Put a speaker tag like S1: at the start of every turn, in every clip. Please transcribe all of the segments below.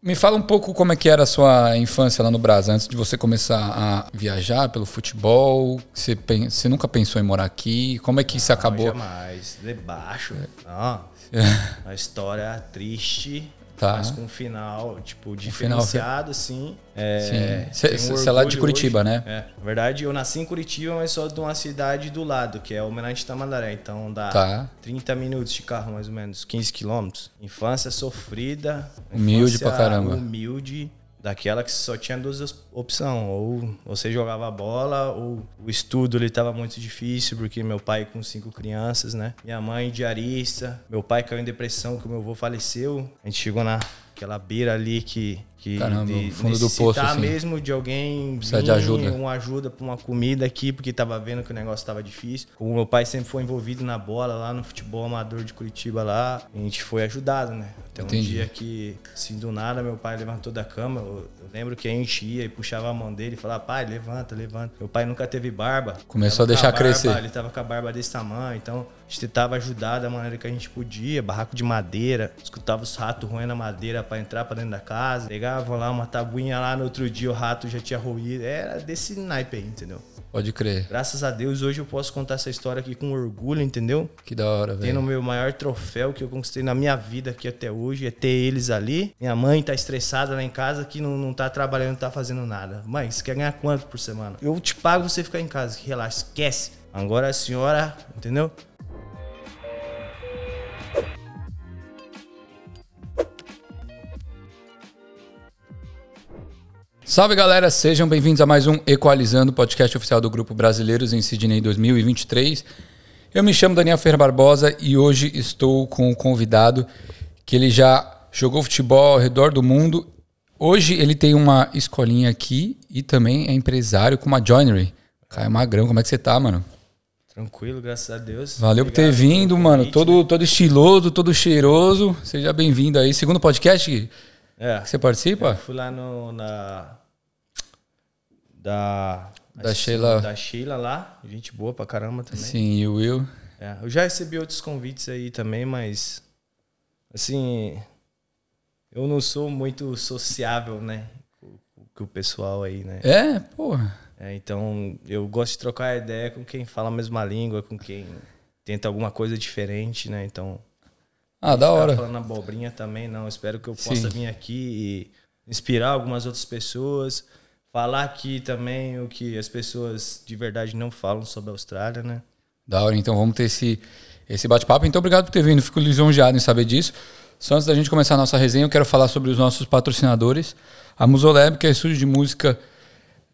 S1: Me fala um pouco como é que era a sua infância lá no Brasil, antes de você começar a viajar pelo futebol. Você, pen- você nunca pensou em morar aqui? Como é que isso acabou? É.
S2: Não, Ah, jamais. Debaixo. Não. Uma história triste.
S1: Tá.
S2: Mas com um final, tipo,
S1: final-
S2: diferenciado,
S1: Sim.
S2: assim. É,
S1: Cê-
S2: tenho
S1: cê- cê é lá de
S2: orgulho
S1: Curitiba,
S2: hoje.
S1: né?
S2: É. Na verdade, eu nasci em Curitiba, mas só de uma cidade do lado, que é Homenagem Tamandaré. Então dá
S1: Tá.
S2: 30 minutos de carro, mais ou menos, 15 quilômetros. Infância sofrida.
S1: Humilde
S2: infância
S1: pra caramba.
S2: Humilde. Daquela que só tinha duas opções. Ou você jogava bola, ou o estudo ele tava muito difícil, porque meu pai com cinco crianças, né? Minha mãe diarista, meu pai caiu em depressão, que meu avô faleceu. A gente chegou naquela beira ali que. que
S1: Caramba,
S2: de
S1: fundo do poço,
S2: necessitar
S1: assim.
S2: mesmo de alguém
S1: Precisa de
S2: vir, um
S1: ajuda.
S2: uma ajuda pra uma comida aqui, porque tava vendo que o negócio tava difícil. Como meu pai sempre foi envolvido na bola lá no futebol amador de Curitiba lá, a gente foi ajudado, né? Até um
S1: Entendi.
S2: dia que, assim, do nada, meu pai levantou da cama. Eu, eu lembro que a gente ia e puxava a mão dele e falava, pai, levanta, levanta. Meu pai nunca teve barba.
S1: Começou
S2: Tava
S1: a deixar
S2: com barba,
S1: crescer.
S2: Ele tava com a barba desse tamanho, então a gente tentava ajudar da maneira que a gente podia, barraco de madeira, escutava os ratos roendo a madeira pra entrar pra dentro da casa, pegavam lá uma tabuinha lá, no outro dia o rato já tinha roído, era desse naipe aí, entendeu?
S1: Pode crer.
S2: Graças a Deus hoje eu posso contar essa história aqui com orgulho, entendeu?
S1: Que da hora,
S2: Tendo o
S1: velho.
S2: meu maior troféu que eu conquistei na minha vida aqui até hoje, é ter eles ali. Minha mãe tá estressada lá em casa que não, não tá trabalhando, não tá fazendo nada. Mãe, você quer ganhar quanto por semana? Eu te pago você ficar em casa, relaxa, esquece. Agora a senhora, entendeu?
S1: Salve, galera. Sejam bem-vindos a mais um Equalizando, podcast oficial do Grupo Brasileiros em Sydney 2023. Eu me chamo Daniel Ferreira Barbosa e hoje estou com um convidado que ele já jogou futebol ao redor do mundo. Hoje ele tem uma escolinha aqui e também é empresário com uma joinery. Caio Magrão, como é que você tá, mano?
S2: Tranquilo, graças a Deus.
S1: Valeu por ter
S2: Obrigado pelo
S1: vindo, mano.
S2: convite, né?
S1: Todo, todo estiloso, todo cheiroso. Seja bem-vindo aí. Segundo podcast que
S2: né? É.
S1: que você participa?
S2: Eu fui lá no. Na, da.
S1: Da Sheila.
S2: Da Sheila lá. Gente boa pra caramba também.
S1: Sim, e o Will.
S2: É, eu já recebi outros convites aí também, mas. Assim. Eu não sou muito sociável, né? Com com o pessoal aí, né?
S1: É, porra.
S2: É, então, eu gosto de trocar ideia com quem fala a mesma língua, com quem tenta alguma coisa diferente, né? Então,
S1: Ah, da
S2: ficar
S1: hora.
S2: falando abobrinha também, não. Espero que eu
S1: Sim.
S2: possa vir aqui e inspirar algumas outras pessoas. Falar aqui também o que as pessoas de verdade não falam sobre a Austrália, né?
S1: Da hora, então vamos ter esse, esse bate-papo. Então, obrigado por ter vindo. Fico lisonjeado em saber disso. Só antes da gente começar a nossa resenha, eu quero falar sobre os nossos patrocinadores. A Musolab, que é estúdio de música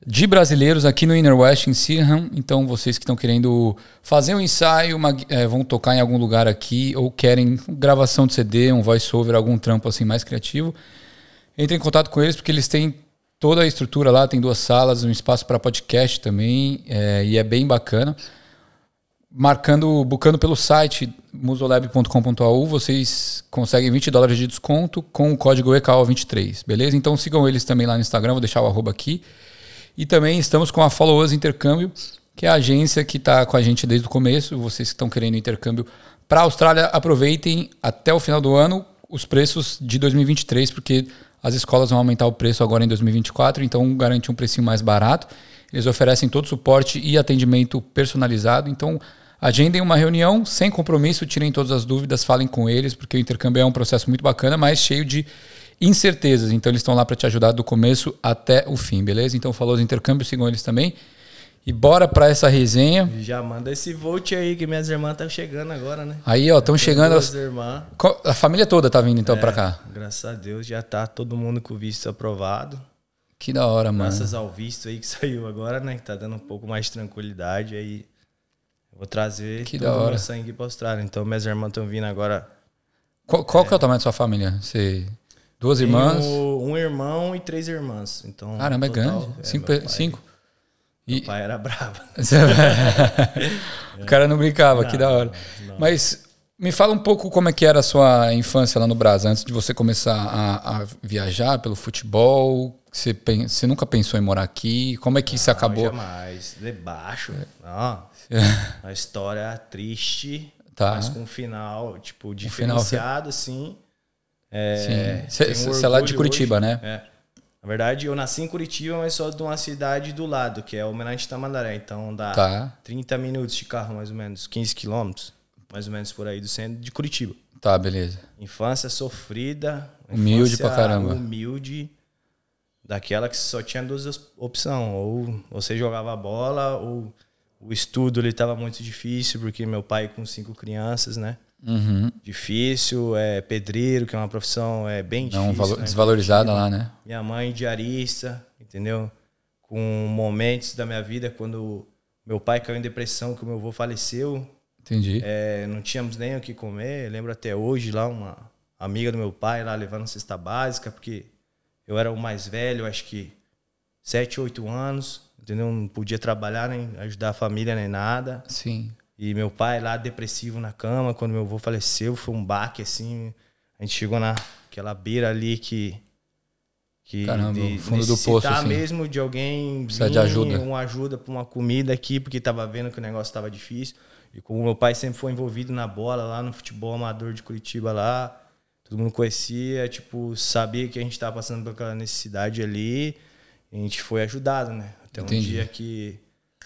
S1: de brasileiros aqui no Inner West, em Seaham. Então, vocês que estão querendo fazer um ensaio, uma gui- eh, vão tocar em algum lugar aqui, ou querem gravação de CD, um voice-over, algum trampo assim mais criativo, entre em contato com eles, porque eles têm toda a estrutura lá, tem duas salas, um espaço para podcast também, eh, e é bem bacana marcando, bucando pelo site musolab.com.au, vocês conseguem 20 dólares de desconto com o código EKO23, beleza? Então sigam eles também lá no Instagram, vou deixar o arroba aqui. E também estamos com a Follow Us Intercâmbio, que é a agência que está com a gente desde o começo. Vocês que estão querendo intercâmbio para a Austrália, aproveitem até o final do ano os preços de 2023, porque as escolas vão aumentar o preço agora em 2024, então garante um precinho mais barato. Eles oferecem todo o suporte e atendimento personalizado, então agendem uma reunião sem compromisso, tirem todas as dúvidas, falem com eles, porque o intercâmbio é um processo muito bacana, mas cheio de incertezas. Então eles estão lá para te ajudar do começo até o fim, beleza? Então falou do intercâmbio, sigam eles também. E bora para essa resenha.
S2: E Já manda esse volt aí, que minhas irmãs estão chegando agora, né?
S1: Aí, ó, estão chegando
S2: Duas
S1: as-
S2: irmãs.
S1: Co- a família toda tá vindo então pra cá.
S2: Graças a Deus já tá todo mundo com o visto aprovado.
S1: Né? Que da hora, mano.
S2: Graças ao visto aí que saiu agora, né? Que tá dando um pouco mais de tranquilidade. Aí eu vou trazer
S1: Que da
S2: todo o
S1: hora.
S2: meu sangue pra Austrália. Então minhas irmãs estão vindo agora.
S1: Qual, qual que é o tamanho da sua família? Você duas
S2: Tenho
S1: irmãs?
S2: um irmão e três irmãs. Então,
S1: Caramba, é
S2: total,
S1: grande.
S2: é,
S1: cinco,
S2: meu
S1: pe-
S2: pai-
S1: cinco.
S2: Meu
S1: e-
S2: pai era bravo.
S1: o cara não brincava, que da hora. Mas me fala um pouco como é que era a sua infância lá no Brasil, antes de você começar a, a viajar pelo futebol. Você, pen- você nunca pensou em morar aqui? Como é que
S2: Ah,
S1: isso acabou? É.
S2: Jamais. Debaixo. Não. Uma história é triste.
S1: Tá.
S2: Mas com um final, tipo,
S1: final-
S2: diferenciado, assim. É,
S1: Sim. Cê-
S2: tenho
S1: cê- cê é lá de
S2: orgulho
S1: Curitiba,
S2: hoje.
S1: né?
S2: É. Na verdade, eu nasci em Curitiba, mas sou de uma cidade do lado, que é Almirante Tamandaré. Então dá
S1: Tá,
S2: 30 minutos de carro, mais ou menos, 15 quilômetros, mais ou menos por aí do centro de Curitiba.
S1: tá, beleza.
S2: Infância sofrida.
S1: Humilde
S2: infância
S1: pra caramba.
S2: Humilde. Daquela que só tinha duas opções. Ou você jogava bola, ou o estudo ele tava muito difícil, porque meu pai com cinco crianças, né?
S1: Uhum.
S2: Difícil, é pedreiro, que é uma profissão é bem difícil.
S1: Não, um valo-
S2: né?
S1: desvalorizada lá, né?
S2: Minha mãe é diarista, entendeu? Com momentos da minha vida quando meu pai caiu em depressão, que o meu avô faleceu,
S1: Entendi.
S2: é, não tínhamos nem o que comer. Lembro até hoje lá uma amiga do meu pai lá levando cesta básica, porque eu era o mais velho, acho que 7, 8 anos, entendeu? Não podia trabalhar nem ajudar a família nem nada.
S1: Sim.
S2: E meu pai lá depressivo na cama, quando meu avô faleceu, foi um baque assim. A gente chegou naquela beira ali que. que
S1: Caramba, o fundo do poço,
S2: necessitar
S1: assim.
S2: mesmo de alguém.
S1: Precisa de
S2: vir,
S1: ajuda.
S2: Uma ajuda pra uma comida aqui, porque tava vendo que o negócio tava difícil. E como meu pai sempre foi envolvido na bola, lá no futebol amador de Curitiba, lá. Todo mundo conhecia, tipo, sabia que a gente tava passando por aquela necessidade ali. E a gente foi ajudado, né? Até um
S1: Entendi.
S2: dia que,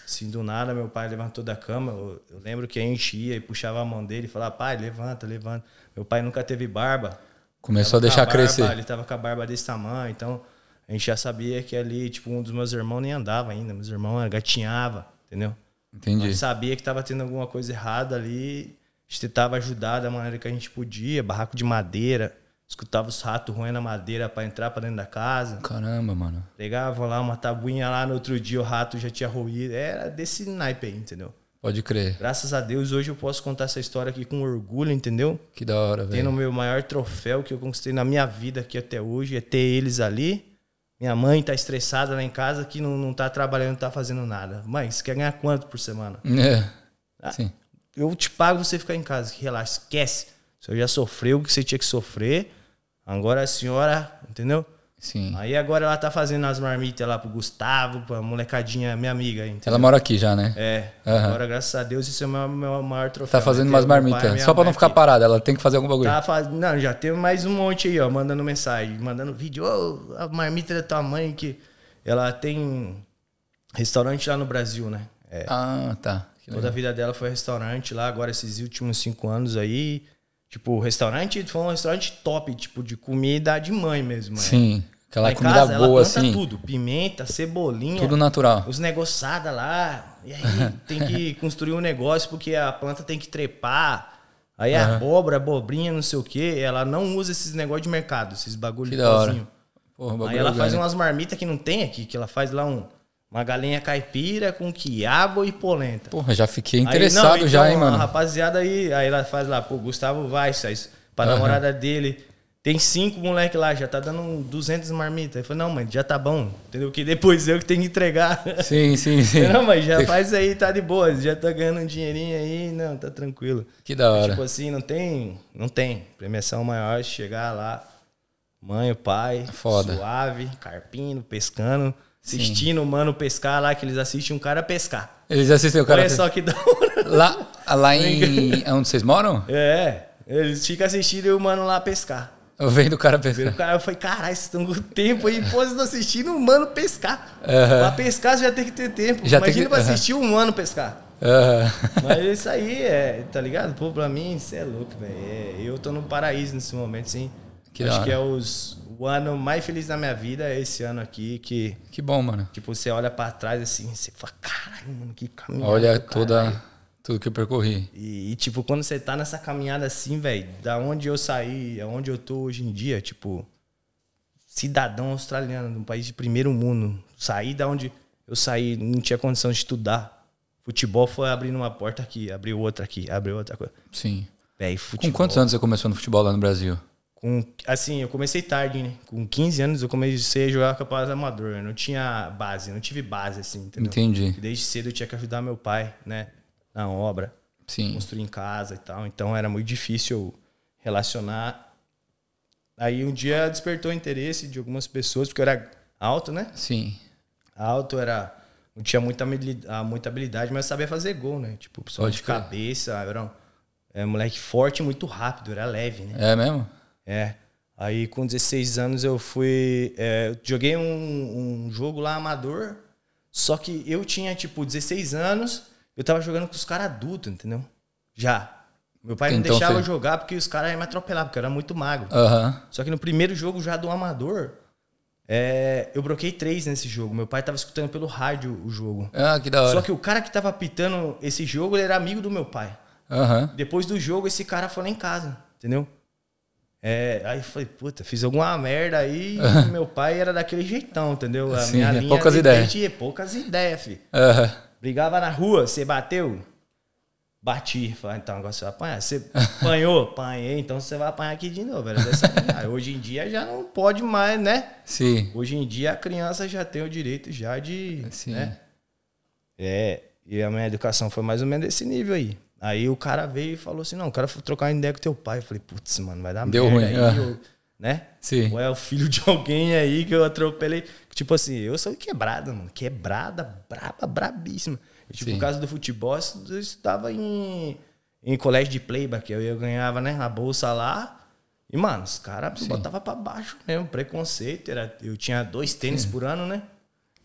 S2: assim, do nada, meu pai levantou da cama. Eu, eu lembro que a gente ia e puxava a mão dele e falava, pai, levanta, levanta. Meu pai nunca teve barba.
S1: Começou a
S2: Tava com
S1: É deixar
S2: barba,
S1: crescer.
S2: Ele tava com a barba desse tamanho, então a gente já sabia que ali, tipo, um dos meus irmãos nem andava ainda. Meus irmãos era- gatinhava, entendeu? A
S1: Entendi.
S2: gente sabia que tava tendo alguma coisa errada ali. A gente tentava ajudar da maneira que a gente podia. Barraco de madeira. Escutava os ratos roendo a madeira para entrar para dentro da casa.
S1: Caramba, mano.
S2: Pegava lá uma tabuinha lá, no outro dia o rato já tinha roído. Era desse naipe aí, entendeu?
S1: Pode crer.
S2: Graças a Deus, hoje eu posso contar essa história aqui com orgulho, entendeu?
S1: Que da hora,
S2: Tendo o
S1: velho.
S2: meu maior troféu que eu conquistei na minha vida aqui até hoje, é ter eles ali. Minha mãe tá estressada lá em casa que não, não tá trabalhando, não tá fazendo nada. Mãe, você quer ganhar quanto por semana?
S1: É.
S2: Ah.
S1: Sim.
S2: Eu te pago você ficar em casa, relaxa, esquece. Você já sofreu o que você tinha que sofrer. Agora a senhora, entendeu?
S1: Sim.
S2: Aí agora ela tá fazendo as marmitas lá pro Gustavo, pra molecadinha, minha amiga, entendeu?
S1: Ela mora aqui já, né?
S2: É.
S1: Aham.
S2: Agora, graças a Deus, isso é o meu, meu maior troféu.
S1: Tá
S2: né?
S1: fazendo
S2: Ter
S1: umas
S2: meu pai e
S1: marmitas.
S2: minha
S1: Só pra não
S2: mãe
S1: ficar
S2: aqui.
S1: parada, ela tem que fazer algum bagulho.
S2: Tá faz... Não, já tem mais um monte aí, ó, mandando mensagem, mandando vídeo. Ô, a marmita é da tua mãe que. Ela tem restaurante lá no Brasil, né? É.
S1: Ah, tá. Que
S2: Toda a vida dela foi restaurante lá, agora esses últimos cinco anos aí. Tipo, restaurante foi um restaurante top, tipo, de comida de mãe mesmo. né?
S1: Sim, aquela
S2: Lá em
S1: comida
S2: casa,
S1: boa,
S2: ela planta
S1: assim. Tudo,
S2: tudo. Pimenta, cebolinha
S1: natural.
S2: os negociada lá, e aí tem que construir um negócio porque a planta tem que trepar. Aí a abóbora, abobrinha, não sei o que, ela não usa esses negócios de mercado, esses bagulho
S1: Que
S2: de
S1: da
S2: cozinho.
S1: hora. Porra, bagulho é
S2: Aí ela faz
S1: orgânico.
S2: umas marmitas que não tem aqui, que ela faz lá um, uma galinha caipira com quiabo e polenta.
S1: Porra, já fiquei
S2: Aí,
S1: interessado
S2: não,
S1: já,
S2: então,
S1: hein,
S2: A
S1: mano.
S2: rapaziada aí, aí ela faz lá, pô, Gustavo vai, sai pra
S1: Aham.
S2: namorada dele. Tem cinco moleque lá, já tá dando um 200 marmitas. Aí eu falei, não, mãe, já tá bom. Entendeu? Porque depois eu que tenho que entregar.
S1: Sim, sim, sim.
S2: Não, mas já
S1: Tem-
S2: faz aí, tá de boa, já tá ganhando um dinheirinho aí, não, tá tranquilo.
S1: Que da hora.
S2: Tipo assim, não tem, não tem. Premiação maior, é chegar lá, mãe, o pai,
S1: É Foda.
S2: suave, carpindo, pescando, assistindo o mano pescar lá, que eles assistem um cara pescar.
S1: Eles assistem o cara.
S2: Olha só que da hora.
S1: Lá, lá em. Onde vocês moram?
S2: É, eles ficam assistindo e o mano lá pescar.
S1: Eu venho do cara
S2: Aí O
S1: pescar.
S2: cara foi, caralho, vocês estão com tempo aí, pô, vocês estão assistindo um mano pescar.
S1: Aham.
S2: Pra pescar você já tem que ter tempo.
S1: Já tem
S2: Imagina
S1: que-
S2: pra
S1: aham.
S2: assistir um mano pescar.
S1: Aham.
S2: Mas isso aí é, tá ligado? Pô, pra mim, isso é louco, velho. É, eu tô no paraíso nesse momento, sim.
S1: Que da
S2: Acho
S1: hora.
S2: que é os, o ano mais feliz da minha vida é esse ano aqui, que,
S1: Que bom, mano.
S2: tipo, você olha pra trás assim, você fala, caralho, mano, que caminhada.
S1: Olha
S2: do
S1: toda.
S2: caralho."
S1: Tudo que eu percorri.
S2: E, e, tipo, quando você tá nessa caminhada assim, velho, da onde eu saí, aonde eu tô hoje em dia, tipo, cidadão australiano, num país de primeiro mundo, saí da onde eu saí, não tinha condição de estudar. Futebol foi abrindo uma porta aqui, abriu outra aqui, abriu outra coisa.
S1: Sim.
S2: Véi,
S1: Com
S2: futebol.
S1: quantos anos você começou no futebol lá no Brasil?
S2: Com, assim, eu comecei tarde, né? Com 15 anos eu comecei a jogar capaz amador. Eu não tinha base, não tive base, assim, entendeu?
S1: Entendi.
S2: Desde cedo eu tinha que ajudar meu pai, né? Na obra,
S1: Sim.
S2: construir em casa e tal. Então era muito difícil eu relacionar. Aí um dia despertou o interesse de algumas pessoas, porque eu era alto, né?
S1: Sim.
S2: alto, era não tinha muita habilidade, muita habilidade, mas sabia fazer gol, né? Tipo, só
S1: Pode
S2: de
S1: crer.
S2: cabeça, era um é, moleque forte e muito rápido, era leve, né?
S1: É mesmo?
S2: É. Aí com 16 anos eu fui. é, joguei um, um jogo lá amador, só que eu tinha tipo 16 anos, eu tava jogando com os caras adultos, entendeu? Já. Meu pai não
S1: Então,
S2: deixava
S1: você-
S2: eu jogar porque os caras iam me atropelar, porque eu era muito magro.
S1: Aham.
S2: Só que no primeiro jogo já do Amador, é, eu broquei três nesse jogo. Meu pai tava escutando pelo rádio o jogo.
S1: Ah, que da hora.
S2: Só que o cara que tava apitando esse jogo, ele era amigo do meu pai.
S1: Aham.
S2: Depois do jogo, esse cara foi lá em casa, entendeu? É, aí eu falei, puta, fiz alguma merda aí. e meu pai era daquele jeitão, entendeu? A
S1: Sim,
S2: minha
S1: é
S2: linha
S1: poucas
S2: de
S1: ideias.
S2: frente é poucas ideias, fi.
S1: Aham.
S2: Brigava na rua, você bateu? Bati. Falei, então agora você vai apanhar. Você apanhou? Apanhei, então você vai apanhar aqui de novo. Era dessa maneira. Hoje em dia já não pode mais, né?
S1: Sim.
S2: Hoje em dia a criança já tem o direito já de.
S1: Sim.
S2: Né? É, e a minha educação foi mais ou menos desse nível aí. Aí o cara veio e falou assim: não, o cara foi trocar uma ideia com teu pai. Eu falei, putz, mano, vai dar
S1: Deu
S2: merda
S1: ruim,
S2: aí,
S1: ah.
S2: eu- né?
S1: Sim.
S2: Ou é o filho de alguém aí que eu atropelei. Tipo assim, eu sou quebrada, mano. Quebrada, braba, brabíssima. E, tipo,
S1: Sim.
S2: por causa do futebol, eu estava em, em colégio de playback. Eu, eu ganhava, né, a bolsa lá. E, mano, os caras botavam pra baixo mesmo. Preconceito. Era, eu tinha dois tênis por ano, né?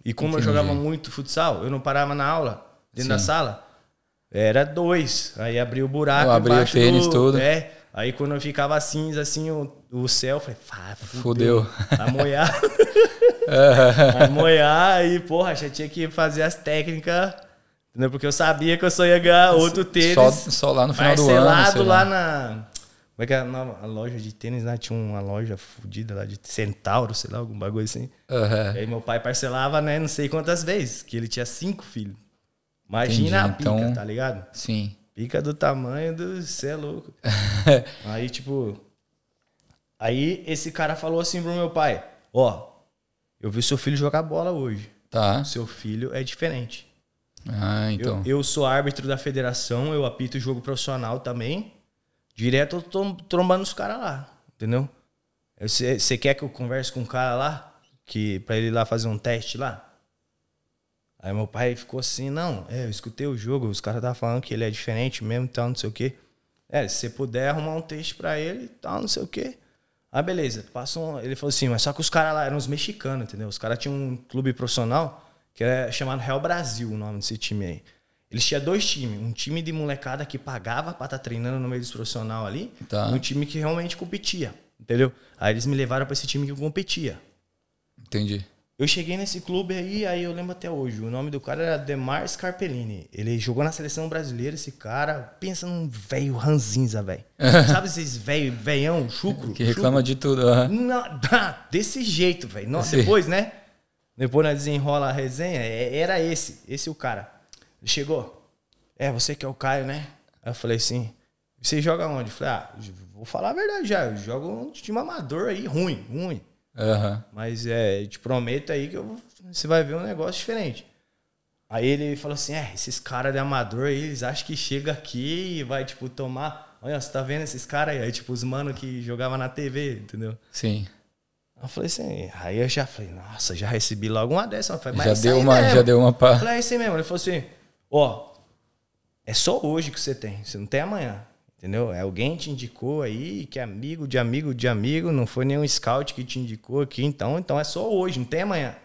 S2: E como eu jogava muito futsal, eu não parava na aula, dentro da sala. Era dois. Aí abriu o buraco.
S1: Eu abri o
S2: embaixo
S1: tênis
S2: do-
S1: todo.
S2: É. Aí quando eu ficava cinza, assim, o, o céu, eu falei, "Fá,
S1: Fudeu.
S2: Vai moiar. Vai moiar. Aí, porra, já tinha que fazer as técnicas. Entendeu? Porque eu sabia que eu só ia ganhar outro tênis.
S1: Só, só lá no final do ano.
S2: Parcelado
S1: sei
S2: lá na. Como é que é a, nova- a loja de tênis, né? Tinha uma loja fodida lá de Centauro, sei lá, algum bagulho assim.
S1: Aham.
S2: Aí meu pai parcelava, né? Não sei quantas vezes, que ele tinha cinco filhos. Imagina
S1: Entendi,
S2: a pica,
S1: então-
S2: tá ligado?
S1: Sim.
S2: Pica do tamanho do. Cê é louco. aí, tipo. Aí esse cara falou assim pro meu pai: Ó, eu vi seu filho jogar bola hoje.
S1: Tá.
S2: Seu filho é diferente.
S1: Ah, então.
S2: Eu, eu sou árbitro da federação, eu apito o jogo profissional também. Direto eu tô trombando os caras lá, entendeu? Você quer que eu converse com um cara lá? Que, pra ele ir lá fazer um teste lá? Aí meu pai ficou assim, não, é, eu escutei o jogo, os caras estavam falando que ele é diferente mesmo, tal, não sei o quê. É, se você puder arrumar um texto pra ele, tal, não sei o quê. Ah, beleza. Passa um- Ele falou assim, mas só que os caras lá eram os mexicanos, entendeu? Os caras tinham um clube profissional que era chamado Real Brasil, o nome desse time aí. Eles tinham dois times, um time de molecada que pagava pra estar treinando no meio dos profissional ali,
S1: Tá.
S2: e um time que realmente competia, entendeu? Aí eles me levaram pra esse time que competia.
S1: Entendi.
S2: Eu cheguei nesse clube aí, aí eu lembro até hoje. O nome do cara era Demar Scarpellini. Ele jogou na seleção brasileira, esse cara. Pensa num velho ranzinza, velho. Sabe esses velho, velhão, chucro?
S1: Que reclama de tudo. aham.
S2: Não, dá, desse jeito, velho. Não,
S1: Sim.
S2: Depois, né? Depois nós desenrola a resenha. é- Era esse, esse o cara. Ele chegou. É, você que é o Caio, né? Aí eu falei assim: você joga onde? Eu falei, ah, vou falar a verdade já. Eu jogo um time amador aí, ruim, ruim.
S1: Aham.
S2: Mas é, te prometo aí que eu vou- você vai ver um negócio diferente. Aí ele falou assim: é, esses caras de amador aí, eles acham que chega aqui e vai, tipo, tomar. Olha, você tá vendo esses caras aí? Aí, tipo, os mano que jogava na TV, entendeu?
S1: Sim.
S2: Eu falei assim, aí eu já falei, nossa, já recebi logo uma dessa. Eu falei, mas é
S1: já
S2: isso
S1: deu
S2: aí
S1: uma,
S2: mesmo.
S1: já deu uma
S2: Eu
S1: pá.
S2: falei, é isso aí mesmo. Ele falou assim, ó, é só hoje que você tem, você não tem amanhã. Entendeu? É alguém te indicou aí, que é amigo de amigo de amigo, não foi nenhum scout que te indicou aqui, então, então é só hoje, não tem amanhã.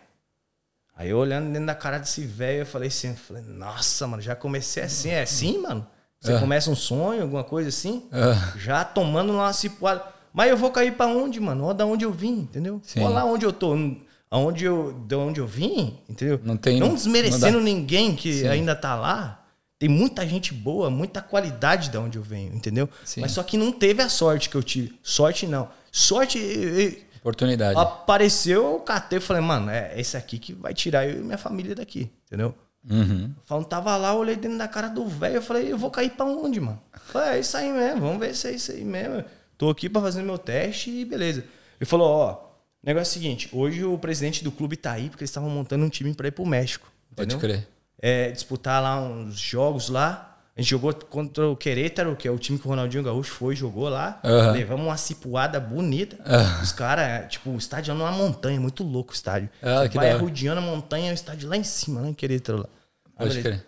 S2: Aí eu olhando dentro da cara desse velho, eu falei assim, eu falei, nossa, mano, já comecei assim, é assim, mano? Você
S1: Ah.
S2: começa um sonho, alguma coisa assim?
S1: Ah,
S2: Já tomando lá uma cipuada. Mas eu vou cair pra onde, mano? Olha da onde eu vim, entendeu?
S1: Sim.
S2: Olha lá onde eu tô. Aonde eu, de onde eu vim, entendeu?
S1: Não tem-
S2: não desmerecendo
S1: não
S2: ninguém que ainda tá lá. Tem muita gente boa, muita qualidade da onde eu venho, entendeu?
S1: Sim.
S2: Mas só que não teve a sorte que eu tive. Sorte não. Sorte eh, eh,
S1: oportunidade.
S2: apareceu, eu catei e falei, mano, é esse aqui que vai tirar eu e minha família daqui, entendeu?
S1: Uhum.
S2: Falando, tava lá, eu olhei dentro da cara do velho, eu falei, eu vou cair pra onde, mano? Falei, é isso aí mesmo, vamos ver se é isso aí mesmo. Tô aqui pra fazer meu teste e beleza. Ele falou, ó, o negócio é o seguinte, hoje o presidente do clube tá aí porque eles estavam montando um time pra ir pro México,
S1: Pode
S2: entendeu?
S1: crer.
S2: É, disputar lá uns jogos lá. A gente jogou contra o Querétaro, que é o time que o Ronaldinho Gaúcho foi, jogou lá.
S1: Aham.
S2: Levamos uma cipuada bonita. Os caras, tipo, o estádio é numa montanha, muito louco o estádio.
S1: Ah,
S2: Você
S1: que
S2: vai
S1: da hora.
S2: rodeando a montanha, o estádio lá em cima, lá em Querétaro. Lá. Aí,
S1: Pode
S2: Ah, beleza.
S1: crer.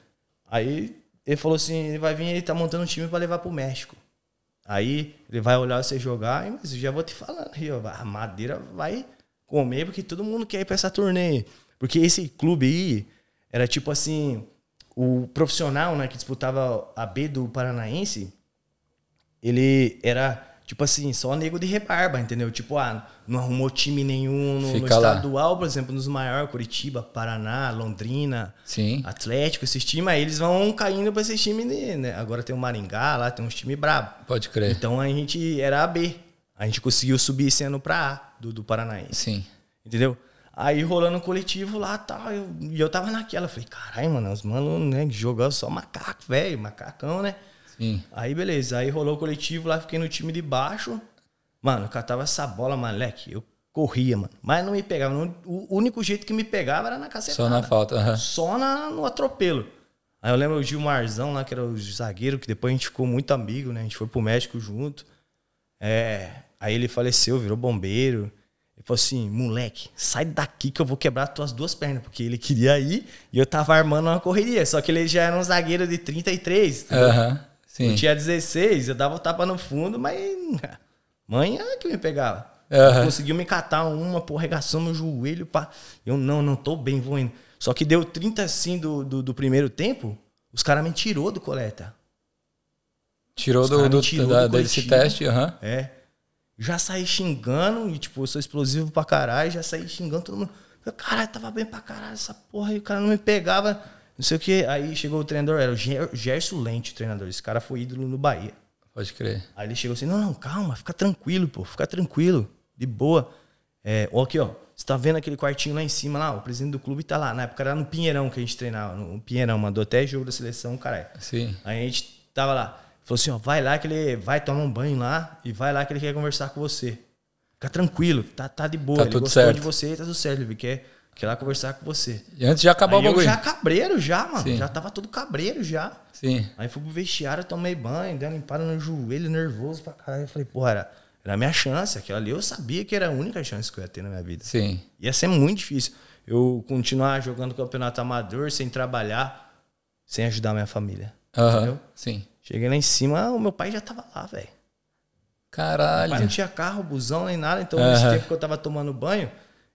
S2: Aí ele falou assim: ele vai vir, ele tá montando um time pra levar pro México. Aí ele vai olhar você jogar, e, mas já vou te falando, aí, ó, a madeira vai comer, porque todo mundo quer ir pra essa turnê. aí. Porque esse clube aí era tipo assim: o profissional né, que disputava a B do Paranaense, ele era tipo assim, só nego de rebarba, entendeu? Tipo, ah, não arrumou time nenhum no, no
S1: Fica lá.
S2: estadual, por exemplo, nos maiores, Curitiba, Paraná, Londrina,
S1: Sim.
S2: Atlético, esses times, aí eles vão caindo pra esses times, de- né? Agora tem o Maringá lá, tem uns times brabo.
S1: Pode crer.
S2: Então a gente era a B. A gente conseguiu subir sendo pra A do, do Paranaense.
S1: Sim.
S2: Entendeu? Aí rolando um coletivo lá tal, eu- e eu, tava naquela. Falei, caralho, mano, os manos, né, jogando só macaco, velho, macacão, né?
S1: Sim.
S2: Aí beleza, aí rolou o coletivo lá, fiquei no time de baixo. Mano, eu catava essa bola, moleque. Eu corria, mano. Mas não me pegava. não- o único jeito que me pegava era na cacetada.
S1: Só na falta. aham.
S2: Só na- no atropelo. Aí eu lembro o Gilmarzão lá, que era o zagueiro, que depois a gente ficou muito amigo, né? A gente foi pro México junto. É, aí ele faleceu, virou bombeiro. Ele falou assim, moleque, sai daqui que eu vou quebrar as tuas duas pernas. Porque ele queria ir e eu tava armando uma correria. Só que ele já era um zagueiro de 33. entendeu?
S1: Aham. Sim.
S2: Eu tinha 16, eu dava o tapa no fundo, mas manhã que me pegava.
S1: Aham.
S2: Conseguiu me catar uma, pô, arregaçou meu joelho, pá. Eu, não, não tô bem, vou indo. Só que deu 30 assim do, do, do primeiro tempo, os caras me tirou do coleta.
S1: Tirou,
S2: Os
S1: do,
S2: caras
S1: do,
S2: tirou
S1: da-
S2: do
S1: desse
S2: coletivo.
S1: teste. aham.
S2: É. Já saí xingando, e tipo, eu sou explosivo pra caralho, já saí xingando todo mundo. Eu, Caralho, tava bem pra caralho essa porra, e o cara não me pegava, não sei o que. Aí chegou o treinador, era o Ger- Gerson Lente, o treinador. Esse cara foi ídolo no Bahia.
S1: Pode crer.
S2: Aí ele chegou assim: não, não, calma, fica tranquilo, pô, fica tranquilo, de boa. É, ó, aqui, ó, você tá vendo aquele quartinho lá em cima lá? O presidente do clube tá lá. Na época era no Pinheirão que a gente treinava, no Pinheirão, mandou até jogo da seleção, caralho.
S1: Sim.
S2: Aí a gente tava lá. Falou assim: ó, vai lá que ele vai tomar um banho lá e vai lá que ele quer conversar com você. Fica tranquilo, tá, tá de boa.
S1: Tá
S2: ele
S1: tudo
S2: gostou
S1: certo.
S2: de você, tá tudo certo. Ele quer, quer lá conversar com você.
S1: E antes de acabar
S2: Aí
S1: o
S2: eu
S1: bagulho.
S2: já cabreiro, já, mano.
S1: Tá Sim.
S2: Já tava todo cabreiro já.
S1: Sim.
S2: Aí fui pro vestiário, tomei banho, dei uma limpada no joelho, nervoso pra caralho. Eu falei, porra, era, era a minha chance. Aquela ali eu sabia que era a única chance que eu ia ter na minha vida.
S1: Sim.
S2: Ia ser muito difícil eu continuar jogando campeonato amador, sem trabalhar, sem ajudar minha família.
S1: Aham.
S2: Entendeu?
S1: Sim.
S2: Cheguei lá em cima, o meu pai já tava lá, velho. Meu
S1: Caralho.
S2: pai não tinha carro, busão, nem nada. Então,
S1: Aham.
S2: nesse tempo que eu tava tomando banho,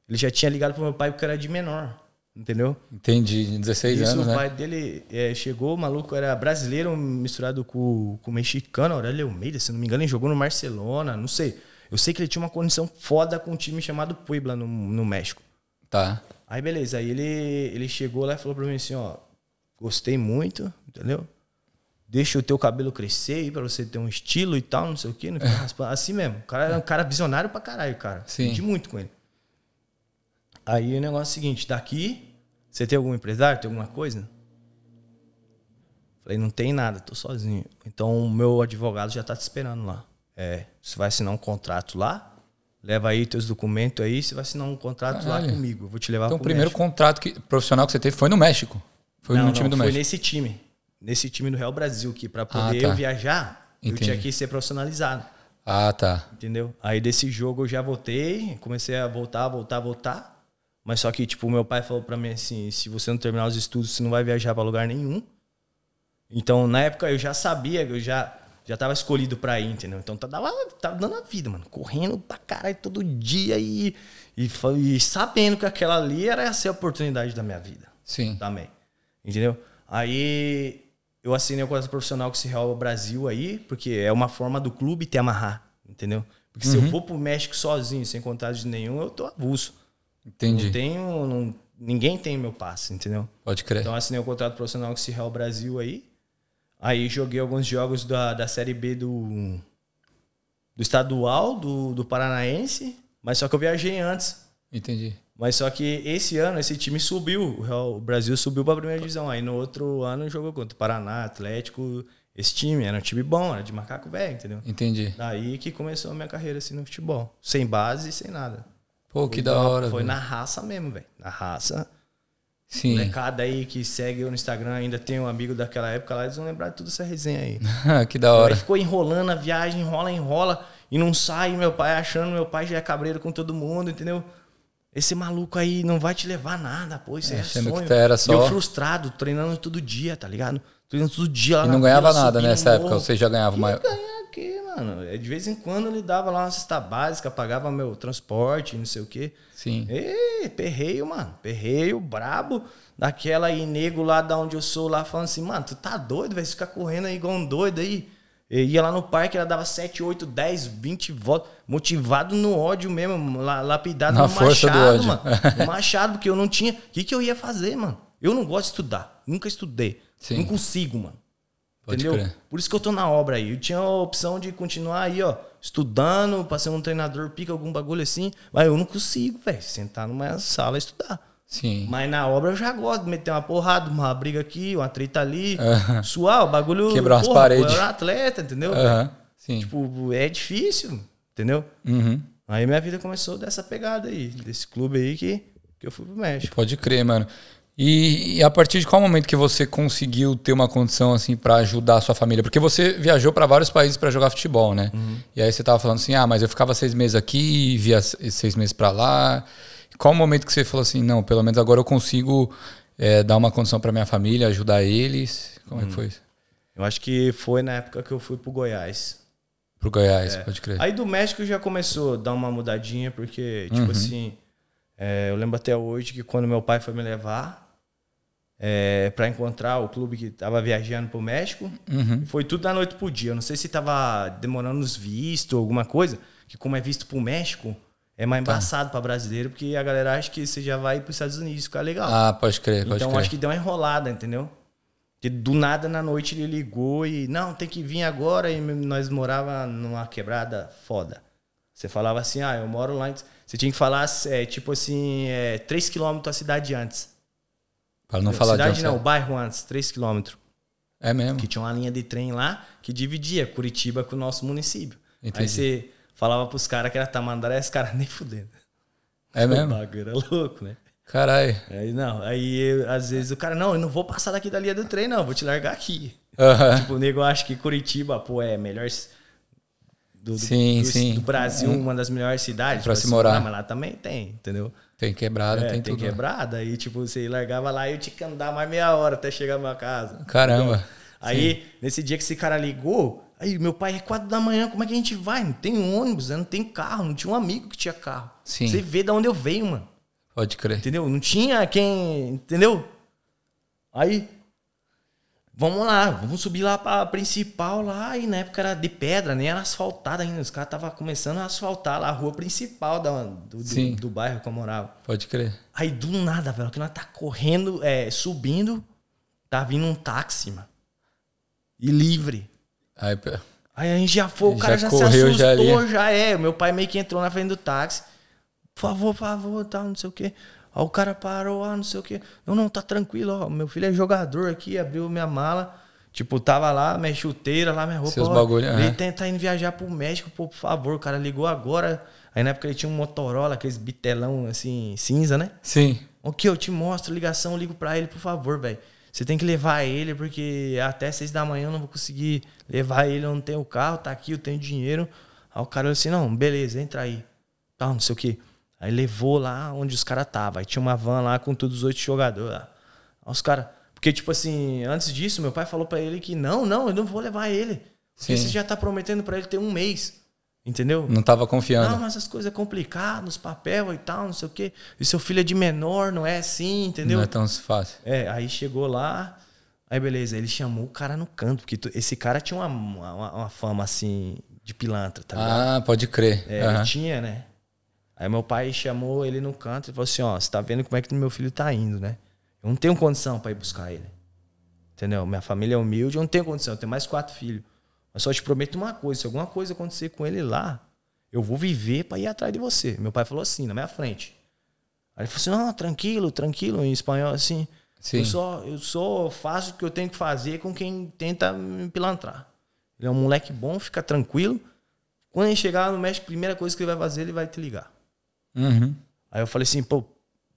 S2: ele já tinha ligado pro meu pai porque eu era de menor. Entendeu?
S1: Entendi. 16
S2: Isso,
S1: anos,
S2: o
S1: né?
S2: pai dele eh, chegou, o maluco era brasileiro misturado com, com mexicano, Aurélio Almeida, se não me engano, ele jogou no Barcelona, não sei. Eu sei que ele tinha uma condição foda com um time chamado Puebla no, no México.
S1: Tá.
S2: Aí beleza, aí ele, ele chegou lá e falou pra mim assim, ó, gostei muito, entendeu? Deixa o teu cabelo crescer aí pra você ter um estilo e tal, não sei o quê. Não fica raspando. Assim mesmo, o cara era um cara visionário pra caralho,
S1: É.
S2: cara.
S1: Sim.
S2: Aprendi muito com ele. Aí o negócio é o seguinte, daqui, você tem algum empresário, tem alguma coisa? Falei, não tem nada, tô sozinho. Então o meu advogado já tá te esperando lá. É, você vai assinar um contrato lá, leva aí teus documentos aí, você vai assinar um contrato
S1: Caralho.
S2: lá comigo. Eu vou te levar
S1: Então o
S2: pro
S1: primeiro
S2: México.
S1: contrato que- profissional que você teve foi no México. Foi
S2: Não,
S1: no time
S2: não,
S1: do
S2: foi
S1: México.
S2: nesse time. Nesse time do Real Brasil, que pra poder
S1: tá.
S2: eu viajar,
S1: Entendi.
S2: eu tinha que ser profissionalizado.
S1: Ah, tá.
S2: Entendeu? Aí desse jogo eu já voltei, comecei a voltar, voltar, voltar. Mas só que, tipo, meu pai falou pra mim assim: se você não terminar os estudos, você não vai viajar pra lugar nenhum. Então, na época eu já sabia, eu já, já tava escolhido pra ir, entendeu? Então tava, tava dando a vida, mano. Correndo pra caralho todo dia e, e, fa- e sabendo que aquela ali era essa a oportunidade da minha vida
S1: Sim.
S2: também. Entendeu? Aí eu assinei o contrato profissional com esse Real Brasil aí, porque é uma forma do clube te amarrar, entendeu? Porque se eu vou pro México sozinho, sem contato de nenhum, eu tô avulso. Não
S1: Entendi.
S2: tenho. não- ninguém tem meu passe, entendeu?
S1: Pode crer.
S2: Então eu assinei o contrato profissional com esse Real Brasil aí. Aí joguei alguns jogos da, da Série B do, do estadual, do, do Paranaense, mas só que eu viajei antes.
S1: Entendi.
S2: Mas só que esse ano, esse time subiu. O Real- o Brasil subiu pra primeira divisão. Aí no outro ano jogou contra o Paraná, Atlético. Esse time era um time bom, era de macaco velho, entendeu?
S1: Entendi.
S2: Daí que começou a minha carreira assim no futebol. Sem base, sem nada.
S1: Pô, que
S2: Foi
S1: da
S2: na-
S1: hora.
S2: Foi
S1: velho.
S2: na raça mesmo, velho. Na raça.
S1: Sim.
S2: Molecada aí que segue eu no Instagram, ainda tem um amigo daquela época lá, eles vão lembrar de toda essa resenha aí.
S1: que da
S2: Aí
S1: hora.
S2: ficou enrolando a viagem, enrola, enrola, e não sai, meu pai achando, meu pai já é cabreiro com todo mundo, entendeu? Esse maluco aí não vai te levar nada, pô, isso aí é
S1: Achando que
S2: sonho.
S1: tá era só-
S2: E eu frustrado, treinando todo dia, tá ligado? Treinando todo dia. lá
S1: E
S2: na
S1: não ganhava
S2: vila,
S1: nada né,
S2: subindo
S1: nessa
S2: o
S1: época.
S2: morro.
S1: Você já ganhava mais.
S2: Ganhar quê, mano. É, De vez em quando ele dava lá uma cesta básica, pagava meu transporte, não sei o quê.
S1: Sim.
S2: E perreio, mano. Perreio, brabo. Daquela aí, nego lá da onde eu sou, lá falando assim, mano, tu tá doido, vai ficar correndo aí igual um doido aí. Eu ia lá no parque, ela dava 7, 8, 10, 20 votos, motivado no ódio mesmo, la- lapidado
S1: Na
S2: no
S1: força do
S2: machado,
S1: ódio.
S2: mano. No machado, porque eu não tinha. O que, que eu ia fazer, mano? Eu não gosto de estudar, nunca estudei.
S1: Sim.
S2: Não consigo, mano.
S1: Pode
S2: Entendeu?
S1: crer.
S2: Por isso que eu tô na obra aí. Eu tinha a opção de continuar aí, ó, estudando, pra ser um treinador, pica algum bagulho assim. Mas eu não consigo, velho, sentar numa sala e estudar.
S1: Sim.
S2: Mas na obra eu já gosto de meter uma porrada, uma briga aqui, uma treta ali. Suar, o bagulho.
S1: Quebrar umas
S2: porra,
S1: paredes.
S2: Eu era atleta, entendeu?
S1: Aham. Sim.
S2: Tipo, é difícil, entendeu?
S1: Uhum.
S2: Aí minha vida começou dessa pegada aí, desse clube aí que, que eu fui pro México.
S1: Pode crer, mano. E, e a partir de qual momento que você conseguiu ter uma condição assim pra ajudar a sua família? Porque você viajou pra vários países pra jogar futebol, né?
S2: Uhum.
S1: E aí você tava falando assim, ah, mas eu ficava seis meses aqui, via se- seis meses pra lá. Qual o momento que você falou assim, não, pelo menos agora eu consigo eh, dar uma condição pra minha família, ajudar eles? Como é
S2: Uhum.
S1: que foi isso?
S2: Eu acho que foi na época que eu fui pro Goiás.
S1: Pro Goiás,
S2: É.
S1: pode crer.
S2: Aí do México já começou a dar uma mudadinha, porque, tipo assim, é, eu lembro até hoje que quando meu pai foi me levar é, para encontrar o clube que tava viajando pro México,
S1: Uhum.
S2: foi tudo da noite pro dia. Eu não sei se tava demorando os vistos ou alguma coisa, que como é visto pro México, é mais embaçado pra brasileiro, porque a galera acha que você já vai pros Estados Unidos ficar legal.
S1: Ah, pode crer, pode
S2: Então
S1: crer.
S2: acho que deu uma enrolada, entendeu? Porque do nada na noite ele ligou e não, tem que vir agora. E nós morava numa quebrada foda. Você falava assim, ah, eu moro lá. em- Você tinha que falar, é, tipo assim, é, 3km a cidade antes.
S1: Pra não né? falar
S2: cidade
S1: de
S2: não, o bairro antes, 3km.
S1: É mesmo?
S2: Que tinha uma linha de trem lá que dividia Curitiba com o nosso município.
S1: Entendi.
S2: Aí você falava pros caras que era Tamandaré, os caras nem fudendo.
S1: É
S2: O
S1: mesmo?
S2: bagulho era louco, né?
S1: Caralho.
S2: Aí não, aí eu- às vezes o cara, não, eu não vou passar daqui da linha do trem, não, vou te largar aqui.
S1: Aham.
S2: Tipo, o nego acha que Curitiba, pô, é a melhor. c- Do, do-
S1: Sim,
S2: do-
S1: sim.
S2: do Brasil, uma das melhores cidades.
S1: Pra
S2: tipo
S1: se
S2: assim,
S1: morar.
S2: ah, mas lá também tem, entendeu?
S1: Tem quebrado,
S2: É,
S1: tem
S2: tem
S1: tudo. né?
S2: quebrada. Aí, tipo, você largava lá e eu tinha que andar mais meia hora até chegar na minha casa.
S1: Caramba.
S2: Aí, nesse dia que esse cara ligou, aí meu pai é quatro da manhã, como é que a gente vai? Não tem ônibus, né? não tem carro, não tinha um amigo que tinha carro.
S1: Sim.
S2: Você vê de onde eu venho, mano.
S1: Pode crer.
S2: Entendeu? Não tinha quem. Entendeu? Aí. Vamos lá, vamos subir lá pra principal lá. E na época era de pedra, nem era asfaltada ainda. Os caras estavam começando a asfaltar lá a rua principal da- do, do-
S1: Sim.
S2: do bairro que eu morava.
S1: Pode crer.
S2: Aí do nada, velho, que nós tá correndo, é, subindo, tá vindo um táxi, mano. E livre.
S1: Aí, pe-
S2: Aí a gente já foi, o
S1: Já
S2: cara já,
S1: correu,
S2: se
S1: já
S2: assustou,
S1: ali.
S2: já, é. Meu pai meio que entrou na frente do táxi. Por favor, por favor, tal, não sei o quê. Aí o cara parou, ah, não sei o quê. Não, não, tá tranquilo, ó. Meu filho é jogador aqui, abriu minha mala. Tipo, tava lá, minha chuteira, lá minha roupa.
S1: Seus
S2: ó,
S1: bagulho,
S2: Ele
S1: aham.
S2: tem- tá indo viajar pro México, pô, por favor. O cara ligou agora. Aí na época ele tinha um Motorola, aqueles bitelão, assim, cinza, né?
S1: Sim.
S2: Ok, eu te mostro a ligação, eu ligo pra ele, por favor, velho. Você tem que levar ele, porque até seis da manhã eu não vou conseguir levar ele, eu não tenho carro, tá aqui, eu tenho dinheiro. Aí o cara falou assim, não, beleza, entra aí. Tá, não sei o quê. Aí levou lá onde os caras estavam. Aí tinha uma van lá com todos os oito jogadores lá. Aí os caras... Porque, tipo assim, antes disso, meu pai falou pra ele que não, não, eu não vou levar ele. Porque
S1: Sim.
S2: você já tá prometendo pra ele ter um mês, entendeu?
S1: Não tava
S2: Não,
S1: confiando.
S2: mas as coisas é complicado, os papel e tal, não sei o quê. E seu filho é de menor, não é assim,
S1: Não,
S2: entendeu?
S1: é tão fácil.
S2: É, aí chegou lá, aí beleza, ele chamou o cara no canto, porque tu- esse cara tinha uma, uma, uma fama assim de pilantra, tá ligado?
S1: Ah, pode crer.
S2: É,
S1: Aham.
S2: ele tinha, né? Aí meu pai chamou ele no canto e falou assim: ó, você tá vendo como é que meu filho tá indo, né? Eu não tenho condição pra ir buscar ele. Entendeu? Minha família é humilde, eu não tenho condição, eu tenho mais quatro filhos. Mas só te prometo uma coisa: se alguma coisa acontecer com ele lá, eu vou viver pra ir atrás de você. Meu pai falou assim, na minha frente. Aí ele falou assim: não, tranquilo, tranquilo, em espanhol assim.
S1: Sim.
S2: Eu só, eu só faço o que eu tenho que fazer com quem tenta me pilantrar. Ele é um moleque bom, fica tranquilo. Quando ele chegar lá no México, a primeira coisa que ele vai fazer, ele vai te ligar.
S1: Uhum.
S2: Aí eu falei assim, pô,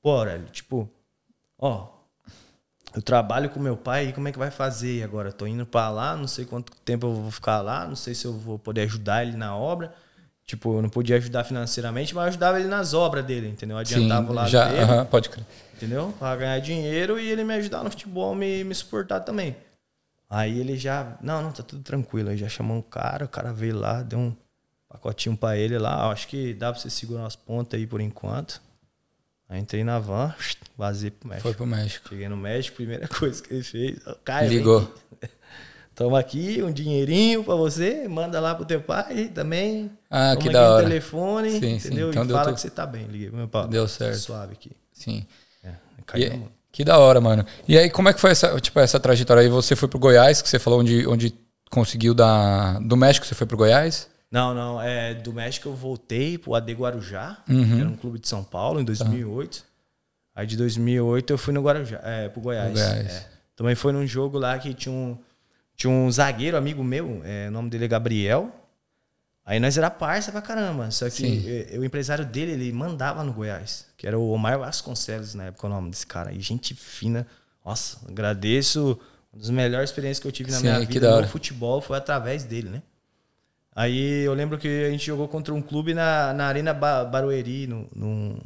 S2: pô, Aurélio, tipo, ó, eu trabalho com meu pai e como é que vai fazer agora? Eu tô indo pra lá, não sei quanto tempo eu vou ficar lá, não sei se eu vou poder ajudar ele na obra. Tipo, eu não podia ajudar financeiramente, mas eu ajudava ele nas obras dele, entendeu? Eu
S1: Sim.
S2: adiantava o lado
S1: Já,
S2: dele
S1: aham, pode crer.
S2: entendeu? Pra ganhar dinheiro e ele me ajudar no futebol, me, me suportar também. Aí ele já, não, não, tá tudo tranquilo. Aí já chamou um cara, o cara veio lá, deu um pacotinho pra ele lá. Ó, acho que dá pra você segurar as pontas aí por enquanto. Aí entrei na van, vazei pro México.
S1: Foi pro México.
S2: Cheguei no México, primeira coisa que ele fez, ó, Caio, vem
S1: Ligou.
S2: aqui. Toma aqui um dinheirinho pra você, manda lá pro teu pai também.
S1: Ah,
S2: Toma
S1: que
S2: aqui
S1: da
S2: o
S1: hora.
S2: é telefone,
S1: Sim, sim.
S2: entendeu?
S1: Então
S2: e
S1: deu
S2: fala
S1: tudo-
S2: que você tá bem. Liguei pro meu pau.
S1: Deu certo.
S2: Suave aqui.
S1: Sim.
S2: É, caiu
S1: E-
S2: na mão.
S1: que da hora, mano. E aí, como é que foi essa, tipo, essa trajetória aí? Você foi pro Goiás, que você falou onde, onde conseguiu da. Do México, você foi pro Goiás?
S2: Não, não. É, do México eu voltei pro AD Guarujá,
S1: Uhum.
S2: que era um clube de São Paulo,
S1: Tá.
S2: em 2008. Aí de 2008 eu fui no Guarujá, é, pro Goiás.
S1: Pro Goiás.
S2: é. Também foi num jogo lá que tinha um, tinha um zagueiro, amigo meu, é, o nome dele é Gabriel. Aí nós era parça pra caramba, só
S1: Sim.
S2: que é, o empresário dele, ele mandava no Goiás, que era o Omar Vasconcelos na época o nome desse cara. E gente fina, nossa, agradeço, uma das melhores experiências que eu tive na
S1: Sim,
S2: minha
S1: que
S2: vida
S1: da
S2: no
S1: hora.
S2: futebol foi através dele, né? Aí eu lembro que a gente jogou contra um clube na, na Arena Ba- Barueri, no, no-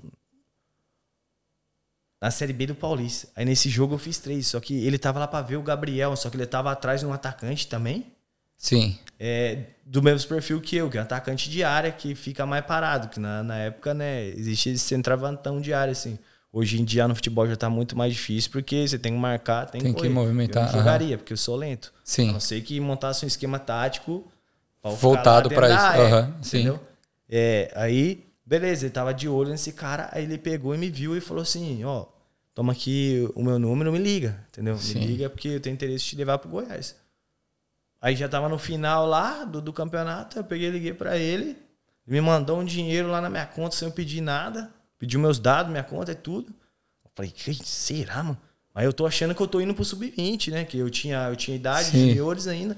S2: na Série B do Paulista. Aí nesse jogo eu fiz três, só que ele tava lá pra ver o Gabriel, só que ele tava atrás de um atacante também,
S1: Sim.
S2: é, do mesmo perfil que eu, que é um atacante de área, que fica mais parado, que na, na época, né, existia esse centravantão de área, assim. Hoje em dia no futebol já tá muito mais difícil, porque você tem que marcar, tem,
S1: Tem que
S2: correr.
S1: movimentar,
S2: Eu não
S1: aham.
S2: jogaria, porque eu sou lento. A
S1: Sim.
S2: não ser que montasse um esquema tático pra eu ficar
S1: Voltado
S2: lá
S1: pra
S2: dentro
S1: isso.
S2: da área,
S1: Aham, sim.
S2: Entendeu? É, aí, beleza, ele tava de olho nesse cara, aí ele pegou e me viu e falou assim: ó, toma aqui o meu número, me liga, entendeu?
S1: Sim.
S2: Me liga porque eu tenho interesse de te levar pro Goiás. Aí já tava no final lá do, do campeonato, eu peguei e liguei pra ele, ele me mandou um dinheiro lá na minha conta sem eu pedir nada, pediu meus dados, minha conta e tudo. Eu falei, que será, mano? Aí eu tô achando que eu tô indo pro sub-20, né? Que eu tinha, eu tinha idade,
S1: Sim.
S2: juniores ainda.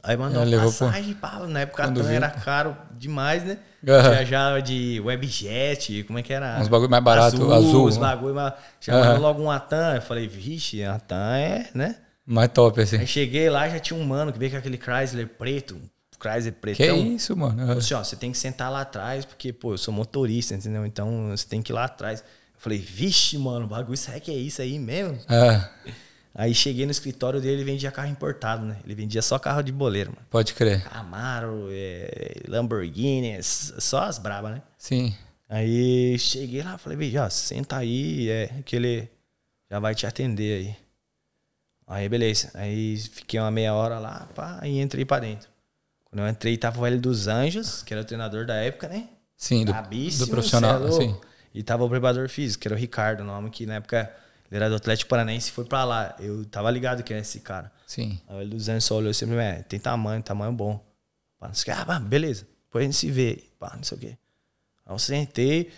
S2: Aí mandou
S1: É,
S2: uma
S1: levou pro-
S2: passagem, pá, na época a
S1: Quando
S2: TAM
S1: viu.
S2: era caro demais, né?
S1: Aham.
S2: Viajava de webjet, como é que era?
S1: Uns bagulho mais barato, azul,
S2: Os
S1: né?
S2: bagulho, mas já mandou
S1: Aham.
S2: logo um Atan. Eu falei, vixe, Atan é, né?
S1: Mais top, assim.
S2: Aí cheguei lá, já tinha um mano que veio com aquele Chrysler preto, um Chrysler
S1: Que
S2: pretão.
S1: isso, mano?
S2: Falou assim, ó, você tem que sentar lá atrás, porque, pô, eu sou motorista, entendeu? Então, você tem que ir lá atrás. Eu falei, vixe, mano, o bagulho, será que é isso aí mesmo?
S1: Ah,
S2: Aí cheguei no escritório dele, ele vendia carro importado, né? Ele vendia só carro de boleiro, mano.
S1: pode crer.
S2: Camaro, é, Lamborghini, s- só as brabas, né?
S1: Sim.
S2: Aí cheguei lá, falei, bicho, ó, senta aí, é, que ele já vai te atender aí. Aí, beleza. Aí fiquei uma meia hora lá, pá, e entrei pra dentro. Quando eu entrei, tava o Hélio dos Anjos, que era o treinador da época, né?
S1: Sim, do,
S2: Brabíssimo,
S1: do profissional. assim.
S2: cê é louco.
S1: Sim.
S2: E tava o preparador físico, que era o Ricardo, o nome que na época ele era do Atlético Paranaense e foi pra lá. Eu tava ligado que era esse cara.
S1: Sim.
S2: Aí o Hélio dos Anjos só olhou sempre, é, tem tamanho, tamanho bom. Pá, não sei o quê. Ah, pá, beleza. Depois a gente se vê. Pá, não sei o quê. Aí eu sentei.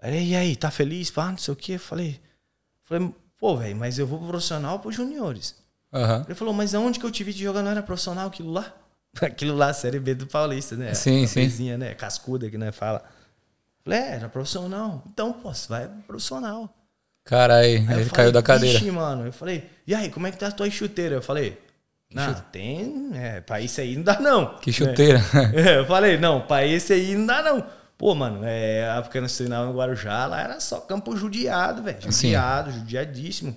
S2: Aí, e aí, tá feliz? Pá, não sei o quê. Falei, falei pô, velho, mas eu vou pro profissional pro juniores.
S1: Aham.
S2: Ele falou, mas aonde que eu te vi de jogar não era profissional aquilo lá? Aquilo lá, Série B do Paulista, né?
S1: Sim,
S2: A
S1: sim.
S2: Vizinha, né? Cascuda que nós fala. Falei, é, era profissional. Então, pô, você vai pro profissional.
S1: Caralho, ele
S2: Aí eu falei,
S1: caiu da cadeira.
S2: "Vixe, mano. Eu falei, e aí, como é que tá a tua chuteira? Eu falei, não, tem. É, pra isso aí não dá, não.
S1: Que chuteira.
S2: É, eu falei, não, pra esse aí não dá, não. Pô, mano, é, a época que nós treinávamos no Guarujá, lá era só campo judiado, velho.
S1: Sim.
S2: Judiado, judiadíssimo.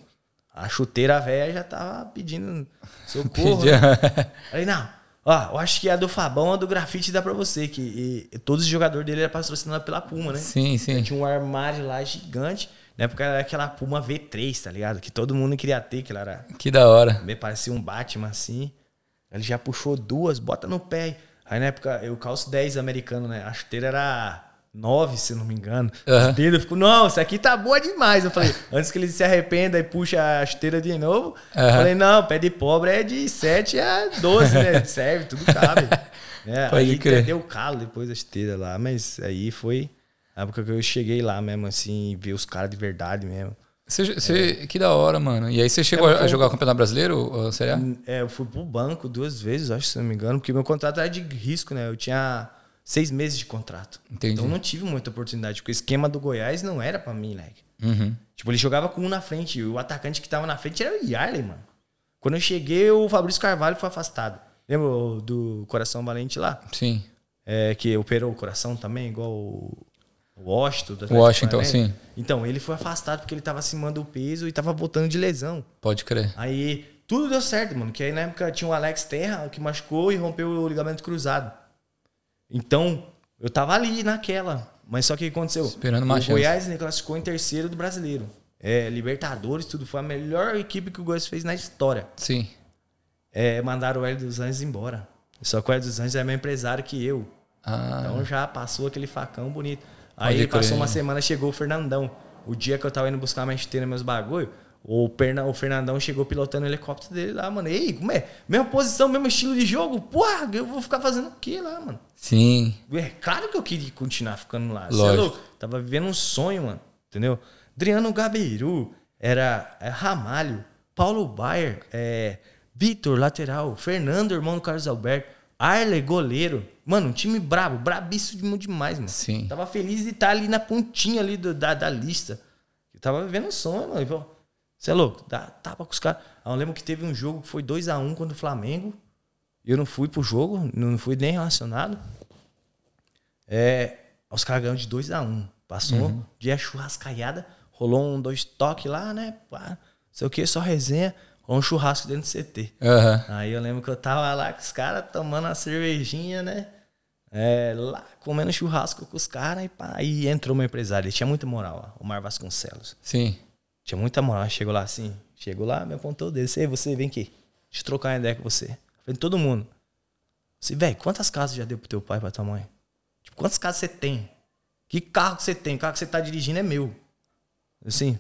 S2: A chuteira velha já tava pedindo socorro.
S1: Pedia-
S2: né? Falei, não, ó, eu acho que a do Fabão, a do grafite dá pra você, que e, todos os jogadores dele eram patrocinados pela Puma, né?
S1: Sim, sim.
S2: Tinha um armário lá gigante, na época era aquela Puma V3, tá ligado? Que todo mundo queria ter, que ela era
S1: Que da hora.
S2: me parecia um Batman assim. Ele já puxou duas, bota no pé. Aí na época eu calço 10 americano, né? A chuteira era 9, se não me engano.
S1: Aham.
S2: Os dedos ficou, não, isso aqui tá boa demais. Eu falei, antes que ele se arrependa e puxa a chuteira de novo.
S1: Aham.
S2: eu Falei, não, pé de pobre é de 7 a 12, né? Serve, tudo cabe. É,
S1: Pode
S2: aí
S1: crer.
S2: deu calo depois da chuteira lá, mas aí foi a época que eu cheguei lá mesmo, assim, ver os caras de verdade mesmo.
S1: Cê- cê- Que da hora, mano. E aí você chegou a- a jogar o
S2: um
S1: Campeonato Brasileiro, ou Série A?
S2: É, eu fui pro banco duas vezes, acho, se não me engano, porque meu contrato era de risco, né? Eu tinha seis meses de contrato.
S1: Entendi.
S2: Então eu não tive muita oportunidade, porque o esquema do Goiás não era pra mim, leg.
S1: Uhum.
S2: Tipo, ele jogava com um na frente, e o atacante que tava na frente era o Yarley, mano. Quando eu cheguei, o Fabrício Carvalho foi afastado. Lembra o do Coração Valente lá?
S1: Sim.
S2: É, que operou o coração também, igual o o Washington. do Atlético
S1: Washington,
S2: Paranaense.
S1: sim.
S2: Então, ele foi afastado porque ele tava acimando o peso e tava voltando de lesão.
S1: Pode crer.
S2: Aí Tudo deu certo, mano. Que aí na época tinha o Alex Terra que machucou e rompeu o ligamento cruzado. Então, eu tava ali naquela. Mas só que o que aconteceu?
S1: Esperando uma
S2: o
S1: chance.
S2: Goiás né, classificou em terceiro do brasileiro. É, Libertadores, tudo. Foi a melhor equipe que o Goiás fez na história.
S1: Sim.
S2: É, mandaram o Hélio dos Anjos embora. Só que o Hélio dos Anjos é meu empresário que eu.
S1: Ah,
S2: Então já passou aquele facão bonito.
S1: Pode
S2: Aí
S1: crer.
S2: passou uma semana, chegou o Fernandão. O dia que eu tava indo buscar minha chuteira, meus bagulho, o, Perna- o Fernandão chegou pilotando o helicóptero dele lá, mano. Ei, como é? Mesma posição, mesmo estilo de jogo? Porra, eu vou ficar fazendo o quê lá, mano?
S1: sim.
S2: É claro que eu queria continuar ficando lá. Você é
S1: Lógico.
S2: louco? Tava vivendo um sonho, mano. Entendeu? Adriano Gabiru, era é, Ramalho, Paulo Baier, é, Vitor, lateral, Fernando, irmão do Carlos Alberto, Arle, goleiro. Mano, um time brabo, brabíssimo demais, mano.
S1: Sim.
S2: Tava feliz de estar ali na pontinha ali do- da, da lista. Eu tava vivendo um sonho, mano. Eu, Você é louco? Dá tapa com os caras. Ah, Eu lembro que teve um jogo que foi 2x1 contra o Flamengo. Eu não fui pro jogo, não fui nem relacionado. É, os caras ganham de 2x1. Passou dia churrascaiada, rolou um dois toques lá, né? Pá, não sei o que, só resenha, rolou um churrasco dentro do CT.
S1: Aham.
S2: Aí eu lembro que eu tava lá com os caras tomando a cervejinha, né? É, lá comendo churrasco com os caras e pá, aí entrou meu empresário. Ele tinha muita moral, ó, o Mar Vasconcelos.
S1: Sim.
S2: Tinha muita moral. Chegou lá assim, chegou lá, me apontou o dedo. Ei, você, vem aqui. Deixa eu trocar uma ideia com você. Falei, todo mundo. Assim, velho, quantas casas já deu pro teu pai, pra tua mãe? Tipo, quantas casas você tem? Que carro que você tem? O carro que você tá dirigindo é meu. Assim,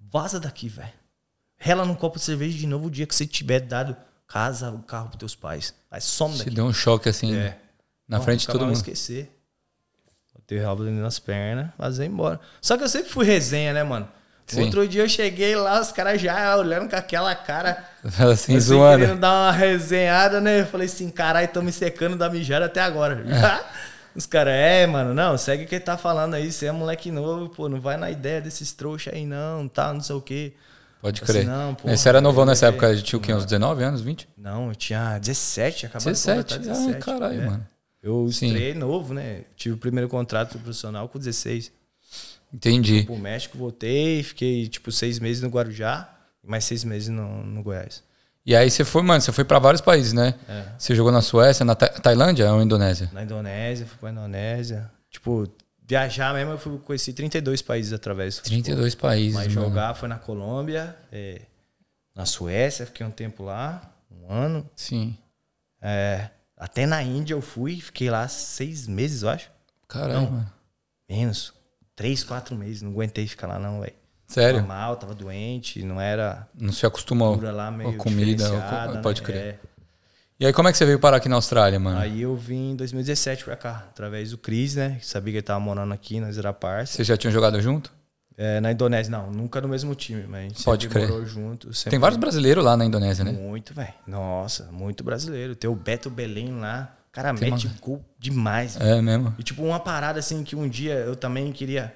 S2: vaza daqui, velho. Rela num copo de cerveja de novo o dia que você tiver dado casa, o carro pros teus pais. Aí some
S1: Te
S2: daqui.
S1: deu um choque assim. Na
S2: Porra,
S1: frente de
S2: nunca
S1: todo
S2: mais
S1: mundo.
S2: vou esquecer. Botei o rabo dentro das pernas, vazei embora. Só que eu sempre fui resenha, né, mano?
S1: Sim.
S2: Outro dia eu cheguei lá, os caras já olhando com aquela cara,
S1: Fala assim,
S2: assim,
S1: zoando.
S2: querendo dar uma resenhada, né? Eu falei assim, caralho, tão me secando da mijada até agora. os caras, é, mano, não, segue o que ele tá falando aí, você é moleque novo, pô, não vai na ideia desses trouxa aí não, tá, não sei o quê.
S1: Pode
S2: Assim,
S1: crer.
S2: não, é,
S1: Não,
S2: porra,
S1: Esse era novão
S2: eu
S1: nessa
S2: levei-
S1: época. A gente tinha o quê? Uns 19 anos, 20?
S2: Não, eu tinha 17, acabou
S1: 17?
S2: de tá completar
S1: Ah,
S2: 17.
S1: caralho,
S2: é.
S1: mano.
S2: Eu
S1: Sim.
S2: estrei novo, né? Tive o primeiro contrato profissional com 16.
S1: Entendi.
S2: Pro Tipo, México, voltei, fiquei tipo seis meses no Guarujá, mais seis meses no, no Goiás.
S1: E aí você foi, mano, você foi pra vários países, né?
S2: É.
S1: Você jogou na Suécia, na Ta- Tailândia ou Indonésia?
S2: Na Indonésia, fui pra Indonésia. Tipo, viajar mesmo, eu fui, conheci 32 países através do futebol.
S1: 32 países,
S2: Mas
S1: mano.
S2: Tipo, jogar foi na Colômbia, é, na Suécia, fiquei um tempo lá, um ano.
S1: Sim.
S2: É, até na Índia eu fui, fiquei lá seis meses, eu acho.
S1: Caralho, mano.
S2: Menos. Três, quatro meses, não aguentei ficar lá não, velho.
S1: Sério?
S2: Tava mal, tava doente, não era
S1: Não se acostumou.
S2: cultura lá meio
S1: Ou comida, ou co-
S2: diferenciada, né?
S1: pode crer.
S2: É.
S1: E aí, como é que você veio parar aqui na Austrália, mano?
S2: Aí eu vim em 2017 pra cá, através do Cris, né? Que sabia que ele tava morando aqui, nós era parça.
S1: Vocês já tinham jogado junto?
S2: É, na Indonésia, não, nunca no mesmo time, mas a gente
S1: Pode
S2: sempre
S1: crer.
S2: morou junto. Sempre
S1: Tem vários brasileiros lá na Indonésia, né?
S2: Muito, velho. Nossa, muito brasileiro. Tem o Beto Belém lá. Cara,
S1: Tem
S2: mete
S1: uma-
S2: gol demais, velho.
S1: É mesmo.
S2: E tipo, uma parada assim que um dia eu também queria,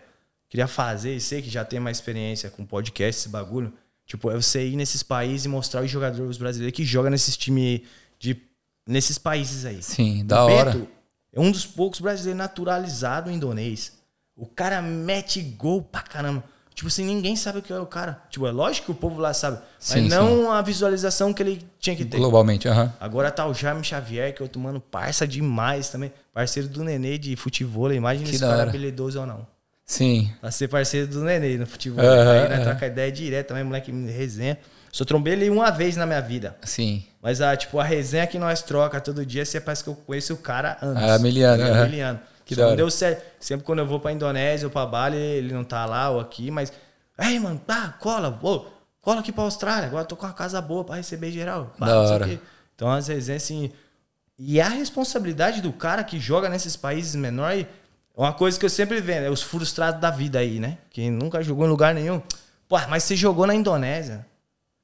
S2: queria fazer, e sei que já tem mais experiência com podcast, esse bagulho. Tipo, é você ir nesses países e mostrar os jogadores brasileiros que jogam nesses times de. nesses países aí.
S1: Sim, da
S2: o
S1: hora.
S2: Beto é um dos poucos brasileiros naturalizado indonês. O cara mete gol pra caramba. Tipo assim, ninguém sabe o que é o cara. Tipo, é lógico que o povo lá sabe. Mas
S1: Sim,
S2: não a visualização que ele tinha que ter.
S1: Globalmente, aham.
S2: Agora tá o Jaime Xavier, que é outro mano parça demais também. Parceiro do Nenê de futebol. Imagina
S1: Que
S2: se o
S1: da
S2: cara é
S1: hora.
S2: habilidoso ou não.
S1: Sim.
S2: Pra ser parceiro do Nenê no futebol.
S1: Aham,
S2: Aí nós
S1: aham.
S2: troca ideia direto também, moleque me resenha. Só trombei ele uma vez na minha vida.
S1: Sim.
S2: Mas a, tipo, a resenha que nós troca todo dia, você parece que eu conheço o cara antes.
S1: Ah, mil anos,
S2: É,
S1: aham.
S2: mil anos.
S1: Que
S2: Só
S1: da
S2: não
S1: hora.
S2: deu certo. Sempre quando eu vou pra Indonésia ou pra Bali, ele não tá lá ou aqui, mas. Aí, mano, pá, cola, ô, cola aqui pra Austrália. Agora eu tô com uma casa boa pra receber geral. Pá,
S1: Da
S2: não sei o
S1: hora.
S2: quê. Então, as resenhas, assim. E a responsabilidade do cara que joga nesses países menores é uma coisa que eu sempre vejo, é os frustrados da vida aí, né? Que nunca jogou em lugar nenhum. Pô, mas você jogou na Indonésia.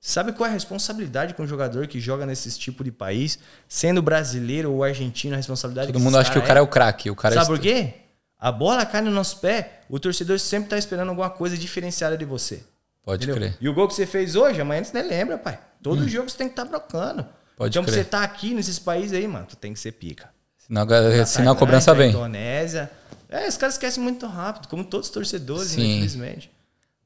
S2: Sabe qual é a responsabilidade com um jogador que joga nesses tipo de país? Sendo brasileiro ou argentino, a responsabilidade
S1: Todo mundo acha que o cara é o craque. O cara
S2: Sabe
S1: é...
S2: por quê? A bola cai no nosso pé, o torcedor sempre tá esperando alguma coisa diferenciada de você.
S1: Pode
S2: Entendeu?
S1: crer. Hum.
S2: E o gol que você fez hoje, amanhã você nem lembra, pai. Todo jogo você tem que estar tá brocando.
S1: Pode
S2: então, pra
S1: crer.
S2: você tá aqui nesses países aí, mano, tu tem que ser pica.
S1: Senão, a galera-
S2: Na
S1: É, senão a
S2: Tailândia,
S1: cobrança
S2: tá na
S1: vem.
S2: Indonésia. É, os caras esquecem muito rápido, como todos os torcedores, né,
S1: Sim.
S2: infelizmente.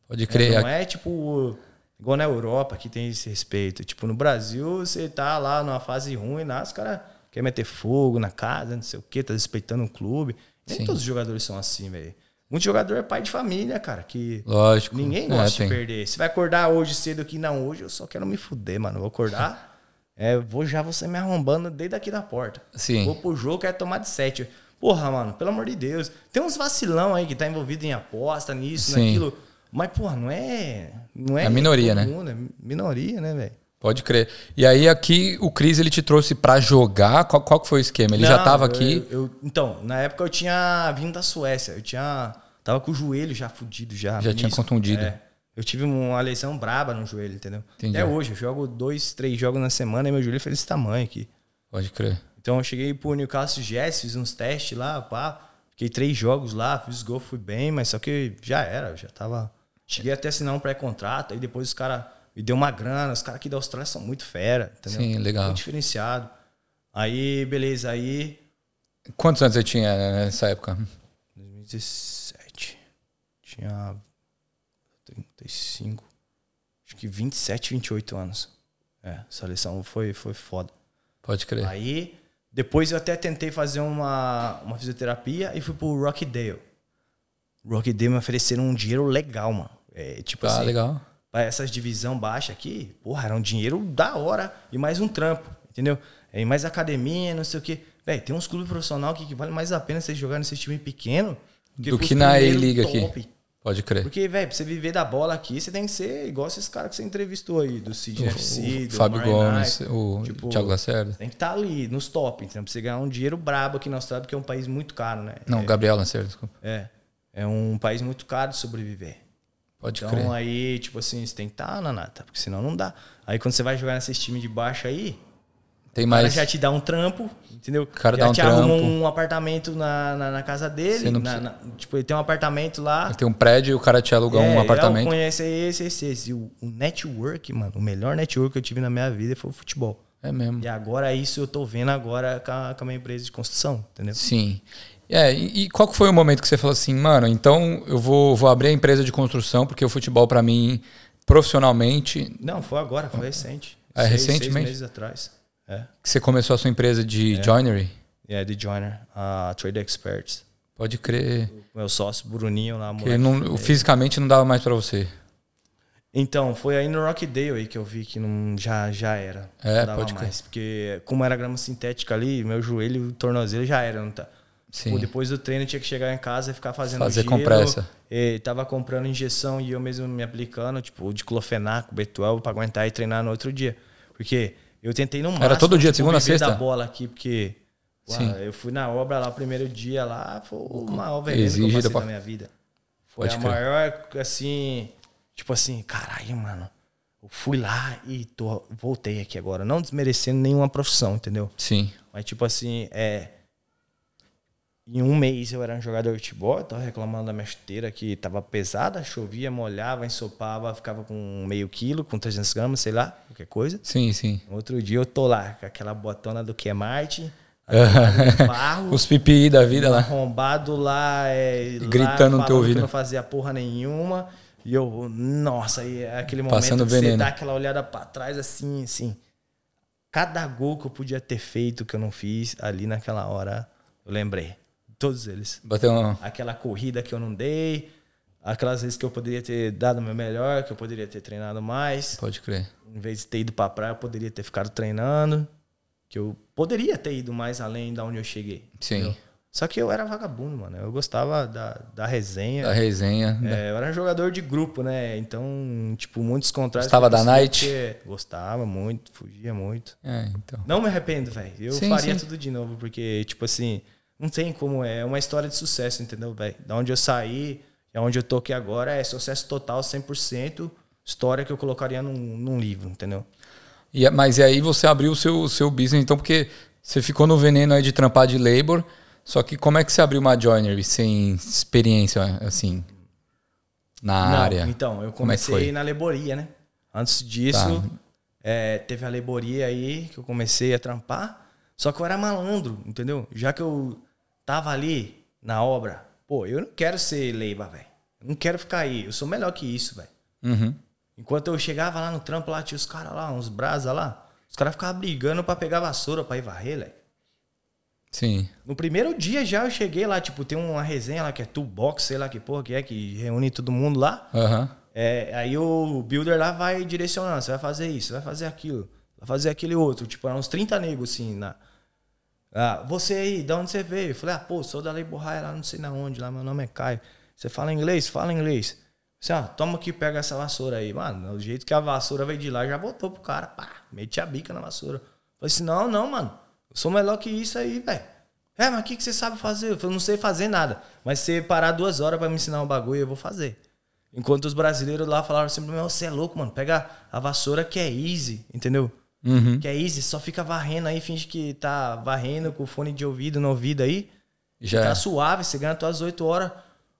S1: Pode
S2: É,
S1: crer.
S2: Não é tipo. Igual na Europa que tem esse respeito. Tipo, no Brasil, você tá lá numa fase ruim, lá os caras querem meter fogo na casa, não sei o quê, tá respeitando o clube. Nem
S1: Sim.
S2: todos os jogadores são assim, velho. Muito jogador é pai de família, cara, que
S1: Lógico.
S2: ninguém
S1: É,
S2: gosta
S1: tem.
S2: de perder. Você vai acordar hoje cedo aqui, não, hoje eu só quero me fuder, mano. Vou acordar, é, vou já você me arrombando desde aqui da porta.
S1: Sim.
S2: Vou pro jogo, quero tomar de sete. Porra, mano, pelo amor de Deus. Tem uns vacilão aí que tá envolvido em aposta, nisso,
S1: Sim.
S2: naquilo. Mas, porra, não é. Não é
S1: É minoria,
S2: todo
S1: né?
S2: mundo, é minoria, né, velho?
S1: Pode crer. E aí aqui o Cris ele te trouxe pra jogar. Qual, qual que foi o esquema? Ele já
S2: Não,
S1: tava
S2: eu-
S1: aqui.
S2: eu- então, na época eu tinha vindo da Suécia. Eu tinha. Tava com o joelho já fudido, já.
S1: Já tinha contundido.
S2: É. Eu tive uma lesão braba no joelho, entendeu?
S1: Entendi.
S2: Até hoje, eu jogo dois, três jogos na semana e meu joelho fez esse tamanho aqui.
S1: Pode crer.
S2: Então eu cheguei pro Newcastle Jets, fiz uns testes lá, pá. Fiquei três jogos lá, fiz gol, fui bem, mas só que já era, eu já tava. Cheguei até assinar um pré-contrato, aí depois os caras me deu uma grana, os caras aqui da Austrália são muito fera, entendeu?
S1: Sim, é. legal.
S2: Muito diferenciado. Aí, beleza, aí.
S1: Quantos anos você tinha né, nessa época?
S2: 2017. Tinha 35. Acho que 27, 28 anos. É, essa lição foi, foi foda.
S1: Pode crer.
S2: Aí, tipo depois eu até tentei fazer uma, uma fisioterapia e fui pro Rockdale. Rockdale me ofereceram um dinheiro legal, mano. É, tipo
S1: Tá,
S2: assim,
S1: legal.
S2: pra essas divisão baixa aqui, porra, era um dinheiro da hora e mais um trampo, entendeu? É, E mais academia, não sei o quê. Véi, tem uns clubes profissionais que, que vale mais a pena você jogar nesse time pequeno
S1: Do
S2: pros
S1: que na
S2: primeiros
S1: A-Liga
S2: top.
S1: aqui. Pode crer.
S2: Porque, velho, pra você viver da bola aqui, você tem que ser igual esses caras que você entrevistou aí, do Sidney FC,
S1: o
S2: do
S1: Fábio
S2: Mario
S1: Gomes,
S2: Knight.
S1: o
S2: Tipo,
S1: Thiago Lacerda.
S2: Tem que estar ali, nos top, entendeu? Pra você ganhar um dinheiro brabo aqui na Austrália, porque é um país muito caro, né?
S1: Não, Gabriel Lacerda, desculpa.
S2: É. É um país muito caro de sobreviver.
S1: Pode
S2: Então
S1: crer.
S2: aí, tipo assim, você tem que estar na nata, porque senão não dá. Aí quando você vai jogar nesses times de baixo aí,
S1: Tem
S2: o cara
S1: mais.
S2: já te dá um trampo, entendeu? O
S1: cara
S2: já
S1: dá um
S2: te arruma
S1: trampo.
S2: um apartamento na, na, na casa dele.
S1: Você não
S2: na- na- tipo, ele tem um apartamento lá.
S1: Tem um prédio e o cara te aluga
S2: É,
S1: um
S2: eu
S1: apartamento.
S2: conheço esse, esse, esse. E O, o network, mano, o melhor network que eu tive na minha vida foi o futebol.
S1: É mesmo.
S2: um E agora isso eu tô vendo agora com a, com a minha empresa de construção, entendeu?
S1: Sim. É, e, e qual que foi o momento que você falou assim, mano, então eu vou, vou abrir a empresa de construção, porque o futebol pra mim, profissionalmente,
S2: Não, foi agora, foi recente.
S1: É,
S2: Seis-
S1: recentemente?
S2: Seis meses atrás. É.
S1: que você começou a sua empresa de joinery,
S2: É, The Joiner, a Trade Experts.
S1: pode crer
S2: Meu sócio, Bruninho lá,
S1: que
S2: moleque.
S1: não, fisicamente não dava mais pra você.
S2: Então, foi aí no Rockdale aí que eu vi que não, já, já era.
S1: É,
S2: não dava
S1: pode crer.
S2: mais. Porque como era grama sintética ali, meu joelho, o tornozelo já era, não tá?
S1: Sim.
S2: Pô, depois do treino eu tinha que chegar em casa e ficar fazendo
S1: Fazer
S2: gelo,
S1: compressa.
S2: E tava comprando injeção e eu mesmo me aplicando, tipo, o diclofenaco, B12, pra aguentar e treinar no outro dia. Porque eu tentei no máximo.
S1: todo dia,
S2: tipo,
S1: de segunda a
S2: viver
S1: sexta?
S2: da bola aqui, porque uau,
S1: Sim.
S2: eu fui na obra lá, o primeiro dia lá, foi o maior veneno que eu
S1: Exige
S2: passei
S1: da pa-
S2: da minha vida. Foi
S1: Pode crer.
S2: a maior, assim, tipo assim, caralho, mano. Eu fui lá e tô, voltei aqui agora. Não desmerecendo nenhuma profissão, entendeu?
S1: Sim.
S2: Mas, tipo assim, é. Em um mês eu era um jogador de futebol, eu tava reclamando da minha chuteira que tava pesada, chovia, molhava, ensopava, ficava com meio quilo, com 300 gramas, sei lá, qualquer coisa.
S1: Sim, sim.
S2: No Outro dia eu tô lá, com aquela botona do Kmart,
S1: É.
S2: barro,
S1: Os PPI da vida lá.
S2: arrombado lá, é, lá
S1: gritando no teu
S2: falando que
S1: ouvido.
S2: eu não fazia porra nenhuma. E eu, nossa, e é aquele momento
S1: Passando
S2: que
S1: veneno.
S2: você dá aquela olhada pra trás, assim, assim. Cada gol que eu podia ter feito que eu não fiz ali naquela hora, eu lembrei. Todos eles.
S1: Bateu um...
S2: Aquela corrida que eu não dei, aquelas vezes que eu poderia ter dado o meu melhor, que eu poderia ter treinado mais.
S1: Pode crer.
S2: Em vez de ter ido pra praia, eu poderia ter ficado treinando. Que eu poderia ter ido mais além da onde eu cheguei.
S1: Sim.
S2: Só que eu era vagabundo, mano. Eu gostava da, da resenha.
S1: Da resenha. da-
S2: É, eu era jogador de grupo, né? Então, tipo, muitos contratos.
S1: Gostava
S2: eu
S1: da
S2: conseguia
S1: night?
S2: ter- Gostava muito, fugia muito.
S1: É, então.
S2: Não me arrependo, velho. Eu
S1: Sim,
S2: faria
S1: sim.
S2: tudo de novo, porque, tipo assim, não tem como. É uma história de sucesso, entendeu, velho? Da onde eu saí, da onde eu tô aqui agora, é sucesso total, 100%. História que eu colocaria num, num livro, entendeu?
S1: E, a- mas e aí você abriu o seu, o seu business, então, porque você ficou no veneno aí de trampar de labor, só que como é que você abriu uma joinery sem experiência, assim, na
S2: Não,
S1: área?
S2: Então,
S1: Como é
S2: eu
S1: que
S2: comecei
S1: foi? Tá.
S2: na leboria, né? Antes disso, é, teve a leboria aí que eu comecei a trampar. Só que eu era malandro, entendeu? Já que eu tava ali na obra, pô, eu não quero ser leiba, velho. Eu Não quero ficar aí. Eu sou melhor que isso, velho.
S1: Uhum.
S2: Enquanto eu chegava lá no trampo, lá tinha os caras lá, uns brasa lá. Os caras ficavam brigando pra pegar vassoura pra ir varrer, leque.
S1: Sim.
S2: No primeiro dia já eu cheguei lá, tipo, tem uma resenha lá que é Toolbox, sei lá que porra que é, que reúne todo mundo lá.
S1: Aham.
S2: É, aí o builder lá vai direcionando, você vai fazer isso, você vai fazer aquilo, vai fazer aquele outro. Tipo, eram uns 30 negros assim. Na... Ah, você aí, da onde você veio? Eu falei, ah, pô, sou da Lei Borraia lá, não sei na onde, lá meu nome é Caio. Você fala inglês? Fala inglês. Você, ah, toma aqui, pega essa vassoura aí. Mano, o jeito que a vassoura veio de lá, já voltou pro cara, pá, meti a bica na vassoura. Eu Falei assim, não, não, mano, eu sou melhor que isso aí, velho. É, mas o que, que você sabe fazer? Eu falei, não sei fazer nada. Mas se você parar duas horas pra me ensinar um bagulho, eu vou fazer. Enquanto os brasileiros lá falaram assim, meu, você é louco, mano, pega a vassoura que é easy, entendeu?
S1: Uhum.
S2: Que é easy, só fica varrendo aí, finge que tá varrendo com o fone de ouvido no ouvido aí.
S1: Já.
S2: Tá suave, você ganha tuas 8 horas.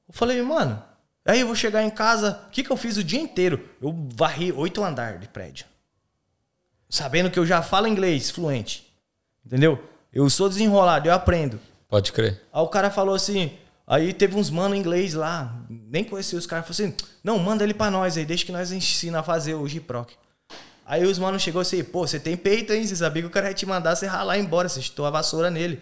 S2: Eu falei, mano, aí eu vou chegar em casa, o que que eu fiz o dia inteiro? Eu varri oito andar de prédio. Sabendo que eu já falo inglês fluente, entendeu? Eu sou desenrolado, eu aprendo.
S1: Pode crer.
S2: Aí o cara falou assim. Aí teve uns mano inglês lá, nem conhecia os caras, falou assim: não, manda ele pra nós aí, deixa que nós ensina a fazer o Giproc. Aí os mano chegou assim: pô, você tem peito, hein? Você sabia que o cara ia te mandar você ralar e ir embora, você estou a vassoura nele.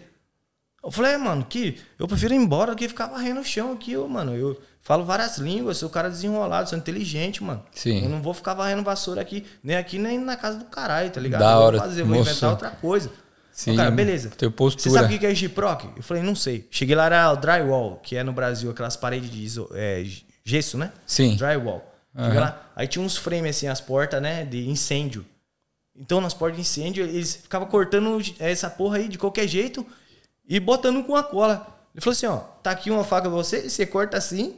S2: Eu falei, é, mano, que eu prefiro ir embora do que ficar varrendo o chão aqui, ô, mano. Eu falo várias línguas, sou um cara desenrolado, sou inteligente, mano.
S1: Sim.
S2: Eu não vou ficar varrendo vassoura aqui, nem aqui, nem na casa do caralho, tá ligado?
S1: Da
S2: eu vou
S1: hora,
S2: fazer, eu vou
S1: moço.
S2: inventar outra coisa.
S1: Sim,
S2: Sim, cara, beleza.
S1: teu postura.
S2: Você sabe o que que é Giproc? Eu falei, não sei. Cheguei lá, era o drywall, que é no Brasil aquelas paredes de iso- é, g- gesso, né?
S1: Sim.
S2: Drywall. Cheguei
S1: Aham.
S2: lá, aí tinha uns frames assim, as portas, né, de incêndio. Então, nas portas de incêndio, eles ficavam cortando essa porra aí de qualquer jeito e botando com a cola. Ele falou assim, ó, tá aqui uma faca pra você, você corta assim,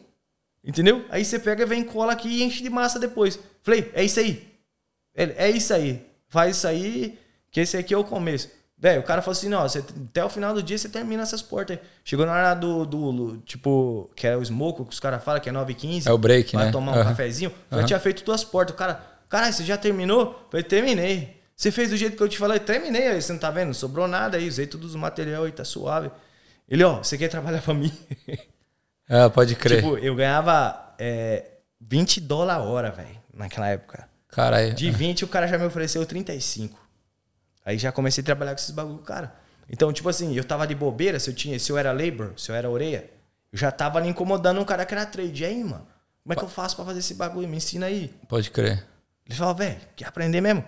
S2: entendeu? Aí você pega, vem cola aqui e enche de massa depois. Falei, é isso aí. Ele, é isso aí. Faz isso aí, que esse aqui é o começo. Velho, o cara falou assim, não, você, até o final do dia você termina essas portas aí. Chegou na hora do, do- do, tipo, que é o smoke, que os caras falam que é 9 h 15.
S1: É o break,
S2: vai
S1: né?
S2: tomar um
S1: Aham.
S2: cafezinho. Já
S1: Aham.
S2: tinha feito duas portas. O cara, caralho, você já terminou? Eu falei, terminei. Você fez do jeito que eu te falei? Terminei. Aí, você não tá vendo? Não sobrou nada aí. Usei todos os material aí, tá suave. Ele, ó, você quer trabalhar pra mim?
S1: Ah, pode crer.
S2: Tipo, eu ganhava é, 20 dólares a hora, velho, naquela época.
S1: Caralho. é,
S2: De 20, o cara já me ofereceu 35. Aí já comecei a trabalhar com esses bagulho, com o cara. Então, tipo assim, eu tava de bobeira, se eu tinha, se eu era labor, se eu era orelha, eu já tava ali incomodando um cara que era trade. E aí, mano, como é que eu faço pra fazer esse bagulho? Me ensina aí.
S1: Pode crer.
S2: Ele falou, velho, quer aprender mesmo?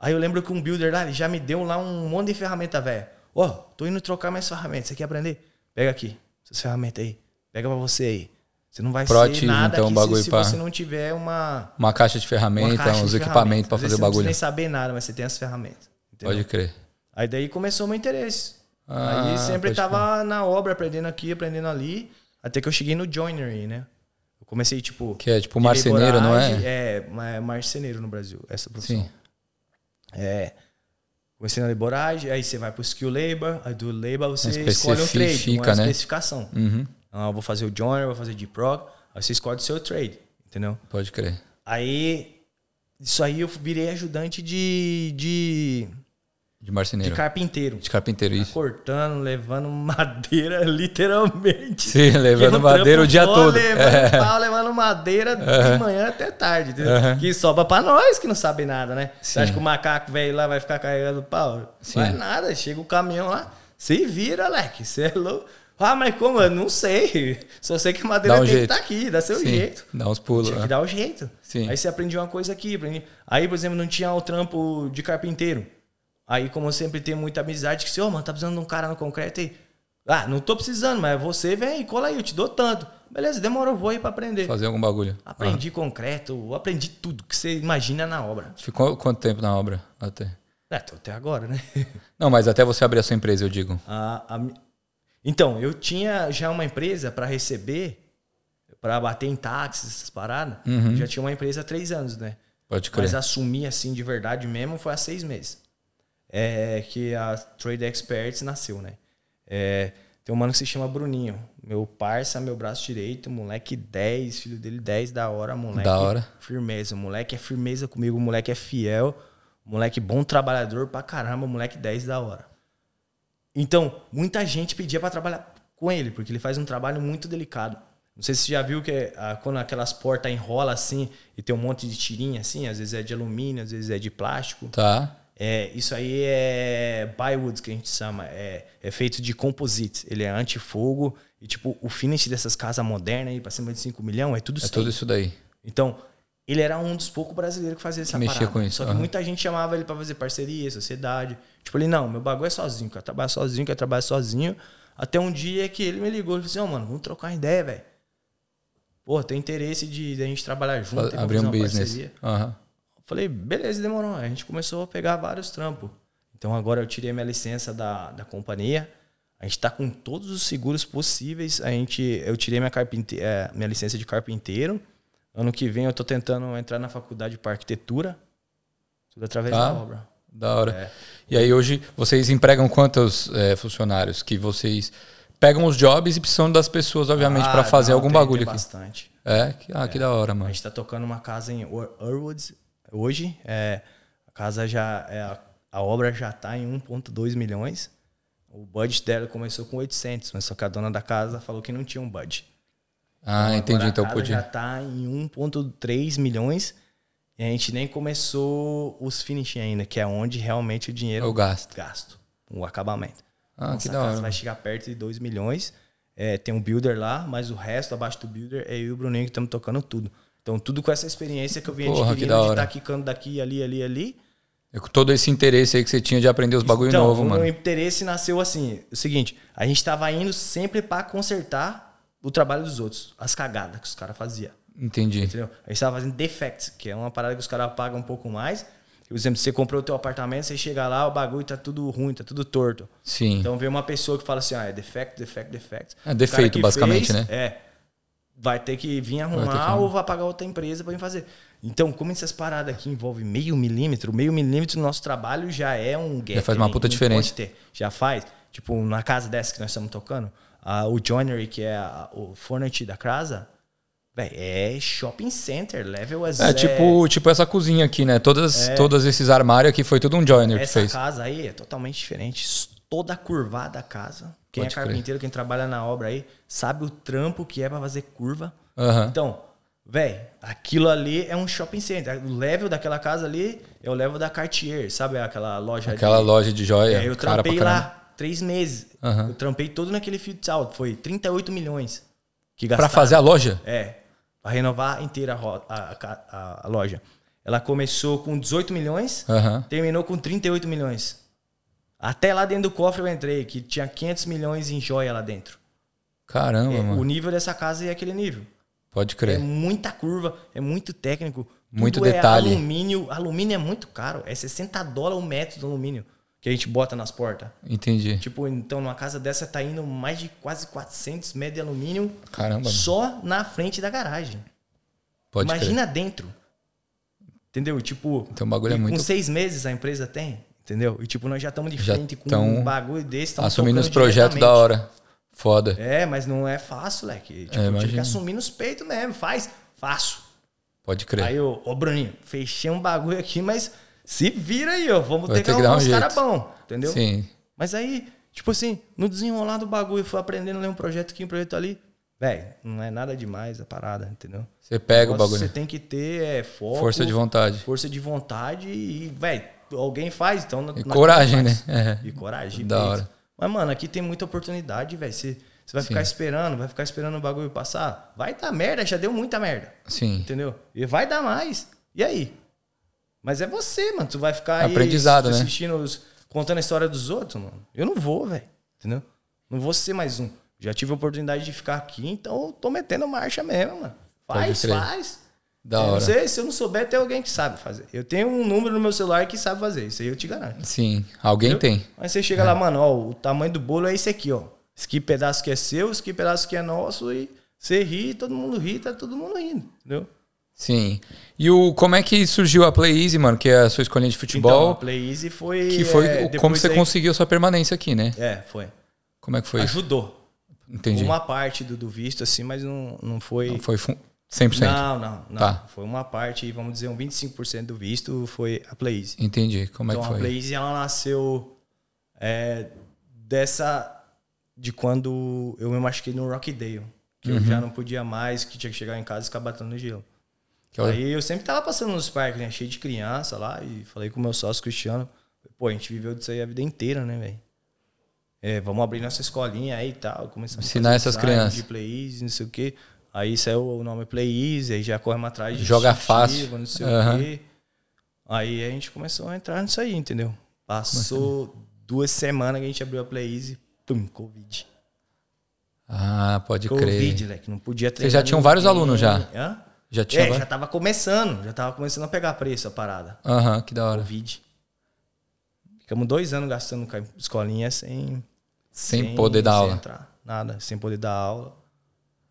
S2: Aí eu lembro que um builder lá, ele já me deu lá um monte de ferramenta, velho. Ó, tô indo trocar minhas ferramentas, você quer aprender? Pega aqui, essas ferramentas aí. Pega pra você aí. Você não vai ser
S1: Proativo,
S2: nada
S1: então, o
S2: aqui
S1: bagulho
S2: se, se
S1: pra-
S2: você não tiver uma,
S1: Uma caixa de
S2: uma
S1: ferramenta,
S2: caixa
S1: uns
S2: de
S1: equipamentos
S2: ferramentas.
S1: pra
S2: Às vezes
S1: fazer o
S2: Você não precisa
S1: bagulho.
S2: nem saber nada, mas você tem as ferramentas. entendeu?
S1: Pode crer.
S2: Aí daí começou o meu interesse.
S1: Ah,
S2: aí sempre
S1: pode
S2: tava na obra, aprendendo aqui, aprendendo ali, até que eu cheguei no joinery, né? Eu comecei, tipo...
S1: Que é tipo marceneiro, não é?
S2: É, ma- é marceneiro no Brasil, essa profissão.
S1: Sim.
S2: É. Comecei na laboragem, aí você vai pro skill labor, aí do labor você escolhe um trade,
S1: Especifica,
S2: uma
S1: né?
S2: especificação.
S1: Uhum.
S2: Ah, eu vou fazer o joiner, vou fazer de prog, aí você escolhe o seu trade, entendeu?
S1: Pode crer.
S2: Aí, isso aí eu virei ajudante de, de,
S1: De
S2: de
S1: marceneiro. De,
S2: carpinteiro.
S1: carpinteiro, isso.
S2: Cortando, levando madeira, literalmente.
S1: Sim, levando madeira o dia
S2: só,
S1: todo.
S2: Levando,
S1: É.
S2: pau, levando madeira de manhã até tarde. entendeu?
S1: Aham.
S2: Que sobra pra nós que não sabe nada, né?
S1: Sim.
S2: Você acha que o macaco velho lá vai ficar carregando pau?
S1: Sim.
S2: Vai nada, chega o caminhão lá, se vira, leque, você é louco. Ah, mas como? Eu não sei. Só sei que a madeira
S1: Dá um
S2: tem
S1: jeito.
S2: que estar aqui, dá seu
S1: Sim,
S2: jeito.
S1: Dá uns pulos.
S2: Tinha
S1: né?
S2: que dar o jeito.
S1: Sim.
S2: Aí você aprendia uma coisa aqui. aprendi- Aí, por exemplo, não tinha o trampo de carpinteiro. Aí, como eu sempre tenho muita amizade, que assim, ô, mano, tá precisando de um cara no concreto aí. Ah, não tô precisando, mas você vem e cola aí, eu te dou tanto. Beleza, demora, eu vou aí pra aprender.
S1: é. Fazer algum bagulho.
S2: Aprendi concreto, aprendi tudo que você imagina na obra.
S1: Ah. Ficou quanto tempo na obra? Até.
S2: É, tô até agora, né?
S1: Não, mas até você abrir a sua empresa, eu digo.
S2: A- a mi- Então, eu tinha já uma empresa para receber, para bater em táxis, essas paradas. Já tinha uma empresa há três anos, né?
S1: Pode crer.
S2: Mas assumir assim de verdade mesmo foi há seis meses. É que a Trade Experts nasceu, né? É, tem um mano que se chama Bruninho. Meu parça, meu braço direito, moleque 10, filho dele 10, da hora, moleque.
S1: Da hora.
S2: Firmeza, moleque é firmeza comigo, moleque é fiel, moleque bom trabalhador pra caramba, moleque 10 da hora. Então, muita gente pedia pra trabalhar com ele, porque ele faz um trabalho muito delicado. Não sei se você já viu que ah, quando aquelas portas enrola assim e tem um monte de tirinha assim, às vezes é de alumínio, às vezes é de plástico.
S1: Tá.
S2: É, isso aí é plywood que a gente chama, é, é feito de composite, ele é antifogo e tipo o finish dessas casas modernas aí para cima de 5 milhões é tudo
S1: É
S2: isso.
S1: tudo isso daí.
S2: Então, ele era um dos poucos brasileiros que fazia essa
S1: mexia
S2: parada.
S1: com isso,
S2: Só que
S1: aham.
S2: muita gente chamava ele pra fazer parceria, sociedade. Tipo, ele, não, meu bagulho é sozinho, quero trabalhar sozinho, quero trabalhar sozinho. Até um dia que ele me ligou e falou assim, ó, mano, vamos trocar uma ideia, velho. Pô, tem interesse de, de a gente trabalhar junto, tem como
S1: Abrir um
S2: fazer uma
S1: business.
S2: parceria.
S1: Aham.
S2: Eu Falei, beleza, demorou. Aí A gente começou a pegar vários trampos. Então agora eu tirei minha licença da, da companhia. A gente tá com todos os seguros possíveis. A gente, eu tirei minha, carpinte, eh, minha licença de carpinteiro. Ano que vem eu tô tentando entrar na faculdade para arquitetura. Tudo através
S1: Tá.
S2: da obra.
S1: Da hora.
S2: É.
S1: E aí hoje vocês empregam quantos é, funcionários? Que vocês pegam os jobs e precisam das pessoas, obviamente,
S2: Ah,
S1: pra fazer
S2: não,
S1: algum
S2: tem-
S1: bagulho
S2: tem
S1: aqui.
S2: bastante.
S1: É? Que- Ah, que da hora,
S2: A
S1: mano.
S2: gente tá tocando uma casa em Ur- Urwoods hoje. É, a casa já. é, a, a obra já tá em 1,2 milhões. O budget dela começou com 800, mas só que a dona da casa falou que não tinha um budget.
S1: Ah, entendi.
S2: Agora
S1: Então
S2: a casa já
S1: podia.
S2: tá em 1,3 milhões. E a gente nem começou os finishing ainda, que é onde realmente o dinheiro é
S1: Eu gasto.
S2: gasto, o acabamento.
S1: Ah,
S2: Nossa
S1: que da
S2: casa
S1: hora.
S2: vai chegar perto de 2 milhões. É, tem um builder lá, mas o resto abaixo do builder é eu e o Bruninho que estamos tocando tudo. Então, tudo com essa experiência que eu vim
S1: Porra, que
S2: adquirindo
S1: da
S2: de
S1: hora.
S2: estar quicando daqui, ali, ali, ali.
S1: Eu- com todo esse interesse aí que você tinha de aprender os bagulho
S2: então,
S1: novo,
S2: o
S1: mano.
S2: meu interesse nasceu assim. O seguinte, a gente tava indo sempre para consertar o trabalho dos outros, as cagadas que os caras faziam.
S1: Entendi.
S2: Entendeu? A gente tava fazendo defects, que é uma parada que os caras pagam um pouco mais. Por exemplo, você comprou o teu apartamento, você chega lá, o bagulho tá tudo ruim, tá tudo torto.
S1: Sim.
S2: Então vem uma pessoa que fala assim, ah, é defect, defect, defect.
S1: É
S2: O
S1: defeito,
S2: cara que
S1: basicamente, né?
S2: fez, É. Vai ter que vir
S1: ter que
S2: arrumar
S1: arrumar.
S2: ou vai pagar outra empresa pra vir fazer. Então, como essas paradas aqui envolvem meio milímetro, meio milímetro no nosso trabalho já é um gap.
S1: faz uma
S2: né?
S1: puta
S2: Não
S1: diferença.
S2: pode ter. Já faz. Tipo, na casa dessa que nós estamos tocando, a- o joinery, que é a- o fornite da casa, véi, é shopping center, level a
S1: É
S2: zero.
S1: tipo, tipo essa cozinha aqui, né? Todas, todos esses armários aqui foi tudo um joiner que
S2: É. Essa
S1: fez.
S2: casa aí é totalmente diferente. S- Toda curvada a casa. Quem
S1: Pode
S2: é
S1: crer.
S2: carpinteiro, quem trabalha na obra aí, sabe o trampo que é pra fazer curva.
S1: Aham.
S2: Então, velho, aquilo ali é um shopping center. O level daquela casa ali é o level da Cartier, sabe? Aquela loja
S1: Aquela
S2: de...
S1: loja de joia.
S2: É, eu
S1: cara pra
S2: trampei
S1: caramba.
S2: lá três meses.
S1: Aham.
S2: Eu trampei todo naquele futsal. Foi 38 milhões que
S1: Pra
S2: gastaram.
S1: fazer a loja?
S2: É, pra renovar inteira a ro- a- a ca- a- a loja. Ela começou com 18 milhões.
S1: Aham.
S2: Terminou com 38 milhões. Até lá dentro do cofre eu entrei, que tinha 500 milhões em joia lá dentro.
S1: Caramba,
S2: É,
S1: mano.
S2: o nível dessa casa é aquele nível.
S1: Pode
S2: É,
S1: crer.
S2: muita curva, é muito técnico. tudo
S1: Muito
S2: é
S1: detalhe.
S2: alumínio. Alumínio é muito caro. É 60 dólares o metro do alumínio que a gente bota nas portas.
S1: Entendi.
S2: Tipo, então numa casa dessa tá indo mais de quase 400 metros de alumínio
S1: Caramba, mano.
S2: só na frente da garagem.
S1: Pode crer.
S2: Imagina dentro. Entendeu? Tipo,
S1: Então o bagulho é
S2: e
S1: muito
S2: com seis meses a empresa tem, entendeu? E tipo, nós já estamos de
S1: Já
S2: frente com
S1: tão
S2: um bagulho desse. tamo
S1: Assumindo os
S2: tocando
S1: projetos da
S2: diretamente.
S1: hora. Foda.
S2: É, mas não é fácil, leque. Tipo, eu tive que
S1: imagino.
S2: assumir nos peitos mesmo. Faz, faço.
S1: Pode crer.
S2: Aí eu, ô Bruninho, fechei um bagulho aqui, mas se vira aí, ó. Vamos
S1: Vai
S2: ter
S1: ter
S2: que
S1: que dar
S2: arrumar
S1: um
S2: uns
S1: jeito.
S2: caras bons, entendeu?
S1: Sim.
S2: Mas aí, tipo assim, no desenrolar do bagulho, eu fui aprendendo a ler um projeto aqui, um projeto ali. Véi, não é nada demais a parada, entendeu?
S1: Você pega o
S2: negócio que
S1: bagulho.
S2: Você tem que ter é, foco.
S1: Força de vontade.
S2: Força de vontade e, velho, alguém faz, então. na-
S1: E
S2: na-
S1: coragem, né?
S2: faz.
S1: É.
S2: E coragem.
S1: Da
S2: peito.
S1: hora.
S2: Mas, mano, aqui tem muita oportunidade, velho. Você você vai ficar esperando, vai ficar esperando o bagulho passar. Vai dar merda, já deu muita merda.
S1: Sim.
S2: Entendeu? E vai dar mais. E aí? Mas é você, mano. Tu vai ficar aí
S1: Aprendizado, né?
S2: assistindo, os- contando a história dos outros, mano. Eu não vou, velho. Entendeu? Não vou ser mais um. Já tive a oportunidade de ficar aqui, então eu tô metendo marcha mesmo, mano.
S1: Pode
S2: Faz,
S1: crer.
S2: faz.
S1: Da
S2: eu não
S1: hora.
S2: sei, se eu não souber, tem alguém que sabe fazer. Eu tenho um número no meu celular que sabe fazer, isso aí eu te garanto.
S1: Sim. Alguém tem.
S2: Aí você
S1: É.
S2: chega lá, mano, ó, o tamanho do bolo é esse aqui, ó. Esse que pedaço que é seu, esse que pedaço que é nosso, e você ri, todo mundo ri, tá todo mundo rindo, entendeu?
S1: Sim. E o, como é que surgiu a Play Easy, mano? Que é a sua escolinha de
S2: Então, a
S1: futebol.
S2: Play Easy foi.
S1: que foi
S2: é,
S1: o-
S2: depois
S1: como você
S2: aí-
S1: conseguiu a sua permanência aqui, né?
S2: É, foi.
S1: Como é que foi? isso?
S2: Ajudou.
S1: Entendi.
S2: Uma parte do, do visto, assim, mas não, não foi.
S1: Não foi fu- 100%.
S2: Não, não, não.
S1: Tá.
S2: Foi uma parte, vamos dizer, um 25% do visto foi a Play Easy.
S1: Entendi. Como é
S2: então
S1: que
S2: a
S1: foi?
S2: Play Easy, ela nasceu é, dessa. de quando eu me machuquei no Rockdale. que
S1: Uhum.
S2: eu já não podia mais, que tinha que chegar em casa e ficar batendo no gelo.
S1: Que é o-
S2: Aí eu sempre tava passando nos parques, né? Cheio de criança lá, e falei com o meu sócio Cristiano. Pô, a gente viveu disso aí a vida inteira, né, velho? É, vamos abrir nossa escolinha aí e tal. Começamos a
S1: Ensinar
S2: fazer
S1: essas
S2: design
S1: crianças.
S2: De Play Easy, não sei o quê. Aí saiu o nome Play Easy, aí já corremos atrás de
S1: Joga
S2: distintivo,
S1: fácil.
S2: Não sei
S1: Aham.
S2: o quê. Aí a gente começou a entrar nisso aí, entendeu? Passou duas semanas que a gente abriu a Play Easy, pum, Covid.
S1: Ah, pode
S2: Covid,
S1: crer.
S2: moleque, não podia treinar.
S1: Vocês já tinham vários
S2: ninguém.
S1: alunos já?
S2: Hã?
S1: Já tinha.
S2: É, já
S1: agora?
S2: tava começando, já tava começando a pegar preço a parada.
S1: Aham, que da hora.
S2: Covid. Ficamos dois anos gastando com a escolinha sem.
S1: Sem poder dar aula.
S2: entrar, nada, sem poder dar aula.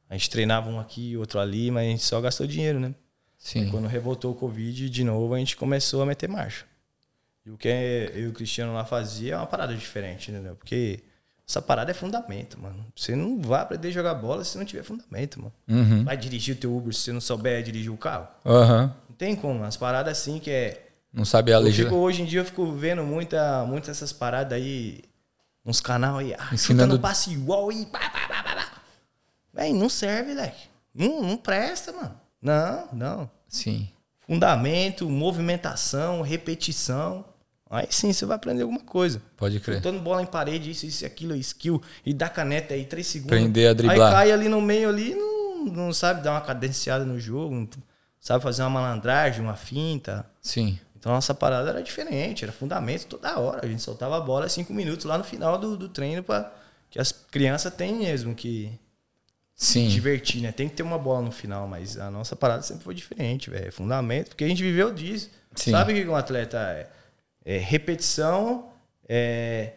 S2: A gente treinava um aqui, outro ali, mas a gente só gastou dinheiro, né?
S1: Sim.
S2: Quando revoltou o Covid, de novo, a gente começou a meter marcha. E o que eu e o Cristiano lá fazia é uma parada diferente, entendeu? Porque essa parada é fundamento, mano. Você não vai aprender a jogar bola se não tiver fundamento, mano.
S1: Uhum.
S2: Vai dirigir o teu Uber se você não souber dirigir o carro.
S1: Aham.
S2: Não tem como. As paradas assim que é.
S1: Não sabe a
S2: Eu
S1: legenda.
S2: fico, hoje em dia eu fico vendo muita, muitas essas paradas aí. Uns canal aí. Ah,
S1: Ensinando-
S2: chutando passe igual e. Pá, pá, pá, pá, pá. Véi, não serve, leque. Não, não presta, mano. Não, não.
S1: Sim.
S2: Fundamento, movimentação, repetição. Aí sim você vai aprender alguma coisa.
S1: Pode crer.
S2: Chutando bola em parede, isso, isso, aquilo, skill. E dá caneta aí, três segundos.
S1: Aprender a driblar.
S2: Aí cai ali no meio ali, não, não sabe dar uma cadenciada no jogo. Não sabe fazer uma malandragem, uma finta.
S1: Sim.
S2: Então nossa parada era diferente, era fundamento toda hora. A gente soltava a bola cinco minutos lá no final do, do treino para que as crianças têm mesmo que
S1: Sim.
S2: divertir, né? Tem que ter uma bola no final, mas a nossa parada sempre foi diferente, velho. É fundamento, porque a gente viveu disso.
S1: Sim.
S2: Sabe o que que um atleta é? É repetição, é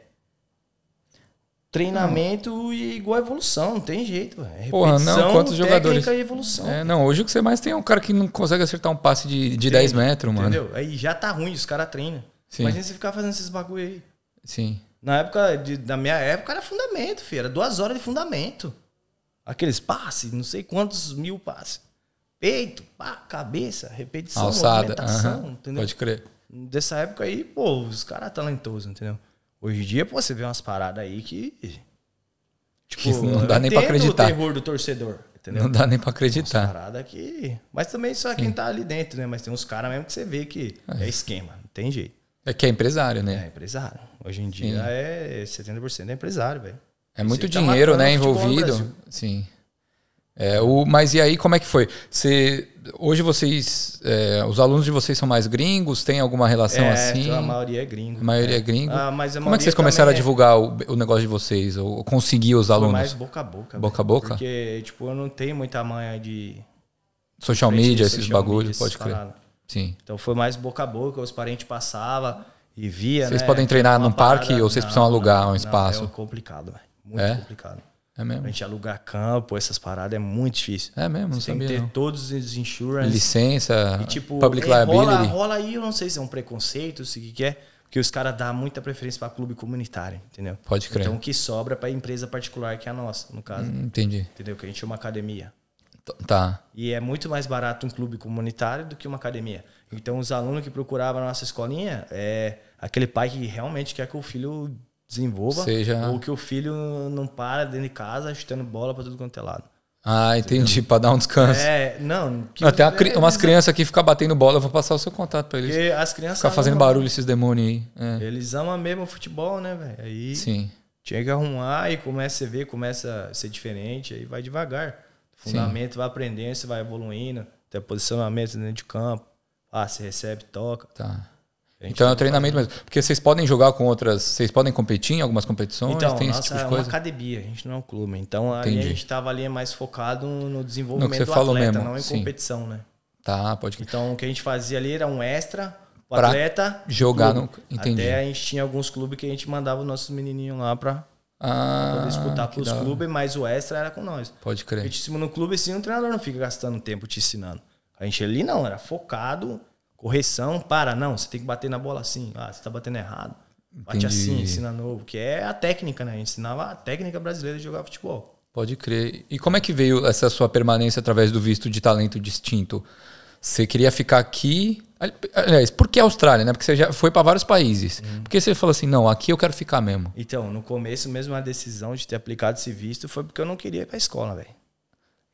S2: treinamento e igual evolução, não tem jeito, velho. É
S1: Porra, não, quantos jogadores-
S2: técnica e evolução.
S1: É, não, hoje o que você mais tem é um cara que não consegue acertar um passe de, de 10 metros, mano.
S2: Entendeu? Aí já tá ruim, os caras treinam.
S1: Sim.
S2: Imagina você ficar fazendo esses bagulho aí.
S1: Sim.
S2: Na época, de- da minha época, era fundamento, filho. Era duas horas de fundamento. Aqueles passes, não sei quantos mil passes. Peito, pá, cabeça, repetição,
S1: Alçada.
S2: movimentação,
S1: aham.
S2: entendeu?
S1: Pode crer.
S2: Dessa época aí, pô, os caras talentosos, entendeu? Hoje em dia, pô, você vê umas paradas aí que... Tipo,
S1: Que não dá
S2: eu
S1: nem pra
S2: entendo
S1: acreditar.
S2: o terror do torcedor, entendeu?
S1: Não dá nem pra
S2: Umas
S1: acreditar.
S2: paradas que... Mas também só quem tá ali dentro, né? Mas tem uns caras mesmo que você vê que é esquema, não tem jeito.
S1: É que é empresário, né?
S2: É, empresário. Hoje em dia é 70% é empresário, velho.
S1: É muito
S2: Você tá
S1: dinheiro,
S2: matando
S1: né,
S2: o futebol no
S1: envolvido.
S2: Brasil.
S1: Sim. É, o, mas e aí, como é que foi? Você, hoje vocês, é, os alunos de vocês são mais gringos? Tem alguma relação
S2: é,
S1: assim?
S2: A
S1: A
S2: maioria é gringo.
S1: maioria é gringo.
S2: Ah, mas
S1: como é que
S2: a maioria
S1: vocês começaram a
S2: também é-
S1: divulgar o, o negócio de vocês? Ou conseguir os
S2: Foi
S1: alunos?
S2: mais boca a boca.
S1: Boca a
S2: velho.
S1: boca?
S2: Porque, tipo, eu não tenho muita manha de...
S1: Social media, esses
S2: social media,
S1: bagulhos,
S2: essas
S1: pode crer.
S2: paradas.
S1: Sim.
S2: Então foi mais boca a boca, os parentes passavam e via,
S1: Vocês
S2: né?
S1: podem treinar
S2: Uma
S1: num parque ou vocês precisam alugar um
S2: não,
S1: espaço?
S2: é complicado, velho. Muito
S1: É?
S2: complicado.
S1: É
S2: Pra
S1: mesmo?
S2: gente alugar campo, essas paradas, é muito difícil.
S1: É mesmo, não
S2: Você tem que
S1: sabia.
S2: ter
S1: não.
S2: todos os insurance,
S1: Licença,
S2: E, tipo,
S1: public
S2: é, rola,
S1: liability.
S2: rola aí, eu não sei se é um preconceito, se o que que é, porque os caras dão muita preferência para clube comunitário, entendeu?
S1: Pode crer.
S2: Então o que sobra para empresa particular, que é a nossa, no caso,
S1: Hum, Entendi.
S2: entendeu? Que a gente é uma academia.
S1: T- Tá.
S2: E é muito mais barato um clube comunitário do que uma academia. Então os alunos que procuravam a nossa escolinha é aquele pai que realmente quer que o filho desenvolva
S1: Seja- né?
S2: ou que o filho não para dentro de casa chutando bola para tudo quanto é lado.
S1: Ah, entendi. Pra dar um descanso.
S2: É, não, que-
S1: Não, tem uma
S2: é,
S1: cri- umas crianças que ficam batendo bola, eu vou passar o seu contato pra eles.
S2: porque as crianças
S1: Ficar fazendo
S2: amam-
S1: barulho esses demônios aí. É,
S2: Eles amam mesmo o futebol, né, velho? Aí
S1: Sim.
S2: tinha que arrumar e começa a ver, começa a ser diferente, aí vai devagar. Fundamento, vai aprendendo, você vai evoluindo, até posicionamento dentro de campo. Ah, você recebe, toca.
S1: Tá.
S2: A gente
S1: Então é um treinamento mesmo. Porque vocês podem jogar com outras. Vocês podem competir em algumas competições?
S2: Então,
S1: tem esse
S2: nossa,
S1: tipo de
S2: é uma
S1: coisa?
S2: academia, a gente não é um clube. Então, ali
S1: Entendi.
S2: a gente tava ali mais focado no
S1: No
S2: desenvolvimento
S1: que você
S2: do
S1: falou
S2: atleta,
S1: mesmo,
S2: não em
S1: sim.
S2: competição, né?
S1: Tá, pode. crer.
S2: Então, o que a gente fazia ali era um extra, o
S1: Pra
S2: atleta...
S1: Jogar no.
S2: clube.
S1: Entendi.
S2: Até a gente tinha alguns clubes que a gente mandava os nossos menininhos lá pra
S1: ah,
S2: disputar
S1: que
S2: com os
S1: da hora.
S2: clubes, mas o extra era com nós.
S1: Pode
S2: Eu
S1: crer.
S2: te ensino no clube, assim, o treinador não fica gastando tempo te ensinando. A gente ali não, era focado, correção, para, não, você tem que bater na bola assim, ah, você tá batendo errado. Bate
S1: Entendi.
S2: assim, ensina novo, que é a técnica, né? A gente ensinava a técnica brasileira de jogar futebol.
S1: Pode crer. E como é que veio essa sua permanência através do visto de talento distinto? Você queria ficar aqui. Ali- Aliás, por que a Austrália, né? Porque você já foi para vários países.
S2: Uhum.
S1: Por que você falou assim, não, aqui eu quero ficar mesmo?
S2: Então, no começo mesmo a decisão de ter aplicado esse visto foi porque eu não queria ir pra escola, velho.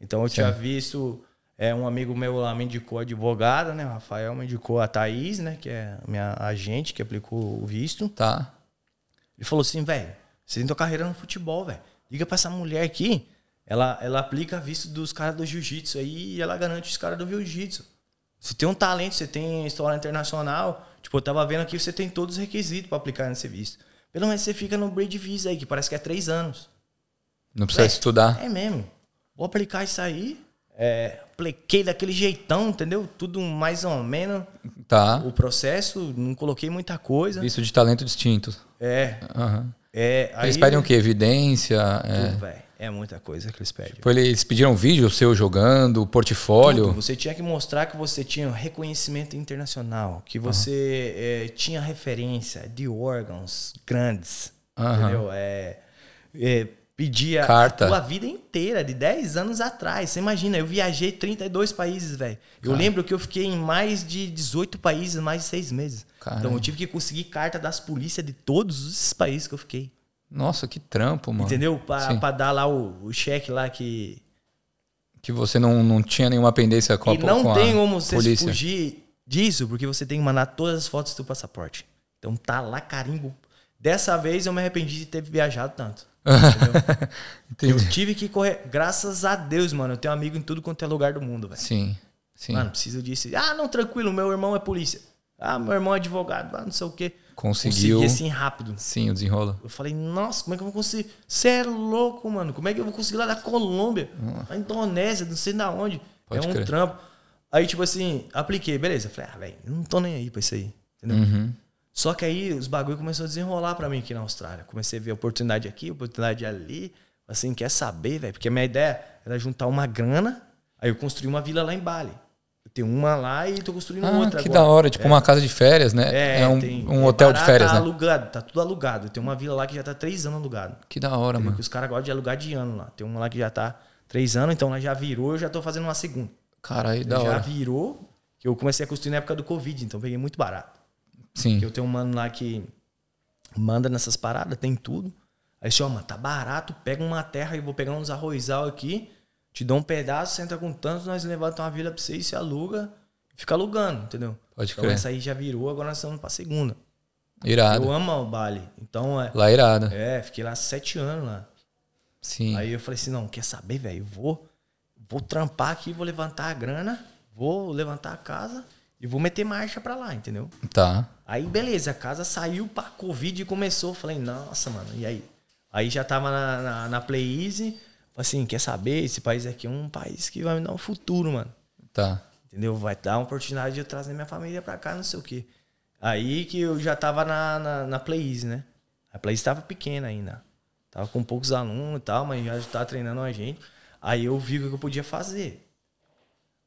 S2: Então eu tinha visto, é, um amigo meu lá me indicou a advogada, né? O Rafael me indicou a Thaís, né? Que é a minha agente que aplicou o visto.
S1: Tá.
S2: Ele falou assim, velho, você tem tua carreira no futebol, velho. Liga pra essa mulher aqui, ela, ela aplica visto dos caras do jiu-jitsu aí e ela garante os caras do jiu-jitsu. Você tem um talento, você tem história internacional. Tipo, eu tava vendo aqui, você tem todos os requisitos pra aplicar nesse visto. Pelo menos você fica no Brady Visa aí, que parece que é três anos.
S1: Não precisa
S2: É.
S1: estudar.
S2: É mesmo. Vou aplicar isso aí. É, apliquei daquele jeitão, entendeu? Tudo mais ou menos.
S1: Tá.
S2: O processo, não coloquei muita coisa.
S1: Isso de talento distinto.
S2: É,
S1: Aham.
S2: é. Aí,
S1: Eles pedem um o quê? Evidência? É.
S2: Tudo, véi. É muita coisa que eles pedem.
S1: Tipo, eles pediram vídeo seu jogando,
S2: Tudo.
S1: portfólio.
S2: Você tinha que mostrar que você tinha um reconhecimento internacional,
S1: Tá.
S2: que você eh, tinha referência de órgãos grandes,
S1: Aham.
S2: entendeu? É, é, pedia
S1: Carta.
S2: a tua vida inteira, de 10 anos atrás. Você imagina, eu viajei 32 países, velho. Eu lembro que eu fiquei em mais de 18 países, mais de 6 meses.
S1: Caralho.
S2: Então eu tive que conseguir carta das polícias de todos esses países que eu fiquei.
S1: Nossa, que trampo, mano.
S2: Entendeu?
S1: Sim.
S2: Para dar lá o, o cheque lá que
S1: Que você não, não tinha nenhuma pendência com a
S2: e não
S1: com a
S2: tem como você
S1: polícia.
S2: fugir disso, porque você tem que mandar todas as fotos do passaporte. Então tá lá carimbo. Dessa vez eu me arrependi de ter viajado tanto. Eu
S1: Entendi.
S2: tive que correr. Graças a Deus, mano. Eu tenho amigo em tudo quanto é lugar do mundo, velho.
S1: Sim, sim.
S2: Mano, preciso disso. Ah, não, tranquilo, meu irmão é polícia. Ah, meu irmão é advogado, ah, não sei o quê.
S1: Conseguiu.
S2: Consegui assim rápido.
S1: Sim, o desenrolo.
S2: Eu falei, nossa, como é que eu vou conseguir? Você é louco, mano. Como é que eu vou conseguir lá da Colômbia, da Indonésia, não sei da onde.
S1: Hum. Pode
S2: é um
S1: crer.
S2: trampo. Aí, tipo assim, apliquei, beleza. Falei, ah, velho, não tô nem aí pra isso aí. Entendeu?
S1: Uhum.
S2: Só que aí os bagulho começou a desenrolar pra mim aqui na Austrália. Comecei a ver oportunidade aqui, oportunidade ali. Assim, quer saber, velho? Porque a minha ideia era juntar uma grana, aí eu construí uma vila lá em Bali. Eu tenho uma lá e tô construindo
S1: Ah,
S2: outra
S1: que
S2: agora. É.
S1: da hora. Tipo uma casa de férias, né? É, um,
S2: tem-
S1: um hotel de
S2: Pará
S1: férias,
S2: tá
S1: né?
S2: alugado, tá tudo alugado. Tem uma vila lá que já tá três anos alugado.
S1: Que da hora, mano.
S2: Porque os caras gostam de alugar de ano lá. Tem uma lá que já tá três anos, então lá já virou, eu já tô fazendo uma segunda.
S1: Caralho, da
S2: já
S1: hora.
S2: virou, que eu comecei a construir na época do Covid, então peguei muito barato.
S1: Sim.
S2: Que eu tenho um mano lá que manda nessas paradas, tem tudo. Aí você, ó, mano, tá barato, pega uma terra e vou pegar uns arrozal aqui, te dou um pedaço, você entra com tantos, nós levantamos uma vila pra você e se aluga, fica alugando, entendeu?
S1: Pode
S2: então
S1: crer.
S2: essa aí já virou, agora nós estamos pra segunda.
S1: Irado.
S2: Eu amo o Bali, então é.
S1: Lá irado.
S2: É, fiquei lá sete anos lá.
S1: Sim.
S2: Aí eu falei assim, não, quer saber, velho? Eu Vou, vou trampar aqui, vou levantar a grana, vou levantar a casa e vou meter marcha pra lá, entendeu?
S1: Tá.
S2: Aí, beleza, a casa saiu pra Covid e começou. Eu Falei, nossa, mano, e aí? Aí já tava na, na, na Play Easy, falei assim, quer saber? Esse país aqui é um país que vai me dar um futuro, mano.
S1: Tá.
S2: Entendeu? Vai dar uma oportunidade de eu trazer minha família pra cá, não sei o quê. Aí que eu já tava na, na, na Play Easy, né? A Play Easy tava pequena ainda. Tava com poucos alunos e tal, mas já tava treinando a gente. Aí eu vi o que eu podia fazer.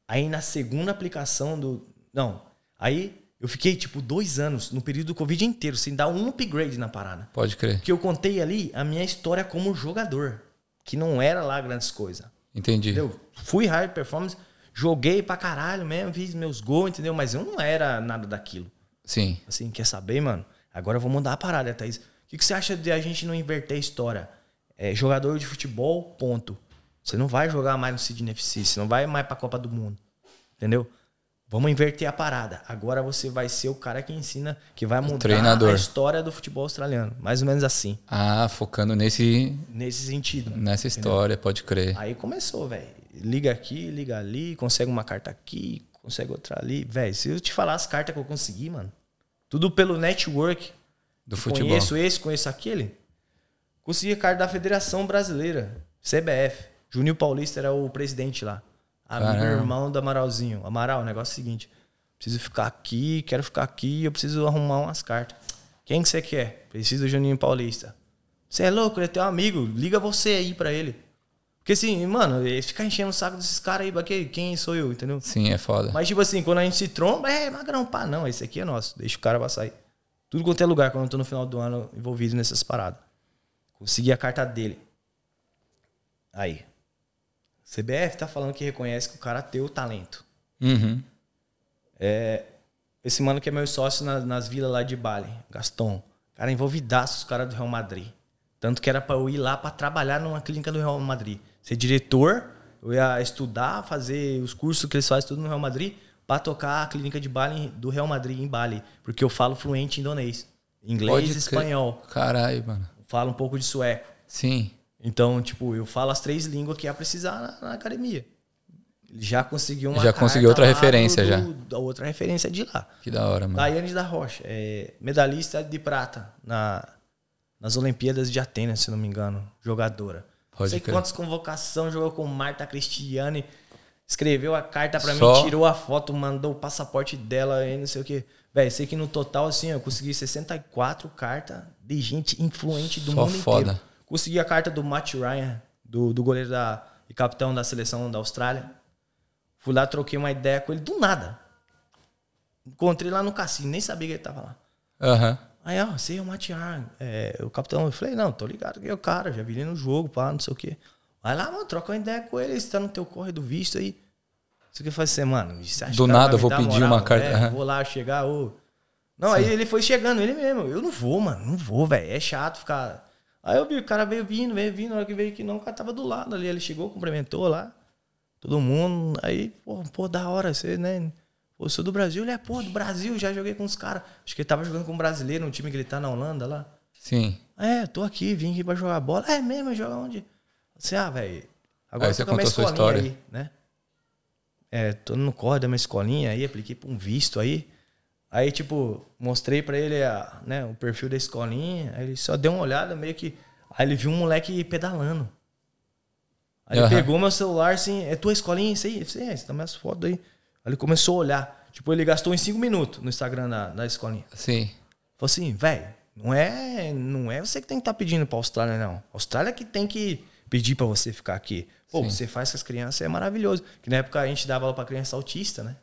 S2: Aí na segunda aplicação do. Não. Aí eu fiquei, tipo, dois anos no período do Covid inteiro, sem dar um upgrade na parada.
S1: Pode crer.
S2: Porque eu contei ali a minha história como jogador, que não era lá grandes coisas.
S1: Entendi.
S2: Entendeu? Fui high performance, joguei pra caralho mesmo, fiz meus gols, entendeu? Mas eu não era nada daquilo.
S1: Sim.
S2: Assim, quer saber, mano? Agora eu vou mudar a parada, Thaís. O que, que você acha de a gente não inverter a história? É, jogador de futebol, ponto. Você não vai jogar mais no Sydney FC, você não vai mais pra Copa do Mundo. Entendeu? Vamos inverter a parada. Agora você vai ser o cara que ensina, que vai mudar
S1: treinador.
S2: a história do futebol australiano. Mais ou menos assim.
S1: Ah, focando nesse,
S2: Nesse sentido.
S1: nessa história, pode crer.
S2: Aí começou, velho. Liga aqui, liga ali, consegue uma carta aqui, consegue outra ali. Velho, se eu te falar as cartas que eu consegui, mano, tudo pelo network.
S1: Do futebol.
S2: Conheço esse, conheço aquele. Consegui a carta da Federação Brasileira, CBF. Juninho Paulista era o presidente lá. Amigo e
S1: Caramba.
S2: irmão do Amaralzinho. Amaral, o negócio é o seguinte: preciso ficar aqui, quero ficar aqui, eu preciso arrumar umas cartas. Quem que você quer? Preciso do Juninho Paulista. Você é louco, ele é teu amigo, liga você aí pra ele. Porque assim, mano, ele fica enchendo o saco desses caras aí, pra quê? quem sou eu, entendeu?
S1: Sim, é foda.
S2: Mas, tipo assim, quando a gente se tromba, é magrão, pá, não, esse aqui é nosso, deixa o cara pra sair. Tudo quanto é lugar, quando eu tô no final do ano envolvido nessas paradas. Consegui a carta dele. Aí. CBF tá falando que reconhece que o cara tem o talento.
S1: Uhum.
S2: Esse mano que é meu sócio na- nas vilas lá de Bali, Gaston. Cara, envolvidaço os caras do Real Madrid. Tanto que era pra eu ir lá pra trabalhar numa clínica do Real Madrid. Ser diretor Eu ia estudar, fazer os cursos que eles fazem tudo no Real Madrid para tocar a clínica de baile em- do Real Madrid em Bali, porque eu falo fluente indonês, inglês
S1: Pode
S2: e
S1: crer.
S2: espanhol,
S1: Caralho, mano.
S2: falo um pouco de sueco.
S1: Sim.
S2: Então, tipo, eu falo as três línguas que ia precisar na, na academia. Já consegui uma
S1: Já conseguiu
S2: carta
S1: outra
S2: lá
S1: referência, já.
S2: da outra referência de lá.
S1: Que da hora, mano.
S2: Daiane da Rocha, é medalhista de prata na, nas Olimpíadas de Atenas, se não me engano, jogadora. Não
S1: Pode
S2: sei
S1: crer.
S2: quantas convocações, jogou com Marta Cristiane, escreveu a carta pra
S1: Só?
S2: mim, tirou a foto, mandou o passaporte dela e não sei o que. Véi, sei que no total, assim, eu consegui 64 cartas de gente influente do
S1: Só
S2: mundo
S1: foda.
S2: inteiro. Consegui a carta do Matt Ryan, do, do goleiro da, e capitão da seleção da Austrália. Fui lá, troquei uma ideia com ele do nada. Encontrei lá no cassino, nem sabia que ele tava lá.
S1: Aham.
S2: Aí, ó, você é o Matiar, é, o capitão. Eu falei, não, tô ligado que é o cara, já vi ele no jogo, pá, não sei o quê. Vai lá, mano, troca uma ideia com ele, você tá no teu corre do visto aí. Você que faz assim, mano, você acha
S1: Do
S2: que o cara
S1: nada eu
S2: vai me
S1: vou
S2: dar
S1: pedir uma carta,
S2: É,
S1: aham.
S2: Vou lá chegar, ô. Não, aí ele foi chegando, ele mesmo. Eu não vou, mano, não vou, velho, é chato ficar. Aí eu vi, o cara veio vindo, veio vindo, na hora que veio que não, o cara tava do lado ali. Ele chegou, cumprimentou lá, todo mundo. Aí, pô, pô da hora, você, né? Pô, eu sou do Brasil, ele é, pô, do Brasil, já joguei com os caras. Acho que ele tava jogando com um brasileiro, um time que ele tá na Holanda lá.
S1: Sim.
S2: É, tô aqui, vim aqui pra jogar bola. É mesmo, joga onde? Você, ah, velho, agora
S1: Aí
S2: eu
S1: você
S2: tô com uma
S1: contou a sua
S2: escolinha
S1: história.
S2: aí, né? É, tô no corre da minha escolinha aí, apliquei pra um visto aí. Aí, tipo, mostrei pra ele a, né, o perfil da escolinha, aí ele só deu uma olhada, meio que. Aí ele viu um moleque pedalando. Aí ele
S1: Aham.
S2: pegou meu celular assim, é tua escolinha, isso aí, isso aí, você tá minhas fotos aí. Aí ele começou a olhar. Tipo, ele gastou em cinco minutos no Instagram da, da escolinha.
S1: Sim.
S2: Falou assim, velho, não é, não é você que tem que estar pedindo pra Austrália, não. Austrália é que tem que pedir pra você ficar aqui. Pô,
S1: Sim.
S2: você faz com as crianças, é maravilhoso. Que na época a gente dava aula pra criança autista, né?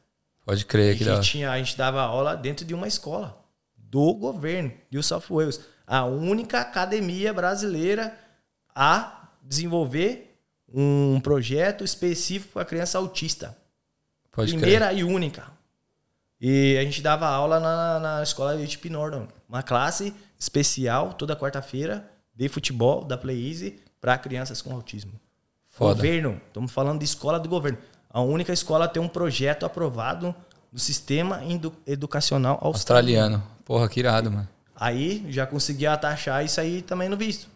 S1: Pode crer
S2: E
S1: que da
S2: que
S1: hora.
S2: tinha, a gente dava aula dentro de uma escola do governo, New South Wales. A única academia brasileira a desenvolver um projeto específico para criança autista.
S1: Pode crer.
S2: Primeira e única. E a gente dava aula na, na escola de Chip Norton. Uma classe especial toda quarta-feira de futebol da Play Easy para crianças com autismo.
S1: Foda.
S2: Governo. Estamos falando de escola do governo. A única escola a ter um projeto aprovado do sistema Indu- educacional australiano.
S1: Australiano. Porra, que irado, mano.
S2: Aí já conseguia atachar isso aí também no visto.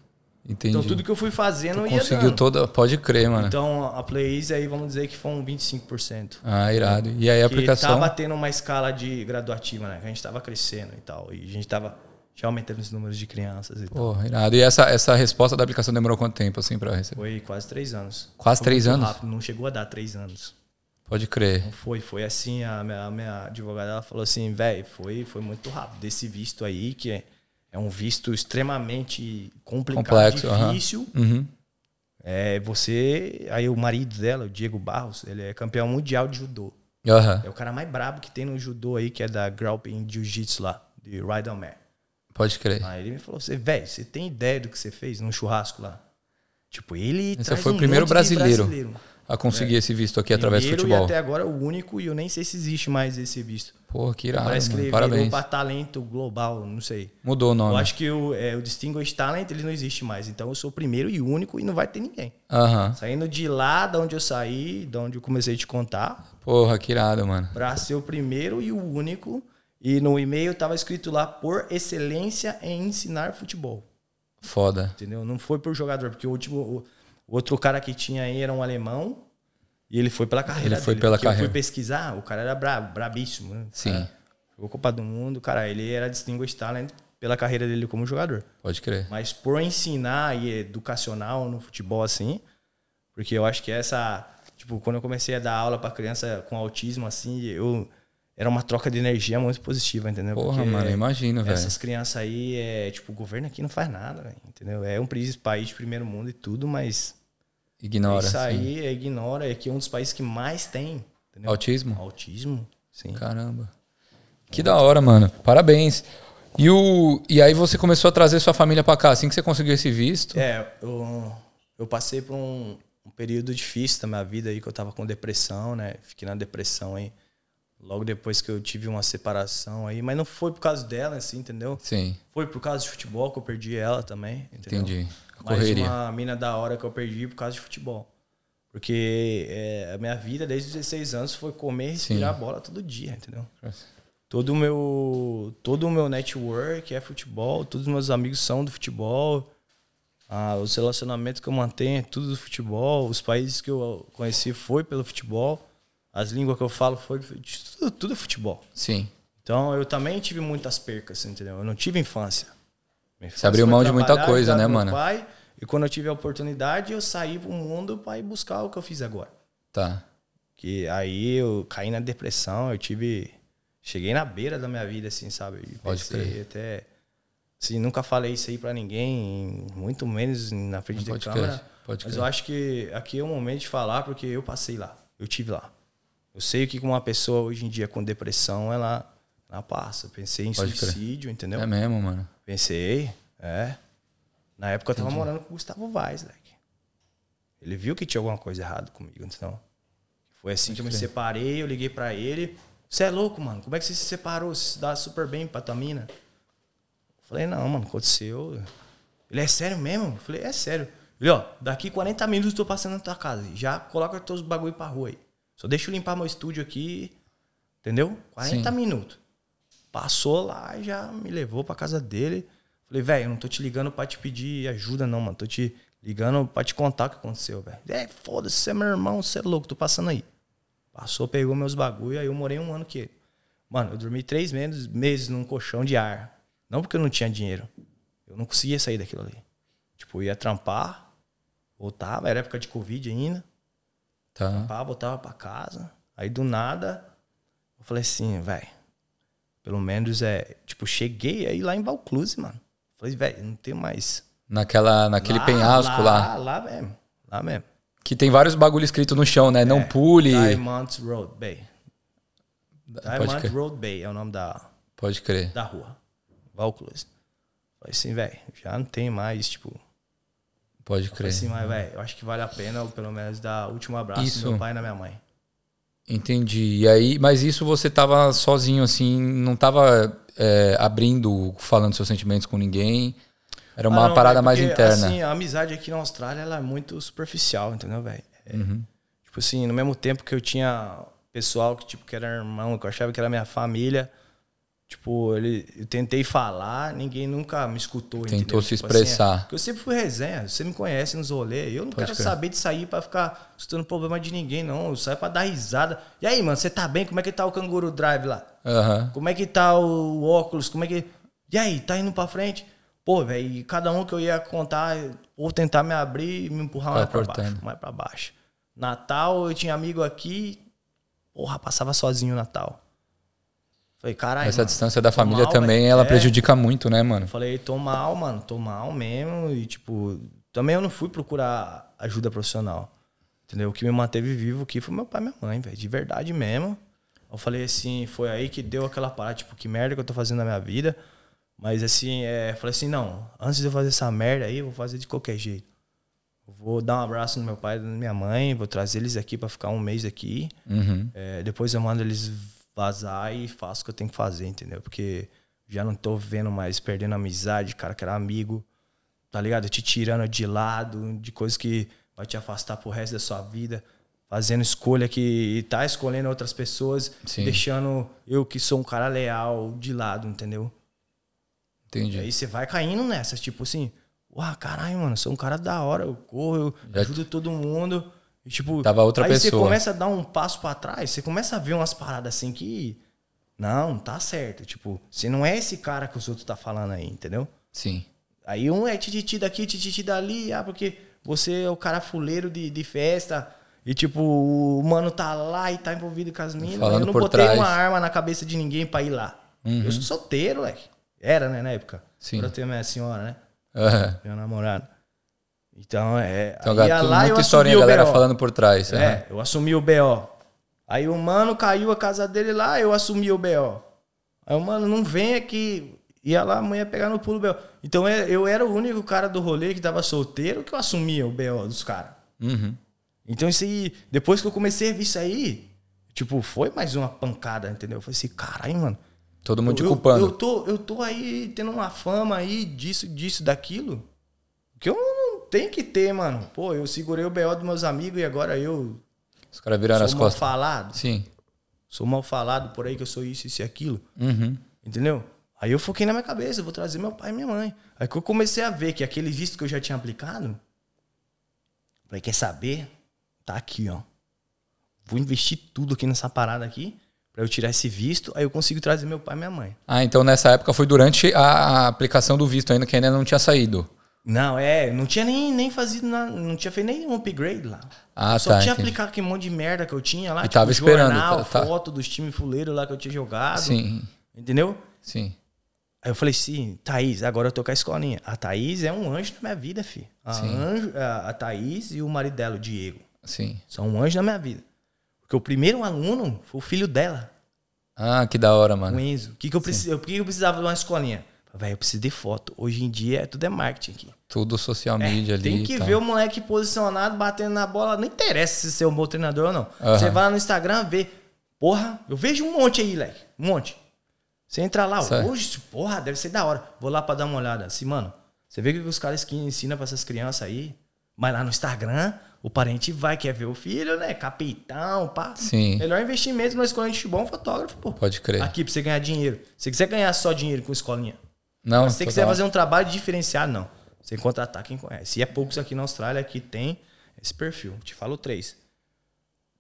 S1: Entendi.
S2: Então tudo que eu fui fazendo ia
S1: Conseguiu né?
S2: dando.
S1: toda. Pode crer, mano.
S2: Então a Play Easy aí vamos dizer que foi um 25%.
S1: ah, irado. E aí a
S2: que
S1: aplicação.
S2: tava tendo uma escala de graduativa, né? Que a gente tava crescendo e tal. E a gente tava já aumentando os números de crianças e tal.
S1: Porra, irado. E essa, essa resposta da aplicação demorou quanto tempo, assim, pra receber?
S2: Foi quase três anos.
S1: Quase
S2: Foi
S1: três
S2: muito
S1: anos?
S2: Rápido, não chegou a dar três anos.
S1: Pode crer.
S2: Não foi, foi assim, a minha, a minha advogada ela falou assim, velho, foi, foi muito rápido. Desse visto aí, que é, é um visto extremamente complicado,
S1: Complexo, aham.
S2: difícil.
S1: Uhum.
S2: É, você, aí o marido dela, o Diego Barros, ele é campeão mundial de judô.
S1: Aham.
S2: É o cara mais brabo que tem no judô aí, que é da Grappling Jiu-Jitsu lá, de Rydell Man.
S1: Pode crer.
S2: Aí ele me falou assim, velho, você tem ideia do que você fez num churrasco lá? Tipo, ele
S1: Você
S2: traz
S1: foi o
S2: um
S1: primeiro
S2: monte de
S1: brasileiro
S2: brasileiro.
S1: A conseguir esse visto aqui através do
S2: Primeiro
S1: futebol.
S2: E até agora o único, e eu nem sei se existe mais esse visto.
S1: Porra, que irado.
S2: Parece
S1: Ah,
S2: que
S1: mano.
S2: ele virou
S1: Parabéns.
S2: pra talento global, não sei.
S1: Mudou o
S2: Eu
S1: nome.
S2: acho que o, é, o Distinguished Talent ele não existe mais. Então eu sou o primeiro e único e não vai ter ninguém.
S1: Aham.
S2: Saindo de lá, da onde eu saí, da onde eu comecei a te contar,
S1: Porra, que irado, mano.
S2: pra ser o primeiro e o único. E no e-mail tava escrito lá por excelência em ensinar futebol.
S1: Foda.
S2: Entendeu? Não foi por jogador, porque o último. O o outro cara que tinha aí era um alemão. E ele foi pela carreira.
S1: Ele foi
S2: dele,
S1: pela
S2: porque
S1: carreira.
S2: Eu fui pesquisar, o cara era brabo, brabíssimo. Né? O
S1: Sim.
S2: cara Jogou Copa do Mundo, cara, ele era distinguished talent pela carreira dele como jogador.
S1: Pode crer.
S2: Mas por ensinar e educacional no futebol assim, porque eu acho que essa, tipo, quando eu comecei a dar aula pra criança com autismo assim, eu era uma troca de energia muito positiva, entendeu?
S1: Porra,
S2: Porque
S1: mano, imagina, velho.
S2: essas crianças aí, é, tipo, o governo aqui não faz nada, velho, entendeu? É um país, país de primeiro mundo e tudo, mas
S1: Ignora.
S2: isso
S1: sim.
S2: aí é, ignora, é que é um dos países que mais tem entendeu?
S1: Autismo?
S2: autismo. Sim.
S1: Caramba. Que da hora, mano. Parabéns. E, o, e aí você começou a trazer sua família pra cá, assim que você conseguiu esse visto.
S2: É, eu, eu passei por um, um período difícil da minha vida aí, que eu tava com depressão, né? Fiquei na depressão aí. Logo depois que eu tive uma separação aí, mas não foi por causa dela, assim, entendeu?
S1: Sim,
S2: Foi por causa de futebol que eu perdi ela também, entendeu?
S1: entendi. A
S2: Mais
S1: correria.
S2: uma mina da hora que eu perdi por causa de futebol. Porque é, a minha vida desde os 16 anos foi comer e respirar bola todo dia, entendeu? Todo o meu, todo o meu network é futebol, todos os meus amigos são do futebol. Ah, os relacionamentos que eu mantenho é tudo do futebol, os países que eu conheci foi pelo futebol, as línguas que eu falo foi tudo, tudo é futebol.
S1: Sim.
S2: Então eu também tive muitas percas, entendeu? Eu não tive infância. Minha
S1: Você abriu
S2: foi
S1: mão de muita
S2: trabalhar,
S1: coisa,
S2: cuidar
S1: né,
S2: do meu
S1: mano?
S2: Pai, e quando eu tive a oportunidade, eu saí pro mundo para ir buscar o que eu fiz agora.
S1: Tá.
S2: Que aí eu caí na depressão, eu tive. Cheguei na beira da minha vida, assim, sabe? E
S1: Pode
S2: pensei até. Assim, nunca falei isso aí pra ninguém, muito menos na frente da
S1: Pode
S2: câmera.
S1: crer. Pode
S2: Mas
S1: crer.
S2: eu acho que aqui é o momento de falar, porque eu passei lá. Eu tive lá. Eu sei o que uma pessoa hoje em dia com depressão, ela, ela passa. Eu pensei em
S1: Pode crer.
S2: suicídio, entendeu?
S1: É mesmo, mano.
S2: Pensei, é. Na época eu tava morando com o Gustavo Vaz, moleque. Ele viu que tinha alguma coisa errada comigo, então. Foi assim que eu me separei, eu liguei pra ele. Você é louco, mano. Como é que você se separou? Você se dá super bem pra tua mina? Eu falei, não, mano, aconteceu. Ele é sério mesmo? Eu falei, é sério. Ele, ó, daqui 40 minutos eu tô passando na tua casa. Já coloca teus bagulho pra rua aí. Só deixa eu limpar meu estúdio aqui. Entendeu? 40
S1: Sim.
S2: minutos. Passou lá e já me levou pra casa dele. Falei, velho, eu não tô te ligando pra te pedir ajuda, não, mano. Tô te ligando pra te contar o que aconteceu, velho. É, foda-se, você é meu irmão, você é louco, tô passando aí. Passou, pegou meus bagulho, aí eu morei um ano que ele. Mano, eu dormi três meses, meses num colchão de ar. Não porque eu não tinha dinheiro. Eu não conseguia sair daquilo ali. Tipo, eu ia trampar, voltava, era época de Covid ainda.
S1: Tá.
S2: Pá, voltava pra casa. Aí do nada, eu falei assim, velho, pelo menos é. Tipo, cheguei aí lá em Valcluse, mano. Falei, velho, não tem mais.
S1: Naquela, naquele
S2: Lá,
S1: penhasco lá.
S2: Lá, lá mesmo. Lá mesmo.
S1: Que tem vários bagulho escrito no chão, né?
S2: É.
S1: Não pule.
S2: Diamond Road Bay.
S1: Pode
S2: Diamond
S1: crer.
S2: Road Bay é o nome da,
S1: Pode crer.
S2: da rua. Valcluse. Falei assim, velho, já não tem mais, tipo.
S1: Pode
S2: Falei
S1: crer.
S2: assim, mas, velho, eu acho que vale a pena, eu, pelo menos, dar o último abraço
S1: Isso.
S2: do meu pai e da minha mãe.
S1: Entendi. E aí, mas isso você tava sozinho, assim, não tava é, abrindo, falando seus sentimentos com ninguém. Era uma
S2: Ah, não,
S1: parada
S2: velho,
S1: mais
S2: porque,
S1: interna.
S2: Assim, a amizade aqui na Austrália ela é muito superficial, entendeu, velho? É,
S1: Uhum.
S2: Tipo assim, no mesmo tempo que eu tinha pessoal que, tipo, que era irmão, que eu achava que era minha família, tipo, ele, eu tentei falar, ninguém nunca me escutou.
S1: Tentou
S2: entendeu?
S1: se
S2: Tipo assim, é,
S1: expressar.
S2: porque eu sempre fui resenha, você me conhece nos rolês, eu não
S1: Pode
S2: quero
S1: crer.
S2: saber de sair pra ficar escutando problema de ninguém, não. Eu saio pra dar risada. E aí, mano, você tá bem? Como é que tá o Canguru Drive lá?
S1: Aham.
S2: Como é que tá o óculos? Como é que. E aí, tá indo pra frente? Pô, velho, e cada um que eu ia contar, ou tentar me abrir e me empurrar
S1: Tá
S2: mais pra
S1: cortando.
S2: baixo. Mais pra baixo. Natal, eu tinha amigo aqui, porra, passava sozinho o Natal. Falei, caralho.
S1: Essa
S2: mano,
S1: distância da
S2: tô
S1: família
S2: mal,
S1: também,
S2: velho.
S1: ela
S2: É.
S1: prejudica muito, né,
S2: Eu
S1: mano?
S2: Falei, tô mal, mano, tô mal mesmo. E, tipo, também eu não fui procurar ajuda profissional. Entendeu? O que me manteve vivo aqui foi meu pai e minha mãe, velho. De verdade mesmo. Eu falei assim, foi aí que deu aquela parada, tipo, que merda que eu tô fazendo na minha vida. Mas assim, é, falei assim, não, antes de eu fazer essa merda aí, eu vou fazer de qualquer jeito. Eu Vou dar um abraço no meu pai e na minha mãe, vou trazer eles aqui pra ficar um mês aqui.
S1: Uhum.
S2: É, depois eu mando eles vazar e faço o que eu tenho que fazer, entendeu? Porque já não tô vendo mais, perdendo amizade, cara que era amigo, tá ligado? Te tirando de lado, de coisas que vai te afastar pro resto da sua vida, fazendo escolha que e tá escolhendo outras pessoas,
S1: Sim.
S2: deixando eu que sou um cara leal de lado, entendeu? E
S1: Entendi.
S2: aí você vai caindo nessas, tipo assim, uau, caralho, mano, eu sou um cara da hora, eu corro, eu
S1: Já-
S2: ajudo todo mundo. E, tipo,
S1: Tava outra
S2: aí você
S1: pessoa.
S2: começa a dar um passo pra trás, você começa a ver umas paradas assim que. Não, tá certo. Tipo, você não é esse cara que os outros tá falando aí, entendeu?
S1: Sim.
S2: Aí um é tititi daqui, tititi dali, ah, porque você é o cara fuleiro de, de festa. E tipo, o mano tá lá e tá envolvido com as minas.
S1: Falando
S2: eu não
S1: por
S2: botei
S1: trás. Uhum.
S2: uma arma na cabeça de ninguém pra ir lá. Eu sou solteiro, moleque. Era, né, na época.
S1: Sim.
S2: Pra eu ter minha senhora, né?
S1: Aham.
S2: Meu namorado. Então, é.
S1: Então,
S2: aí
S1: gato,
S2: ia
S1: tudo-
S2: lá, eu
S1: muita
S2: assumi
S1: historinha,
S2: o
S1: galera
S2: BO.
S1: falando por trás. aham.
S2: É, eu assumi o BO. Aí o mano caiu a casa dele lá, eu assumi o BO. Aí o mano, não vem aqui. Ia lá, amanhã pegar no pulo o BO. Então é, eu era o único cara do rolê que tava solteiro que eu assumia o BO dos caras.
S1: Uhum.
S2: Então isso aí, depois que eu comecei a ver isso aí, tipo, foi mais uma pancada, entendeu? Eu falei assim, caralho, mano.
S1: Todo mundo te
S2: eu,
S1: culpando.
S2: eu tô, eu tô aí tendo uma fama aí disso, disso, daquilo. Que eu não, tem que ter, mano. Pô, eu segurei o BO dos meus amigos e agora eu
S1: Os caras viraram as
S2: sou mal
S1: costas.
S2: falado.
S1: Sim.
S2: Sou mal falado por aí que eu sou isso, isso e aquilo.
S1: Uhum.
S2: Entendeu? Aí eu foquei na minha cabeça, eu vou trazer meu pai e minha mãe. Aí que eu comecei a ver que aquele visto que eu já tinha aplicado, falei, quer saber? Tá aqui, ó. Vou investir tudo aqui nessa parada aqui pra eu tirar esse visto, aí eu consigo trazer meu pai e minha mãe.
S1: Ah, então nessa época foi durante a a aplicação do visto, ainda que ainda não tinha saído.
S2: Não, é, eu não tinha nem, nem fazido, na, não tinha feito nenhum upgrade lá.
S1: Ah,
S2: Só
S1: tá,
S2: tinha
S1: entendi.
S2: aplicado aquele monte de merda que eu tinha lá. tipo,
S1: E tava esperando,
S2: jornal,
S1: tá- tá.
S2: foto dos times fuleiros lá que eu tinha jogado.
S1: Sim,
S2: Entendeu?
S1: sim.
S2: Aí eu falei, sim, Thaís, agora eu tô com a escolinha. A Thaís é um anjo na minha vida, filho. A, anjo, a, a Thaís e o marido dela, o Diego,
S1: Sim.
S2: são um anjo na minha vida. Porque o primeiro aluno foi o filho dela,
S1: Ah, que da hora,
S2: o
S1: mano.
S2: Enzo. O que, que, eu, precis, o que, que eu precisava de uma escolinha? Velho, eu preciso de foto. Hoje em dia é- tudo é marketing aqui.
S1: Tudo social media ali.
S2: É, Tem que
S1: e tal.
S2: ver o moleque posicionado, batendo na bola. Não interessa se você é um bom treinador ou não.
S1: Aham.
S2: Você vai lá no Instagram vê. Porra, eu vejo um monte aí, leque. Um monte. Você entra lá,
S1: Certo.
S2: hoje, porra, deve ser da hora. Vou lá pra dar uma olhada. Assim, mano, você vê o que os caras que ensinam pra essas crianças aí. Mas lá no Instagram, o parente vai, quer ver o filho, né? Capitão, pá.
S1: Sim. É.
S2: Melhor investimento numa escolinha de futebol, um fotógrafo, pô.
S1: Pode crer.
S2: Aqui, pra você ganhar dinheiro. Se você quiser ganhar só dinheiro com escolinha,
S1: Não,
S2: se você
S1: toda
S2: quiser
S1: hora.
S2: fazer um trabalho diferenciado, não. Você contratar quem conhece. E é poucos aqui na Austrália que tem esse perfil. Te falo três.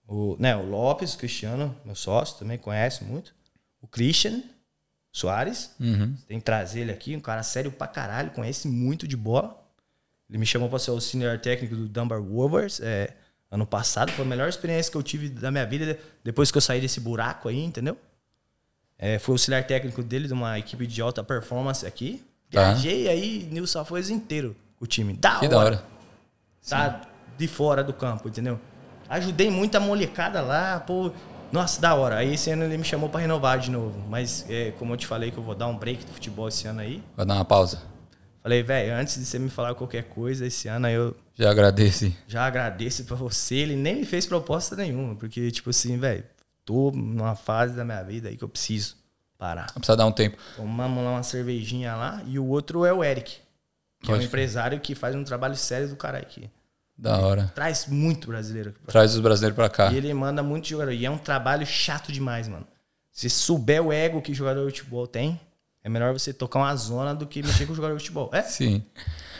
S2: O, né, o Lopes, o Cristiano, meu sócio, também conhece muito. O Christian Soares.
S1: Uhum.
S2: Tem que trazer ele aqui, um cara sério pra caralho, conhece muito de bola. Ele me chamou pra ser o senior técnico do Dunbar Rovers é, ano passado. Foi a melhor experiência que eu tive da minha vida depois que eu saí desse buraco aí, entendeu? É, fui auxiliar técnico dele de uma equipe de alta performance aqui.
S1: Tá.
S2: Viajei aí, New South Wales inteiro, o time. Da
S1: Que
S2: hora,
S1: da hora.
S2: Tá de fora do campo, entendeu? Ajudei muita molecada lá, pô. Nossa, da hora. Aí esse ano ele me chamou pra renovar de novo. Mas é, como eu te falei que eu vou dar um break do futebol esse ano aí.
S1: Vai dar uma pausa.
S2: Falei, velho, antes de você me falar qualquer coisa esse ano, aí eu
S1: Já agradeci.
S2: já agradeço pra você. Ele nem me fez proposta nenhuma, porque, tipo assim, velho, tô numa fase da minha vida aí que eu preciso parar.
S1: Precisa dar um tempo.
S2: Tomamos lá uma cervejinha lá e o outro é o Eric, que é
S1: Pode
S2: um
S1: crer.
S2: empresário que faz um trabalho sério do cara aqui.
S1: Da hora.
S2: Traz muito brasileiro aqui pra
S1: Traz os brasileiros pra cá.
S2: E ele manda muito jogador. E é um trabalho chato demais, mano. Se souber o ego que jogador de futebol tem, é melhor você tocar uma zona do que mexer com o jogador de futebol. É,
S1: Sim.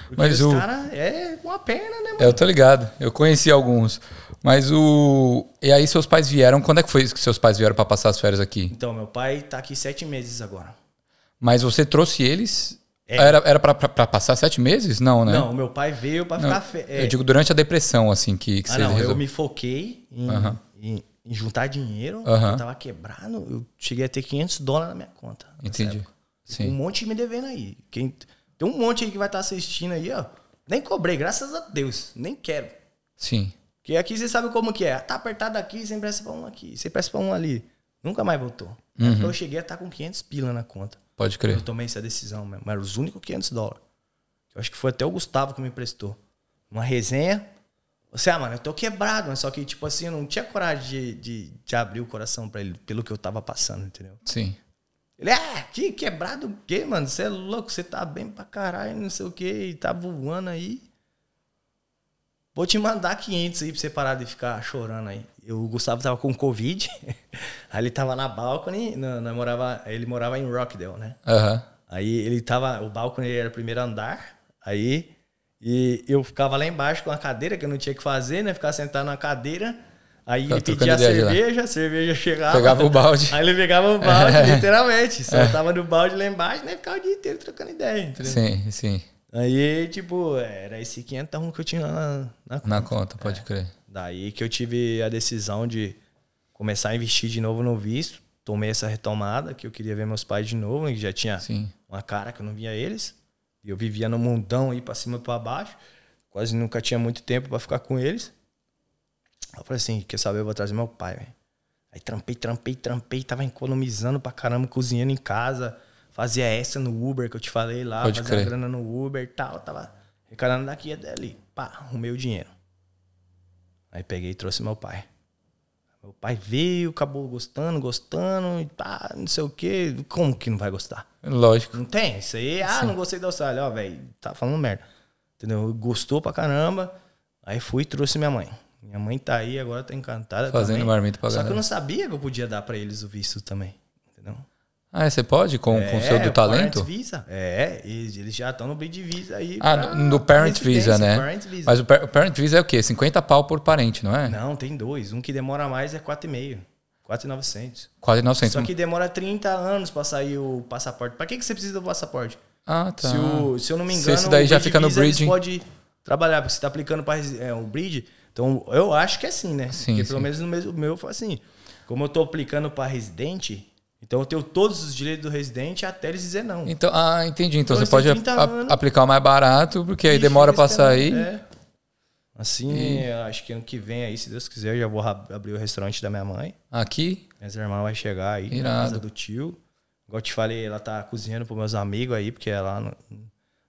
S2: porque
S1: Mas
S2: os
S1: o-
S2: caras é uma perna, né, mano?
S1: Eu tô ligado. Eu conheci alguns. Mas o. E aí, seus pais vieram. Quando é que foi isso que seus pais vieram pra passar as férias aqui?
S2: Então, meu pai tá aqui sete meses agora.
S1: Mas você trouxe eles?
S2: É.
S1: Era, era pra, pra- pra passar sete meses? Não, né?
S2: Não, meu pai veio pra ficar... fe- é.
S1: Eu digo durante a depressão, assim, que, que
S2: Ah,
S1: vocês
S2: não, eu
S1: resolveram.
S2: me foquei em, em- em juntar dinheiro.
S1: Aham.
S2: Eu tava quebrado. Eu cheguei a ter 500 dólares na minha conta. nessa
S1: Entendi.
S2: época. Um
S1: Sim.
S2: monte me devendo aí. Quem, tem um monte aí que vai estar assistindo aí, ó. Nem cobrei, graças a Deus. Nem quero.
S1: Sim.
S2: Porque aqui você sabe como que é. Tá apertado aqui, você empresta pra um aqui, você empresta pra um ali. Nunca mais voltou. Então eu cheguei a estar com 500 pila na conta.
S1: Pode
S2: Eu
S1: crer.
S2: tomei essa decisão mesmo. Era os únicos 500 dólares. Eu acho que foi até o Gustavo que me emprestou. Uma resenha. Você, ah, mano, eu tô quebrado, mas só que, tipo assim, eu não tinha coragem de, de, de abrir o coração pra ele pelo que eu tava passando, entendeu?
S1: Sim.
S2: Ele, ah, que quebrado o quê, mano? Você é louco, você tá bem pra caralho, não sei o quê, e tá voando aí. Vou te mandar 500 aí pra você parar de ficar chorando aí. Eu, o Gustavo tava com Covid, aí ele tava na balcony, na, na- morava, ele morava em Rockdale, né?
S1: Aham.
S2: Aí ele tava, o balcony era o primeiro andar, aí, e eu ficava lá embaixo com a cadeira, que eu não tinha o que fazer, né? Ficar sentado na cadeira, aí
S1: Ficava
S2: ele pedia
S1: trocando
S2: a
S1: ideia de lá.
S2: cerveja, a cerveja chegava.
S1: Pegava o balde. É.
S2: Aí ele pegava o balde, literalmente. Soltava no balde lá embaixo, né? Ficava o dia inteiro trocando ideia, entendeu?
S1: Sim, sim.
S2: Aí, tipo, era esse quinhentão que eu tinha na, na conta.
S1: Na conta, pode
S2: É.
S1: crer.
S2: Daí que eu tive a decisão de começar a investir de novo no visto. Tomei essa retomada, que eu queria ver meus pais de novo, né, que já tinha
S1: Sim.
S2: uma cara que eu não via eles. E eu vivia no mundão aí pra cima e pra baixo. Quase nunca tinha muito tempo pra ficar com eles. Eu falei assim, quer saber, eu vou trazer meu pai, velho. Aí trampei, trampei, trampei, tava economizando pra caramba, cozinhando em casa, fazia essa no Uber que eu te falei lá,
S1: Pode
S2: fazia
S1: crer.
S2: grana no Uber e tal, tava recarando daqui e dali. Pá, arrumei o dinheiro. Aí peguei e trouxe meu pai. Meu pai veio, acabou gostando, gostando, e pá, não sei o quê. Como que não vai gostar?
S1: Lógico.
S2: Não tem, isso aí. Ah, não gostei da Austrália, ó, velho. Tá falando merda. Entendeu? Gostou pra caramba. Aí fui e trouxe minha mãe. Minha mãe tá aí, agora tá encantada.
S1: Fazendo
S2: também.
S1: marmita pra
S2: Só que eu
S1: galera.
S2: não sabia que eu podia dar pra eles o visto também. Entendeu?
S1: Ah, é, você pode com, com o seu do
S2: o
S1: talento?
S2: Parent Visa. É, eles eles já estão no B de Visa aí.
S1: Ah,
S2: pra
S1: no Parent
S2: residência,
S1: Visa, né?
S2: Parent Visa.
S1: Mas o, par- o Parent Visa é o quê? 50 pau por parente, não é?
S2: Não, tem dois. Um que demora mais é 4,5. 4,900.
S1: Quase 900.
S2: Só que demora 30 anos pra sair o passaporte. Pra que, que você precisa do passaporte?
S1: Ah, tá.
S2: Se, o- se eu não me
S1: Se
S2: engano,
S1: esse daí
S2: o
S1: já
S2: Bridge
S1: fica no
S2: Visa, eles
S1: bridging.
S2: pode trabalhar, porque você tá aplicando para é, o bridge. Então, eu acho que é assim, né?
S1: Sim,
S2: porque pelo
S1: sim.
S2: menos no meu, o meu foi assim. Como eu tô aplicando para residente, então eu tenho todos os direitos do residente até eles dizer não.
S1: Então, ah, entendi. Então,
S2: Então,
S1: você
S2: eles
S1: pode
S2: têm 30
S1: a-
S2: anos.
S1: aplicar o mais barato, porque aí
S2: Isso,
S1: demora
S2: eles
S1: pra
S2: esperam,
S1: sair.
S2: é. Assim, eu acho que ano que vem aí, se Deus quiser, eu já vou ra- abrir o restaurante da minha mãe.
S1: Aqui,
S2: Minhas irmãs vai chegar aí na
S1: Irado.
S2: casa do tio. Igual eu te falei, ela tá cozinhando pros meus amigos aí, porque ela não,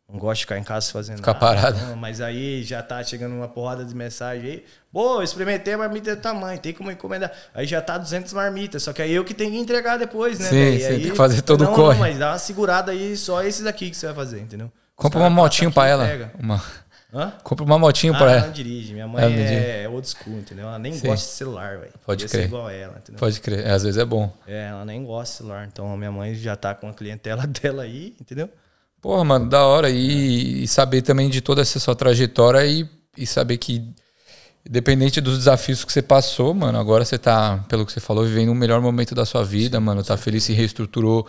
S2: não gosta de ficar em casa fazendo
S1: Ficar parada.
S2: Não, mas aí já tá chegando uma porrada de mensagem aí. Pô, eu experimentei a marmita do tamanho, tem como encomendar. Aí já tá 200 marmitas, só que aí eu que tenho que entregar depois, né?
S1: Sim,
S2: velho?
S1: sim,
S2: aí,
S1: tem que fazer todo o
S2: não,
S1: corre.
S2: Não, mas dá uma segurada aí, só esses aqui que você vai fazer, entendeu? Os
S1: compra uma
S2: cara passa
S1: motinho
S2: aqui
S1: pra
S2: e
S1: ela.
S2: pega.
S1: Uma-
S2: Hã?
S1: compra uma motinho
S2: Ah,
S1: pra
S2: ela
S1: ela.
S2: não dirige. Minha mãe
S1: Ela não dirige.
S2: é old school, entendeu? Ela nem gosta de celular, velho.
S1: Pode
S2: Ia
S1: crer.
S2: ser igual a ela, entendeu?
S1: Pode crer. É, às vezes é bom.
S2: É, ela nem gosta de celular. Então a minha mãe já tá com a clientela dela aí, entendeu?
S1: Porra, mano, da hora. E, e saber também de toda essa sua trajetória e, e saber que, independente dos desafios que você passou, mano, agora você tá, pelo que você falou, vivendo o melhor momento da sua vida, mano. Tá feliz, se reestruturou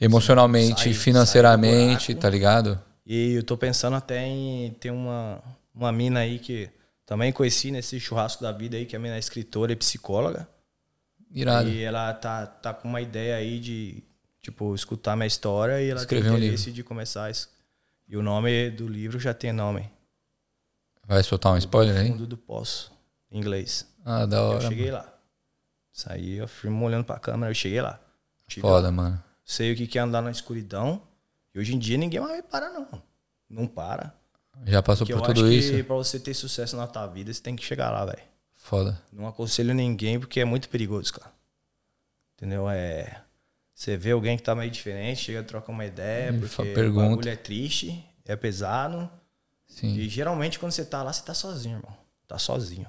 S1: emocionalmente,
S2: Sai-
S1: financeiramente,
S2: sai do buraco.
S1: tá ligado?
S2: E eu tô pensando até em ter uma, uma mina aí que também conheci nesse churrasco da vida aí, que a mina é escritora e psicóloga.
S1: Irado.
S2: E ela tá, tá com uma ideia aí de, tipo, escutar minha história e ela
S1: Escrever um
S2: tem interesse de começar isso. E o nome do livro já tem nome.
S1: Vai soltar um spoiler aí?
S2: Fundo do Poço, em inglês.
S1: Ah, da
S2: Eu
S1: hora.
S2: cheguei lá. Saí, eu firmo olhando pra câmera, eu cheguei lá. Tive
S1: Foda, mano.
S2: Sei o que que é andar na escuridão. E hoje em dia ninguém mais para, não. Não para.
S1: Já passou
S2: Porque eu
S1: por
S2: acho
S1: tudo isso?
S2: que pra você ter sucesso na tua vida, você tem que chegar lá, velho.
S1: Foda.
S2: Não aconselho ninguém, porque é muito perigoso, cara. Entendeu? É. Você vê alguém que tá meio diferente, chega troca uma ideia,
S1: Ele
S2: porque
S1: fa-
S2: o
S1: Uhum, pergunta.
S2: bagulho é triste, é pesado.
S1: Sim,
S2: E geralmente quando você tá lá, você tá sozinho, irmão. Tá sozinho.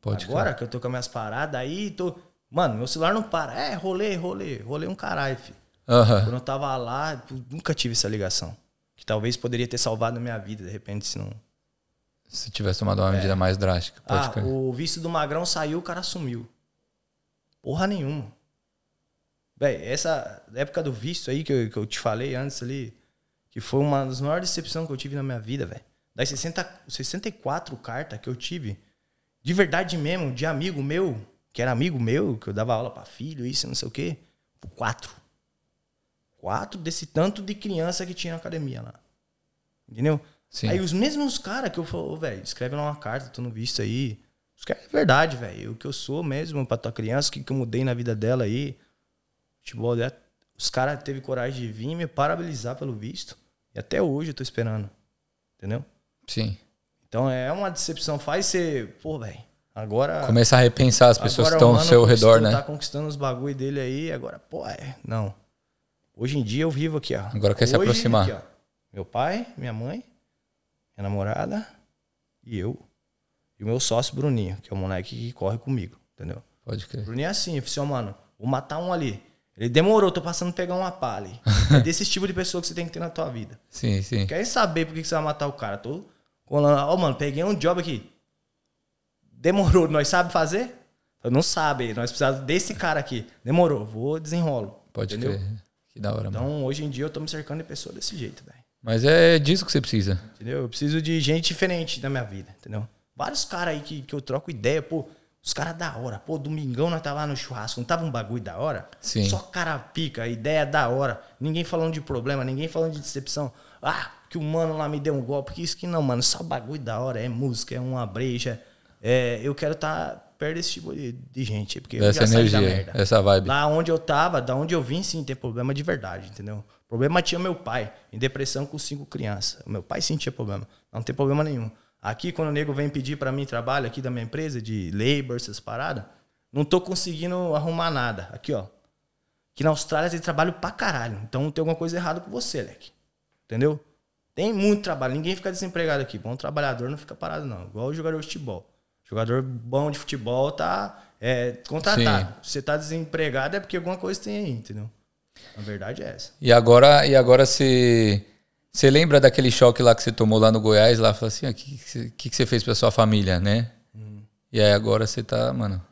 S1: pode crer.
S2: Agora que eu tô com as minhas paradas aí, tô. Mano, meu celular não para. É, rolê, rolê, rolê um caralho, filho.
S1: Aham.
S2: Quando eu tava lá, eu nunca tive essa ligação. Que talvez poderia ter salvado a minha vida, de repente, se não.
S1: Se tivesse tomado uma medida mais drástica, pode
S2: É. ah,
S1: crer.
S2: o visto do Magrão saiu, o cara sumiu. Porra nenhuma. Véi, essa época do visto aí que eu, que eu te falei antes ali, que foi uma das maiores decepções que eu tive na minha vida, velho. Das 60, 64 cartas que eu tive, de verdade mesmo, de amigo meu, que era amigo meu, que eu dava aula pra filho, isso, não sei o quê, quatro. Quatro desse tanto de criança que tinha na academia lá. Entendeu?
S1: Sim.
S2: Aí os mesmos caras que eu falo, "Ô, velho, escreve lá uma carta, tô no visto aí. Os caras, é verdade, velho. O que eu sou mesmo pra tua criança, o que, que eu mudei na vida dela aí. Futebol, né? os caras teve coragem de vir me parabenizar pelo visto. E até hoje eu tô esperando. Entendeu?
S1: Sim.
S2: Então é uma decepção. Faz você, pô, velho, agora.
S1: Começar a repensar as pessoas
S2: Agora
S1: que estão
S2: o
S1: ao
S2: mano
S1: seu redor,
S2: conquistou-
S1: né?
S2: Tá conquistando os bagulho dele aí, agora, pô, é, não. Hoje em dia eu vivo aqui, ó.
S1: Agora quer se
S2: Hoje,
S1: aproximar.
S2: aqui, ó. Meu pai, minha mãe, minha namorada e eu. E o meu sócio, Bruninho, que é o moleque que corre comigo, entendeu?
S1: Pode
S2: O
S1: crer.
S2: Bruninho é assim, eu falei, assim, ó, mano, vou matar um ali. Ele demorou, tô passando a pegar uma palha. É desse tipo de pessoa que você tem que ter na tua vida.
S1: Sim, sim.
S2: Quer saber por que que você vai matar o cara? Tô colando. lá, Ó, mano, peguei um job aqui. Demorou, nós sabe fazer? Eu não sabe, nós precisamos desse cara aqui. Demorou, vou desenrolo.
S1: Pode
S2: entendeu?
S1: crer. Que da hora, mano.
S2: Então, hoje em dia eu tô me cercando de pessoa desse jeito, velho.
S1: Mas é disso que você precisa.
S2: Entendeu? Eu preciso de gente diferente na minha vida, entendeu? Vários caras aí que, que eu troco ideia, pô, os caras da hora. Pô, domingão nós tava lá no churrasco, não tava um bagulho da hora?
S1: Sim.
S2: Só cara pica, ideia da hora. Ninguém falando de problema, ninguém falando de decepção. Ah, que o mano lá me deu um golpe, que isso que não, mano. Só bagulho da hora, é música, é uma breja. É, eu quero estar perto desse tipo de, de gente, porque
S1: Dessa
S2: eu já saí
S1: energia,
S2: da merda.
S1: essa vibe.
S2: Lá onde eu tava, da onde eu vim, sim, tem problema de verdade, entendeu? Problema tinha meu pai, em depressão com cinco crianças. Meu pai sim tinha problema, não tem problema nenhum. Aqui, quando o nego vem pedir pra mim trabalho aqui da minha empresa, de labor, essas paradas, não tô conseguindo arrumar nada. Aqui, ó. Que na Austrália tem trabalho pra caralho. Então tem alguma coisa errada com você, Leque. Entendeu? Tem muito trabalho, ninguém fica desempregado aqui. Bom trabalhador não fica parado, não. Igual o jogador de futebol. Jogador bom de futebol tá é, contratado. Se você tá desempregado é porque alguma coisa tem aí, entendeu? A verdade é essa.
S1: E agora, e agora você, você lembra daquele choque lá que você tomou lá no Goiás, lá falou assim, o que, que você- que, que você fez pra sua família, né?
S2: Hum.
S1: E aí agora você tá, mano.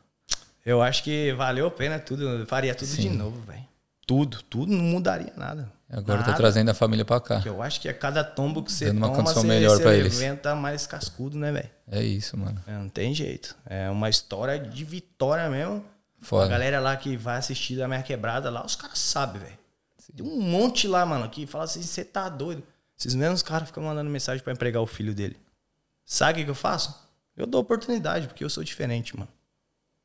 S2: Eu acho que valeu a pena tudo. Eu faria tudo de novo, velho. Tudo, tudo não mudaria nada.
S1: Agora tá
S2: Nada.
S1: trazendo a família pra cá.
S2: Que Eu acho que a cada tombo que você
S1: Dando uma
S2: toma,
S1: condição
S2: você,
S1: melhor
S2: você
S1: pra eles.
S2: levanta mais cascudo, né, velho?
S1: É isso, mano.
S2: É, Não tem jeito. É uma história de vitória mesmo. A
S1: Foda.
S2: galera lá que vai assistir da minha quebrada lá, os caras sabem, velho. Tem um monte lá, mano, que fala assim, você tá doido. Esses mesmos caras ficam mandando mensagem pra empregar o filho dele. Sabe o que que eu faço? Eu dou oportunidade, porque eu sou diferente, mano.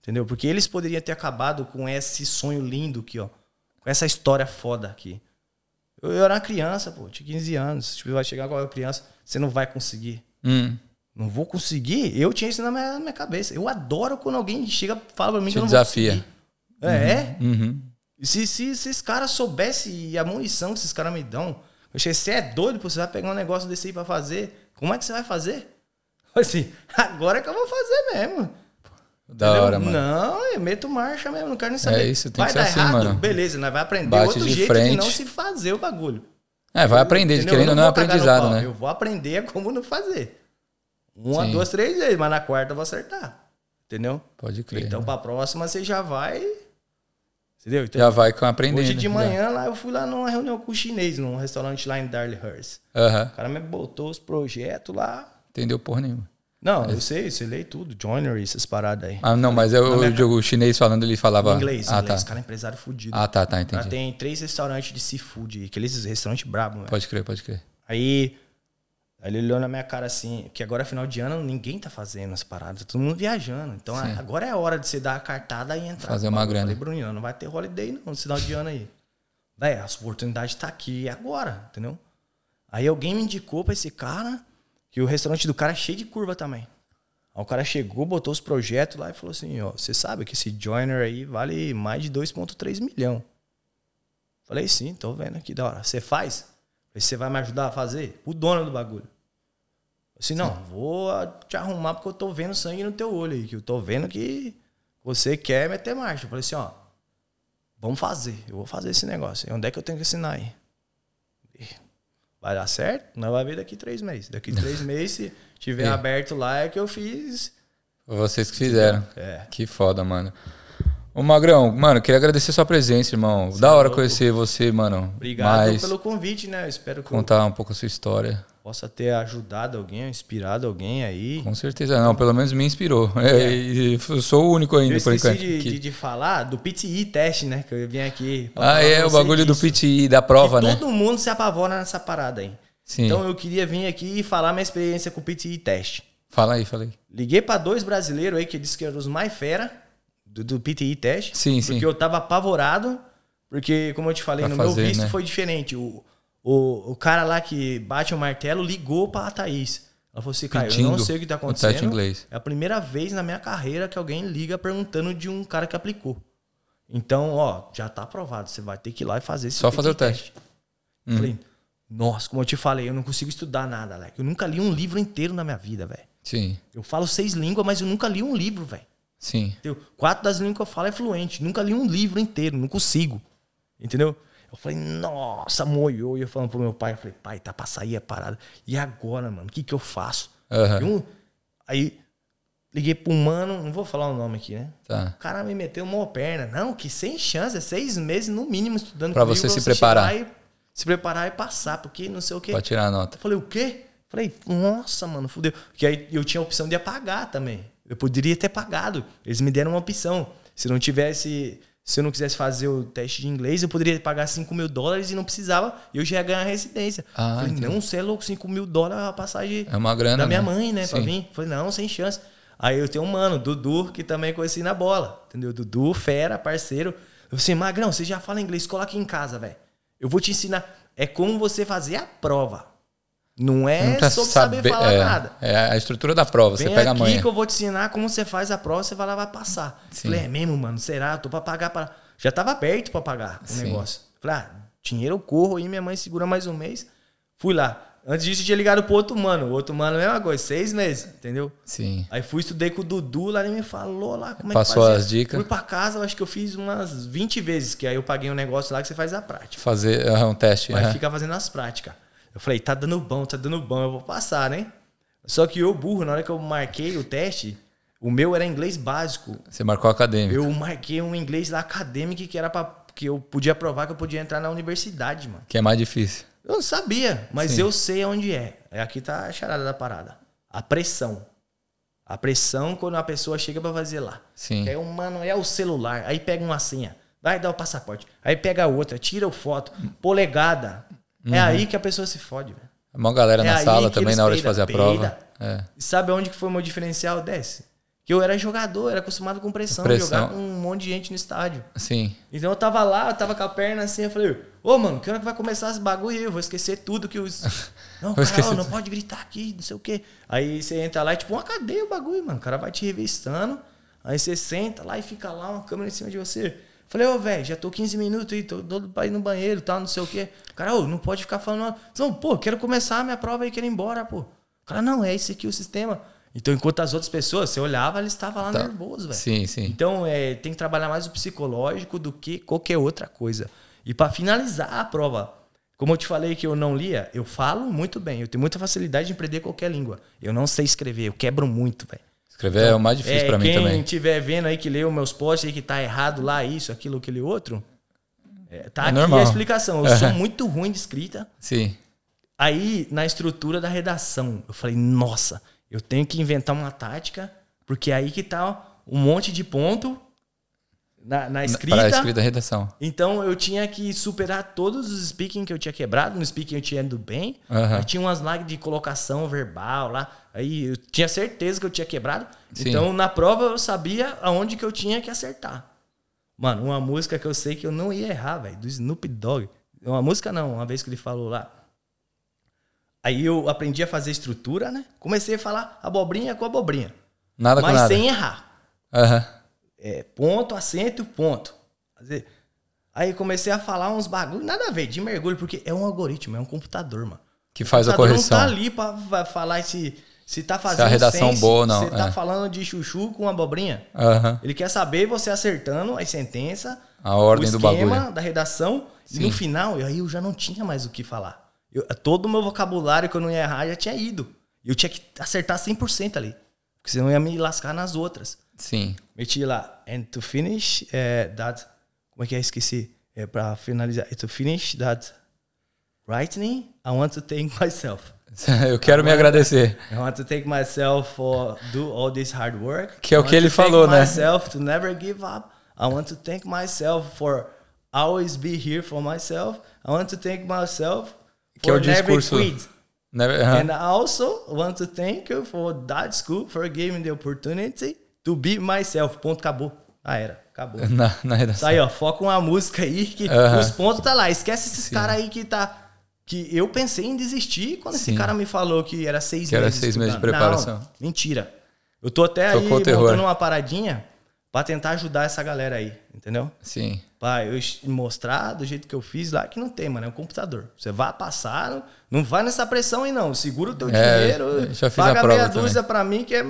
S2: Entendeu? Porque eles poderiam ter acabado com esse sonho lindo aqui, ó. Com essa história foda aqui. Eu, eu era uma criança, pô, tinha 15 anos. Tipo, vai chegar agora criança, você não vai conseguir.
S1: Hum,
S2: Não vou conseguir? Eu tinha isso na minha, na minha cabeça. Eu adoro quando alguém chega e fala pra mim
S1: te
S2: que eu não
S1: desafia.
S2: vou conseguir. É?
S1: Uhum.
S2: Se, se, se esses caras soubessem a munição que esses caras me dão, eu achei, você é doido, pô, você vai pegar um negócio desse aí pra fazer? Como é que você vai fazer? Assim, agora que eu vou fazer mesmo.
S1: Da
S2: Entendeu?
S1: hora, mano. É
S2: Não, eu meto marcha mesmo, não quero nem saber.
S1: isso, tem que
S2: vai
S1: ser
S2: dar
S1: assim,
S2: errado,
S1: mano.
S2: beleza, nós vai aprender
S1: Bate
S2: outro
S1: de
S2: jeito de
S1: frente.
S2: não se fazer o bagulho.
S1: É, vai aprender,
S2: Entendeu?
S1: querendo ou
S2: Eu
S1: não é
S2: vou cagar no
S1: aprendizado,
S2: pau,
S1: né?
S2: Eu vou aprender como não fazer. Uma,
S1: Sim.
S2: duas, três vezes, mas na quarta eu vou acertar. Entendeu?
S1: Pode crer.
S2: Então pra próxima você já vai. Entendeu? Então,
S1: já vai com aprendendo. né?
S2: hoje de
S1: já.
S2: manhã lá eu fui lá numa reunião com o chinês, num restaurante lá em Darlinghurst.
S1: Aham.
S2: O cara me botou os projetos lá.
S1: Entendeu porra nenhuma.
S2: Não, eu sei, você lê tudo, joinery, essas paradas aí.
S1: Ah, não, mas eu,
S2: Na minha
S1: o jogo chinês falando, ele falava.
S2: Em inglês,
S1: ah,
S2: em inglês,
S1: tá.
S2: cara é empresário fudido.
S1: Ah, tá, tá,
S2: Lá
S1: entendi.
S2: tem três restaurantes de seafood, aí, aqueles restaurantes brabo, né?
S1: Pode crer, pode crer.
S2: Aí, aí ele olhou na minha cara assim, que agora é final de ano, ninguém tá fazendo as paradas, todo mundo viajando. Então a- agora é a hora de você dar a cartada e entrar.
S1: Fazer uma
S2: Eu
S1: grana.
S2: Falei, Bruninho, não vai ter holiday não, no final de ano aí. Véi, a oportunidade tá aqui agora, entendeu? Aí alguém me indicou pra esse cara que o restaurante do cara é cheio de curva também. Aí o cara chegou, botou os projetos lá e falou assim, ó, você sabe que esse joiner aí vale mais de 2.3 milhão. Falei, sim, tô vendo aqui, da hora. Você faz? Falei, Você vai me ajudar a fazer? O dono do bagulho. Assim, não, vou ah, te arrumar porque eu tô vendo sangue no teu olho aí, que eu tô vendo que você quer meter marcha. Eu falei assim, ó, vamos fazer, eu vou fazer esse negócio. Onde é que eu tenho que assinar aí? Vai dar certo? Não vai ver daqui três meses. Daqui três meses, se tiver
S1: É.
S2: aberto lá, é que eu fiz.
S1: Foi Vocês que fizeram.
S2: É.
S1: Que foda, mano. Ô, Magrão, mano, queria agradecer sua presença, irmão. da hora conhecer você, mano.
S2: é Obrigado
S1: Mas
S2: pelo convite, né? Eu espero que eu
S1: contar um pouco a sua história.
S2: possa ter ajudado alguém, inspirado alguém aí.
S1: Com certeza. Não, pelo menos me inspirou. É, e eu sou o único ainda,
S2: Eu
S1: por
S2: esqueci
S1: enquanto.
S2: de,
S1: que-
S2: de, de falar do PTI teste, né? Que eu vim aqui. pra
S1: Ah,
S2: falar
S1: é,
S2: pra
S1: o
S2: você
S1: bagulho do
S2: disso.
S1: PTI, da prova, né?
S2: Todo mundo se apavora nessa parada aí.
S1: Sim.
S2: Então eu queria vir aqui e falar minha experiência com o PTI teste.
S1: Fala aí, fala aí.
S2: Liguei pra dois brasileiros aí que disse que eram os mais fera do, do PTI teste.
S1: Sim,
S2: porque
S1: sim.
S2: eu tava apavorado, porque, como eu te falei,
S1: Pra
S2: no
S1: fazer,
S2: meu visto
S1: né?
S2: foi diferente. O, o, o cara lá que bate o martelo ligou pra Thaís. Ela falou assim, cara, eu não
S1: Pedindo
S2: sei o que tá
S1: o teste
S2: acontecendo.
S1: em inglês.
S2: É a primeira vez na minha carreira que alguém liga perguntando de um cara que aplicou. Então, ó, já tá aprovado. Você vai ter que ir lá e fazer esse
S1: Só fazer o
S2: PTI
S1: teste. Hum.
S2: Eu Falei, nossa, como eu te falei, eu não consigo estudar nada, Alec. Eu nunca li um livro inteiro na minha vida, velho.
S1: Sim,
S2: Eu falo seis línguas, mas eu nunca li um livro, velho.
S1: sim.
S2: Entendeu? Quatro das línguas que eu falo é fluente. Nunca li um livro inteiro, não consigo. Entendeu? Eu falei, nossa, moiou. E eu falando pro meu pai, eu falei, pai, tá pra sair a parada. E agora, mano, o que que eu faço?
S1: Aham,
S2: E um- aí, liguei pro mano, não vou falar o nome aqui, né?
S1: tá.
S2: O cara me meteu uma perna. Não, que sem chance, é seis meses no mínimo estudando.
S1: Pra
S2: comigo,
S1: você se
S2: chegar
S1: preparar.
S2: e- se preparar e passar, porque não sei o quê.
S1: Pra tirar a nota.
S2: Eu falei, o quê? Falei, nossa, mano, fudeu. Porque aí eu tinha a opção de apagar também. Eu poderia ter pagado. Eles me deram uma opção. Se não tivesse. Se eu não quisesse fazer o teste de inglês, eu poderia pagar 5 mil dólares e não precisava, e eu já ia ganhar a residência.
S1: Ah,
S2: falei,
S1: entendi.
S2: não, você é louco, 5 mil dólares a passagem
S1: É uma grana.
S2: da minha
S1: né?
S2: mãe, né, pra
S1: Sim.
S2: vir. Falei, não, sem chance. Aí eu tenho um mano, Dudu, que também conheci na bola, entendeu? Dudu, fera, parceiro. Eu falei, assim, Magrão, você já fala inglês, cola aqui em casa, velho. Eu vou te ensinar. É como você fazer a prova. Não é
S1: Nunca
S2: sobre
S1: sabe-
S2: saber falar
S1: é,
S2: nada.
S1: É a estrutura da prova, você
S2: Vem
S1: pega a
S2: aqui
S1: manha.
S2: que eu vou te ensinar como você faz a prova, você vai lá, vai passar.
S1: Sim.
S2: Falei, é mesmo, mano? Será? Eu tô pra pagar pra... Já tava perto pra pagar o
S1: Sim.
S2: negócio. Falei, ah, dinheiro eu corro aí, minha mãe segura mais um mês. Fui lá. Antes disso, eu tinha ligado pro outro mano. O outro mano, mesma coisa, seis meses, entendeu?
S1: Sim.
S2: Aí fui, estudei com o Dudu, lá ele me falou lá como
S1: Passou
S2: é que fazia.
S1: as dicas.
S2: Fui pra casa, eu acho que eu fiz umas 20 vezes, que aí eu paguei um negócio lá que você faz a prática.
S1: Fazer ah, um teste.
S2: Vai
S1: aham.
S2: ficar fazendo as práticas. Eu falei, tá dando bom, tá dando bom, eu vou passar, né? Só que eu, burro, na hora que eu marquei o teste, o meu era inglês básico.
S1: Você marcou acadêmico.
S2: Eu marquei um inglês lá acadêmico que era para que eu podia provar que eu podia entrar na universidade, mano.
S1: Que é mais difícil.
S2: Eu não sabia, mas eu sei onde é. É, Aqui tá a charada da parada. A pressão. A pressão quando a pessoa chega pra fazer lá.
S1: Sim.
S2: É o mano, é o celular. Aí pega uma senha. Vai dar o passaporte. Aí pega a outra, tira o foto. Polegada. É
S1: Uhum.
S2: aí que a pessoa se fode, velho.
S1: Uma galera
S2: É
S1: na
S2: aí
S1: sala
S2: que
S1: também
S2: eles
S1: na hora de
S2: peidam,
S1: fazer a
S2: peidam.
S1: prova. É.
S2: E sabe onde que foi o meu diferencial desse? Que eu era jogador, era acostumado com pressão,
S1: Pressão.
S2: jogar com um monte de gente no estádio.
S1: Sim.
S2: Então eu tava lá, eu tava com a perna assim, eu falei, ô mano, que hora que vai começar esse bagulho aí? Eu vou esquecer tudo que os. Não,
S1: Vou
S2: cara,
S1: esquecer
S2: ó, não
S1: tudo.
S2: pode gritar aqui, não sei o quê. Aí você entra lá e tipo, uma cadeia o bagulho, mano. O cara vai te revistando. Aí você senta lá e fica lá, uma câmera em cima de você. Falei, ô, velho, já tô 15 minutos aí, tô todo pra ir no banheiro, tá, não sei o quê. O Cara, ô, não pode ficar falando. Não, pô, quero começar a minha prova aí, quero ir embora, pô. O Cara, não, é esse aqui o sistema. Então, enquanto as outras pessoas, você olhava, ele
S1: Tá.
S2: estava lá nervoso, velho.
S1: Sim, sim.
S2: Então, é, tem que trabalhar mais o psicológico do que qualquer outra coisa. E para finalizar a prova, como eu te falei que eu não lia, eu falo muito bem. Eu tenho muita facilidade de aprender qualquer língua. Eu não sei escrever, eu quebro muito, velho.
S1: Escrever é o mais difícil
S2: É,
S1: pra mim
S2: quem
S1: também.
S2: tiver vendo aí que leu meus posts aí que tá errado lá, isso, aquilo, aquele outro, é,
S1: É
S2: tá aqui
S1: normal.
S2: a explicação. Eu sou muito ruim de escrita.
S1: Sim.
S2: Aí, na estrutura da redação, eu falei, nossa, eu tenho que inventar uma tática, porque aí que tá um monte de ponto na, na escrita.
S1: Para a escrita e redação.
S2: Então, eu tinha que superar todos os speaking que eu tinha quebrado. No speaking eu tinha ido bem.
S1: Aham.
S2: Mas tinha umas lags de colocação verbal lá. Aí eu tinha certeza que eu tinha quebrado.
S1: Sim.
S2: Então, na prova, eu sabia aonde que eu tinha que acertar. Mano, uma música que eu sei que eu não ia errar, velho, do Snoop Dogg. Uma música não, uma vez que ele falou lá. Aí eu aprendi a fazer estrutura, né? Comecei a falar abobrinha com abobrinha.
S1: Nada com
S2: mas
S1: nada.
S2: sem errar
S1: Aham.
S2: é, ponto, acento, ponto. Às vezes- Aí comecei a falar uns bagulho, nada a ver, de mergulho, porque é um algoritmo, é um computador, mano.
S1: Que faz a
S2: computador
S1: correção.
S2: não tá ali pra, pra falar se, se tá fazendo
S1: redação
S2: sense,
S1: boa ou não,
S2: Se tá
S1: é.
S2: falando de chuchu com abobrinha.
S1: Aham.
S2: Ele quer saber você acertando as sentenças,
S1: A ordem
S2: o
S1: do
S2: esquema
S1: bagulho.
S2: da redação.
S1: Sim.
S2: E no final, eu- aí eu já não tinha mais o que falar. Eu- todo o meu vocabulário que eu não ia errar já tinha ido. Eu tinha que acertar 100% ali. Porque senão eu ia me lascar nas outras.
S1: Sim.
S2: Meti lá, and to finish é, that. Como é que é? Esqueci. É pra finalizar. To finish that writing, I want to thank myself.
S1: Eu quero me agradecer.
S2: I want to thank myself for do all this hard work.
S1: Que é o
S2: I want
S1: que ele
S2: to thank
S1: falou, né?
S2: myself to never give up. I want to thank myself for always be here for myself. I want to thank myself for
S1: Que é o
S2: never
S1: discurso.
S2: quit.
S1: Né? Aham.
S2: And I also want to thank you for that school for giving the opportunity to be myself. Ponto, acabou. Ah, era. Acabou.
S1: Na, na
S2: Tá
S1: redação.
S2: aí, ó. Foca uma música aí que
S1: Aham.
S2: os pontos tá lá. Esquece esses caras aí que tá. Que eu pensei em desistir quando
S1: Sim.
S2: esse cara me falou que era seis
S1: Que era
S2: meses.
S1: seis meses de
S2: estudando.
S1: preparação.
S2: Não, mentira. Eu tô até aí
S1: Tocou o terror.
S2: montando uma paradinha pra tentar ajudar essa galera aí, entendeu?
S1: Sim.
S2: Pra eu es- mostrar do jeito que eu fiz lá, que não tem, mano, é um computador. Você vai passar, não- não vai nessa pressão aí não. Segura o teu
S1: É,
S2: dinheiro,
S1: eu já fiz a
S2: paga
S1: prova
S2: meia
S1: também.
S2: dúzia pra mim que é,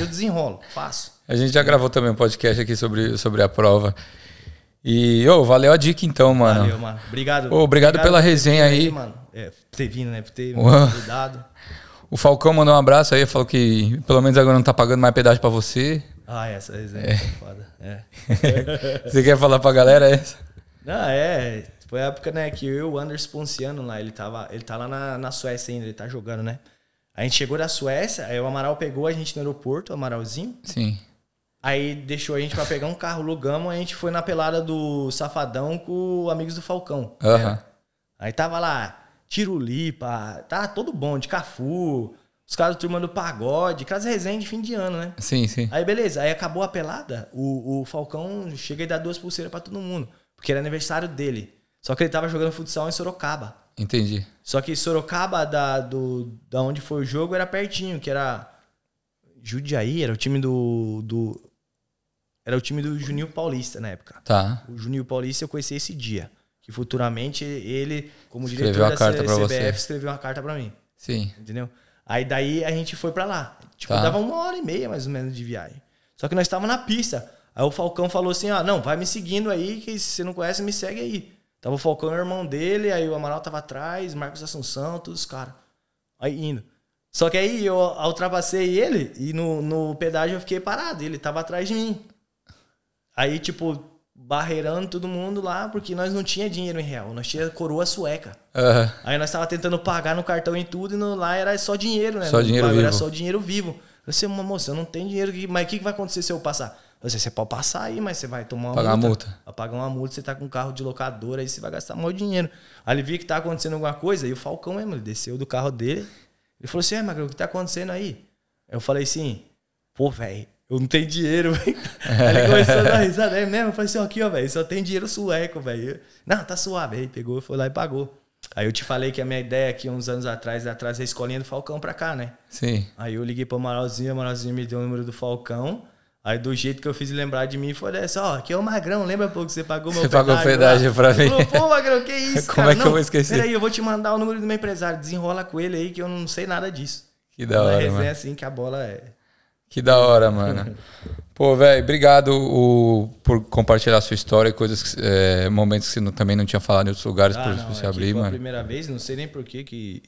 S2: eu desenrolo. Faço.
S1: A gente já gravou também um podcast aqui sobre, sobre a prova. E, ô, valeu a dica então, mano.
S2: Valeu, mano. Obrigado.
S1: Ô, obrigado pela
S2: por ter
S1: resenha
S2: vindo
S1: aí.
S2: mano. É, por ter vindo, né? Por ter me
S1: Uau.
S2: ajudado.
S1: O Falcão mandou um abraço aí, falou que pelo menos agora não tá pagando mais pedágio pra você.
S2: Ah, essa resenha é. foda. É.
S1: Você quer falar pra galera essa?
S2: Não, é. Foi a época, né, que eu e o Anders Ponciano lá, ele, tava, ele tá lá na, na Suécia ainda, ele tá jogando, né? A gente chegou da Suécia, aí o Amaral pegou a gente no aeroporto, o Amaralzinho.
S1: Sim.
S2: Aí deixou a gente pra pegar um carro, alugamos, a gente foi na pelada do Safadão com o Amigos do Falcão.
S1: Aham.
S2: Aí tava lá, Tirulipa, tá todo bom, de Cafu, os caras do Turma do Pagode, aquelas resenhas de fim de ano, né?
S1: Sim, sim.
S2: Aí beleza, aí acabou a pelada, o, o Falcão chega e dá duas pulseiras pra todo mundo, porque era aniversário dele. Só que ele tava jogando futsal em Sorocaba.
S1: Entendi.
S2: Só que Sorocaba, da, do, da onde foi o jogo, era pertinho, que era Judiaí, era o time do, do... Era o time do Juninho Paulista na época.
S1: Tá.
S2: O Juninho Paulista eu conheci esse dia. que futuramente ele, como
S1: Escreveu
S2: diretor
S1: a
S2: da
S1: carta pra
S2: CBF,
S1: você.
S2: escreveu uma carta pra mim.
S1: Sim.
S2: Entendeu? Aí daí a gente foi pra lá. Tipo,
S1: Tá.
S2: dava uma hora e meia mais ou menos de viagem. Só que nós estávamos na pista. Aí o Falcão falou assim: ah, não, vai me seguindo aí, que se você não conhece, me segue aí. Tava o Falcão e o irmão dele, aí o Amaral tava atrás, Marcos Assunção, todos os caras. Aí indo. Só que aí eu ultrapassei ele e no, no pedágio eu fiquei parado, ele tava atrás de mim. Aí, tipo, barreirando todo mundo lá, porque nós não tinha dinheiro em real, nós tinha coroa sueca.
S1: Aham.
S2: Aí nós tava tentando pagar no cartão e tudo, e no, lá era só dinheiro, né?
S1: Só
S2: No
S1: dinheiro
S2: bagulho Era
S1: vivo.
S2: só dinheiro vivo. Eu disse, "Mas, moça, eu não tenho dinheiro, aqui, mas o que, que vai acontecer se eu passar? Eu disse, você pode passar aí, mas você vai tomar uma
S1: Pagar a
S2: multa.
S1: multa.
S2: Vai pagar uma multa, você tá com um carro de locadora, aí você vai gastar maior dinheiro. Aí ele viu que tá acontecendo alguma coisa, e o Falcão mesmo, ele desceu do carro dele. Ele falou assim, é, Magrão, o que tá acontecendo aí? Eu falei assim, pô, velho, eu não tenho dinheiro, velho. Aí ele começou a dar risada, é mesmo? Eu falei assim, ó, aqui, ó, velho, só tem dinheiro sueco, velho. Não, tá suave. Aí pegou, foi lá e pagou. Aí eu te falei que a minha ideia aqui, uns anos atrás, era trazer a escolinha do Falcão pra cá, né?
S1: Sim.
S2: Aí eu liguei pro Amaralzinho, o Amaralzinho me deu o número do Falcão. Aí do jeito que eu fiz lembrar de mim, foi dessa, ó, aqui é o Magrão, lembra pô, que você pagou meu
S1: Você pagou pedágio
S2: pedágio lá?
S1: pra
S2: Ele
S1: mim.
S2: falou, Pô, Magrão, que isso,
S1: Como
S2: cara?
S1: é que eu
S2: Não,
S1: vou esquecer?
S2: Peraí, eu vou te mandar o número do meu empresário, desenrola com ele aí que eu não sei nada disso.
S1: Que da
S2: Uma
S1: hora,
S2: resenha
S1: mano.
S2: assim que a bola é...
S1: Que da hora, mano. Pô, velho, obrigado o- por compartilhar sua história e coisas, que- é, momentos que você não- também não tinha falado em outros lugares por
S2: Ah, não,
S1: você
S2: aqui
S1: abrir,
S2: foi a
S1: mano.
S2: primeira vez, não sei nem por que que...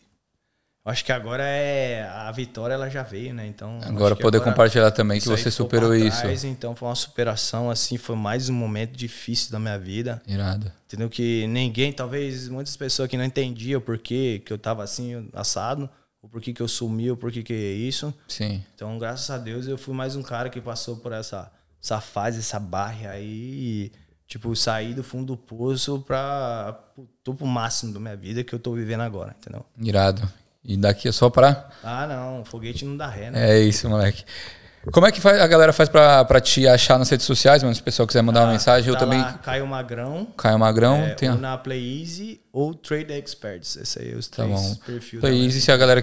S2: eu Acho que agora é... A vitória, ela já veio, né? Então... acho
S1: Agora
S2: que
S1: poder compartilhar também que
S2: isso aí
S1: você
S2: ficou
S1: superou
S2: pra
S1: isso.
S2: trás, então foi uma superação, assim, foi mais um momento difícil da minha vida.
S1: Irado.
S2: Entendeu? Que ninguém, talvez muitas pessoas que não entendiam por que que eu tava assim, assado, ou por que que eu sumi, ou por que que é isso.
S1: Sim.
S2: Então, graças a Deus, eu fui mais um cara que passou por essa, essa fase, essa barra aí. E, tipo, saí do fundo do poço pra pro topo máximo da minha vida que eu tô vivendo agora, entendeu?
S1: Irado. E daqui é só pra.
S2: Ah, não, foguete não dá ré, né?
S1: É isso, moleque. Como é que faz- a galera faz pra, pra te achar nas redes sociais, mano? Se o pessoal quiser mandar É, uma mensagem, eu
S2: tá
S1: também.
S2: Lá, Caio Magrão,
S1: Caio Magrão,
S2: é,
S1: tem a.
S2: ou na Play Easy ou Trade Experts. Esse aí é os
S1: Tá
S2: três
S1: bom.
S2: perfis. da
S1: Play Easy, se a galera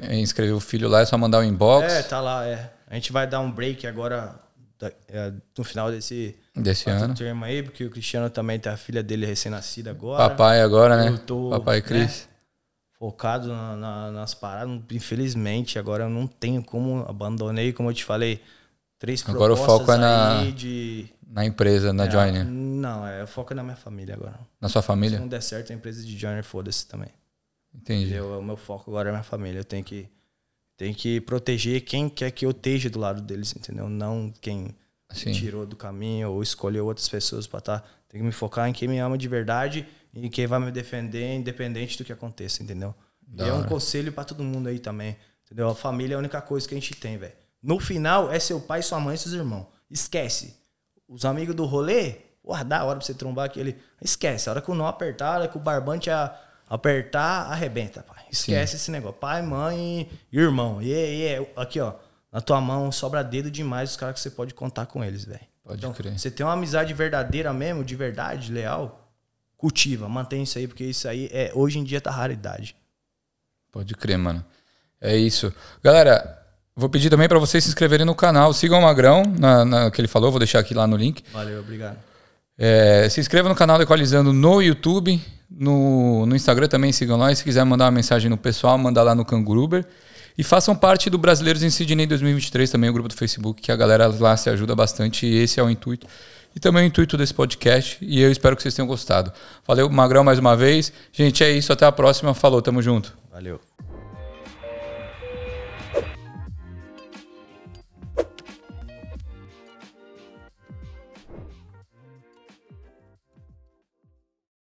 S1: quiser inscrever o filho lá, é só mandar um inbox
S2: É, tá lá, é. A gente vai dar um break agora da- é, no final desse
S1: desse ano.
S2: termo aí, porque o Cristiano também tem a filha dele é recém-nascida agora.
S1: Papai agora, né?
S2: Eu tô,
S1: Papai
S2: né?
S1: Cris.
S2: Focado na- na- nas paradas. Infelizmente, agora eu não tenho como. Abandonei, como eu te falei, três
S1: Agora o
S2: propostas
S1: foco é na-
S2: aí de.
S1: Na empresa, na
S2: é,
S1: Joiner.
S2: Não, é foco na minha família agora.
S1: Na sua
S2: Se
S1: família?
S2: não der certo, a empresa de Joiner, foda-se também.
S1: Entendi.
S2: Entendeu? O meu foco agora é minha família. Eu tenho que, tenho que proteger quem quer que eu esteja do lado deles, entendeu? Não quem
S1: Sim.
S2: tirou do caminho ou escolheu outras pessoas pra estar. Tem que me focar em quem me ama de verdade e em quem vai me defender, independente do que aconteça, entendeu?
S1: Da
S2: e é um
S1: hora.
S2: conselho pra todo mundo aí também, entendeu? A família é a única coisa que a gente tem, velho. No final, é seu pai, sua mãe e seus irmãos. Esquece. Os amigos do rolê, porra, dá hora pra você trombar aquele. Esquece. A hora que o nó apertar, a hora que o barbante a- apertar, arrebenta, pai. Esquece esse negócio. Pai, mãe e irmão. E yeah, aqui, ó. Na tua mão sobra dedo demais os caras que você pode contar com eles, velho. Então,
S1: Pode crer.
S2: Você tem uma amizade verdadeira mesmo, de verdade, leal, cultiva, mantém isso aí, porque isso aí é hoje em dia tá raridade.
S1: Pode crer, mano. É isso. Galera, vou pedir também pra vocês se inscreverem no canal. Sigam o Magrão, na, na- que ele falou, vou deixar aqui lá no link.
S2: Valeu, obrigado.
S1: É, se inscreva no canal do Equalizando no YouTube, no, no Instagram também sigam lá. E se quiser mandar uma mensagem no pessoal, manda lá no Canguruber. E façam parte do Brasileiros em Sydney 2023, também o grupo do Facebook, que a galera lá se ajuda bastante. E esse é o intuito. E também o intuito desse podcast. E eu espero que vocês tenham gostado. Valeu, Magrão, mais uma vez. Gente, é isso. Até a próxima. Falou, tamo junto.
S2: Valeu.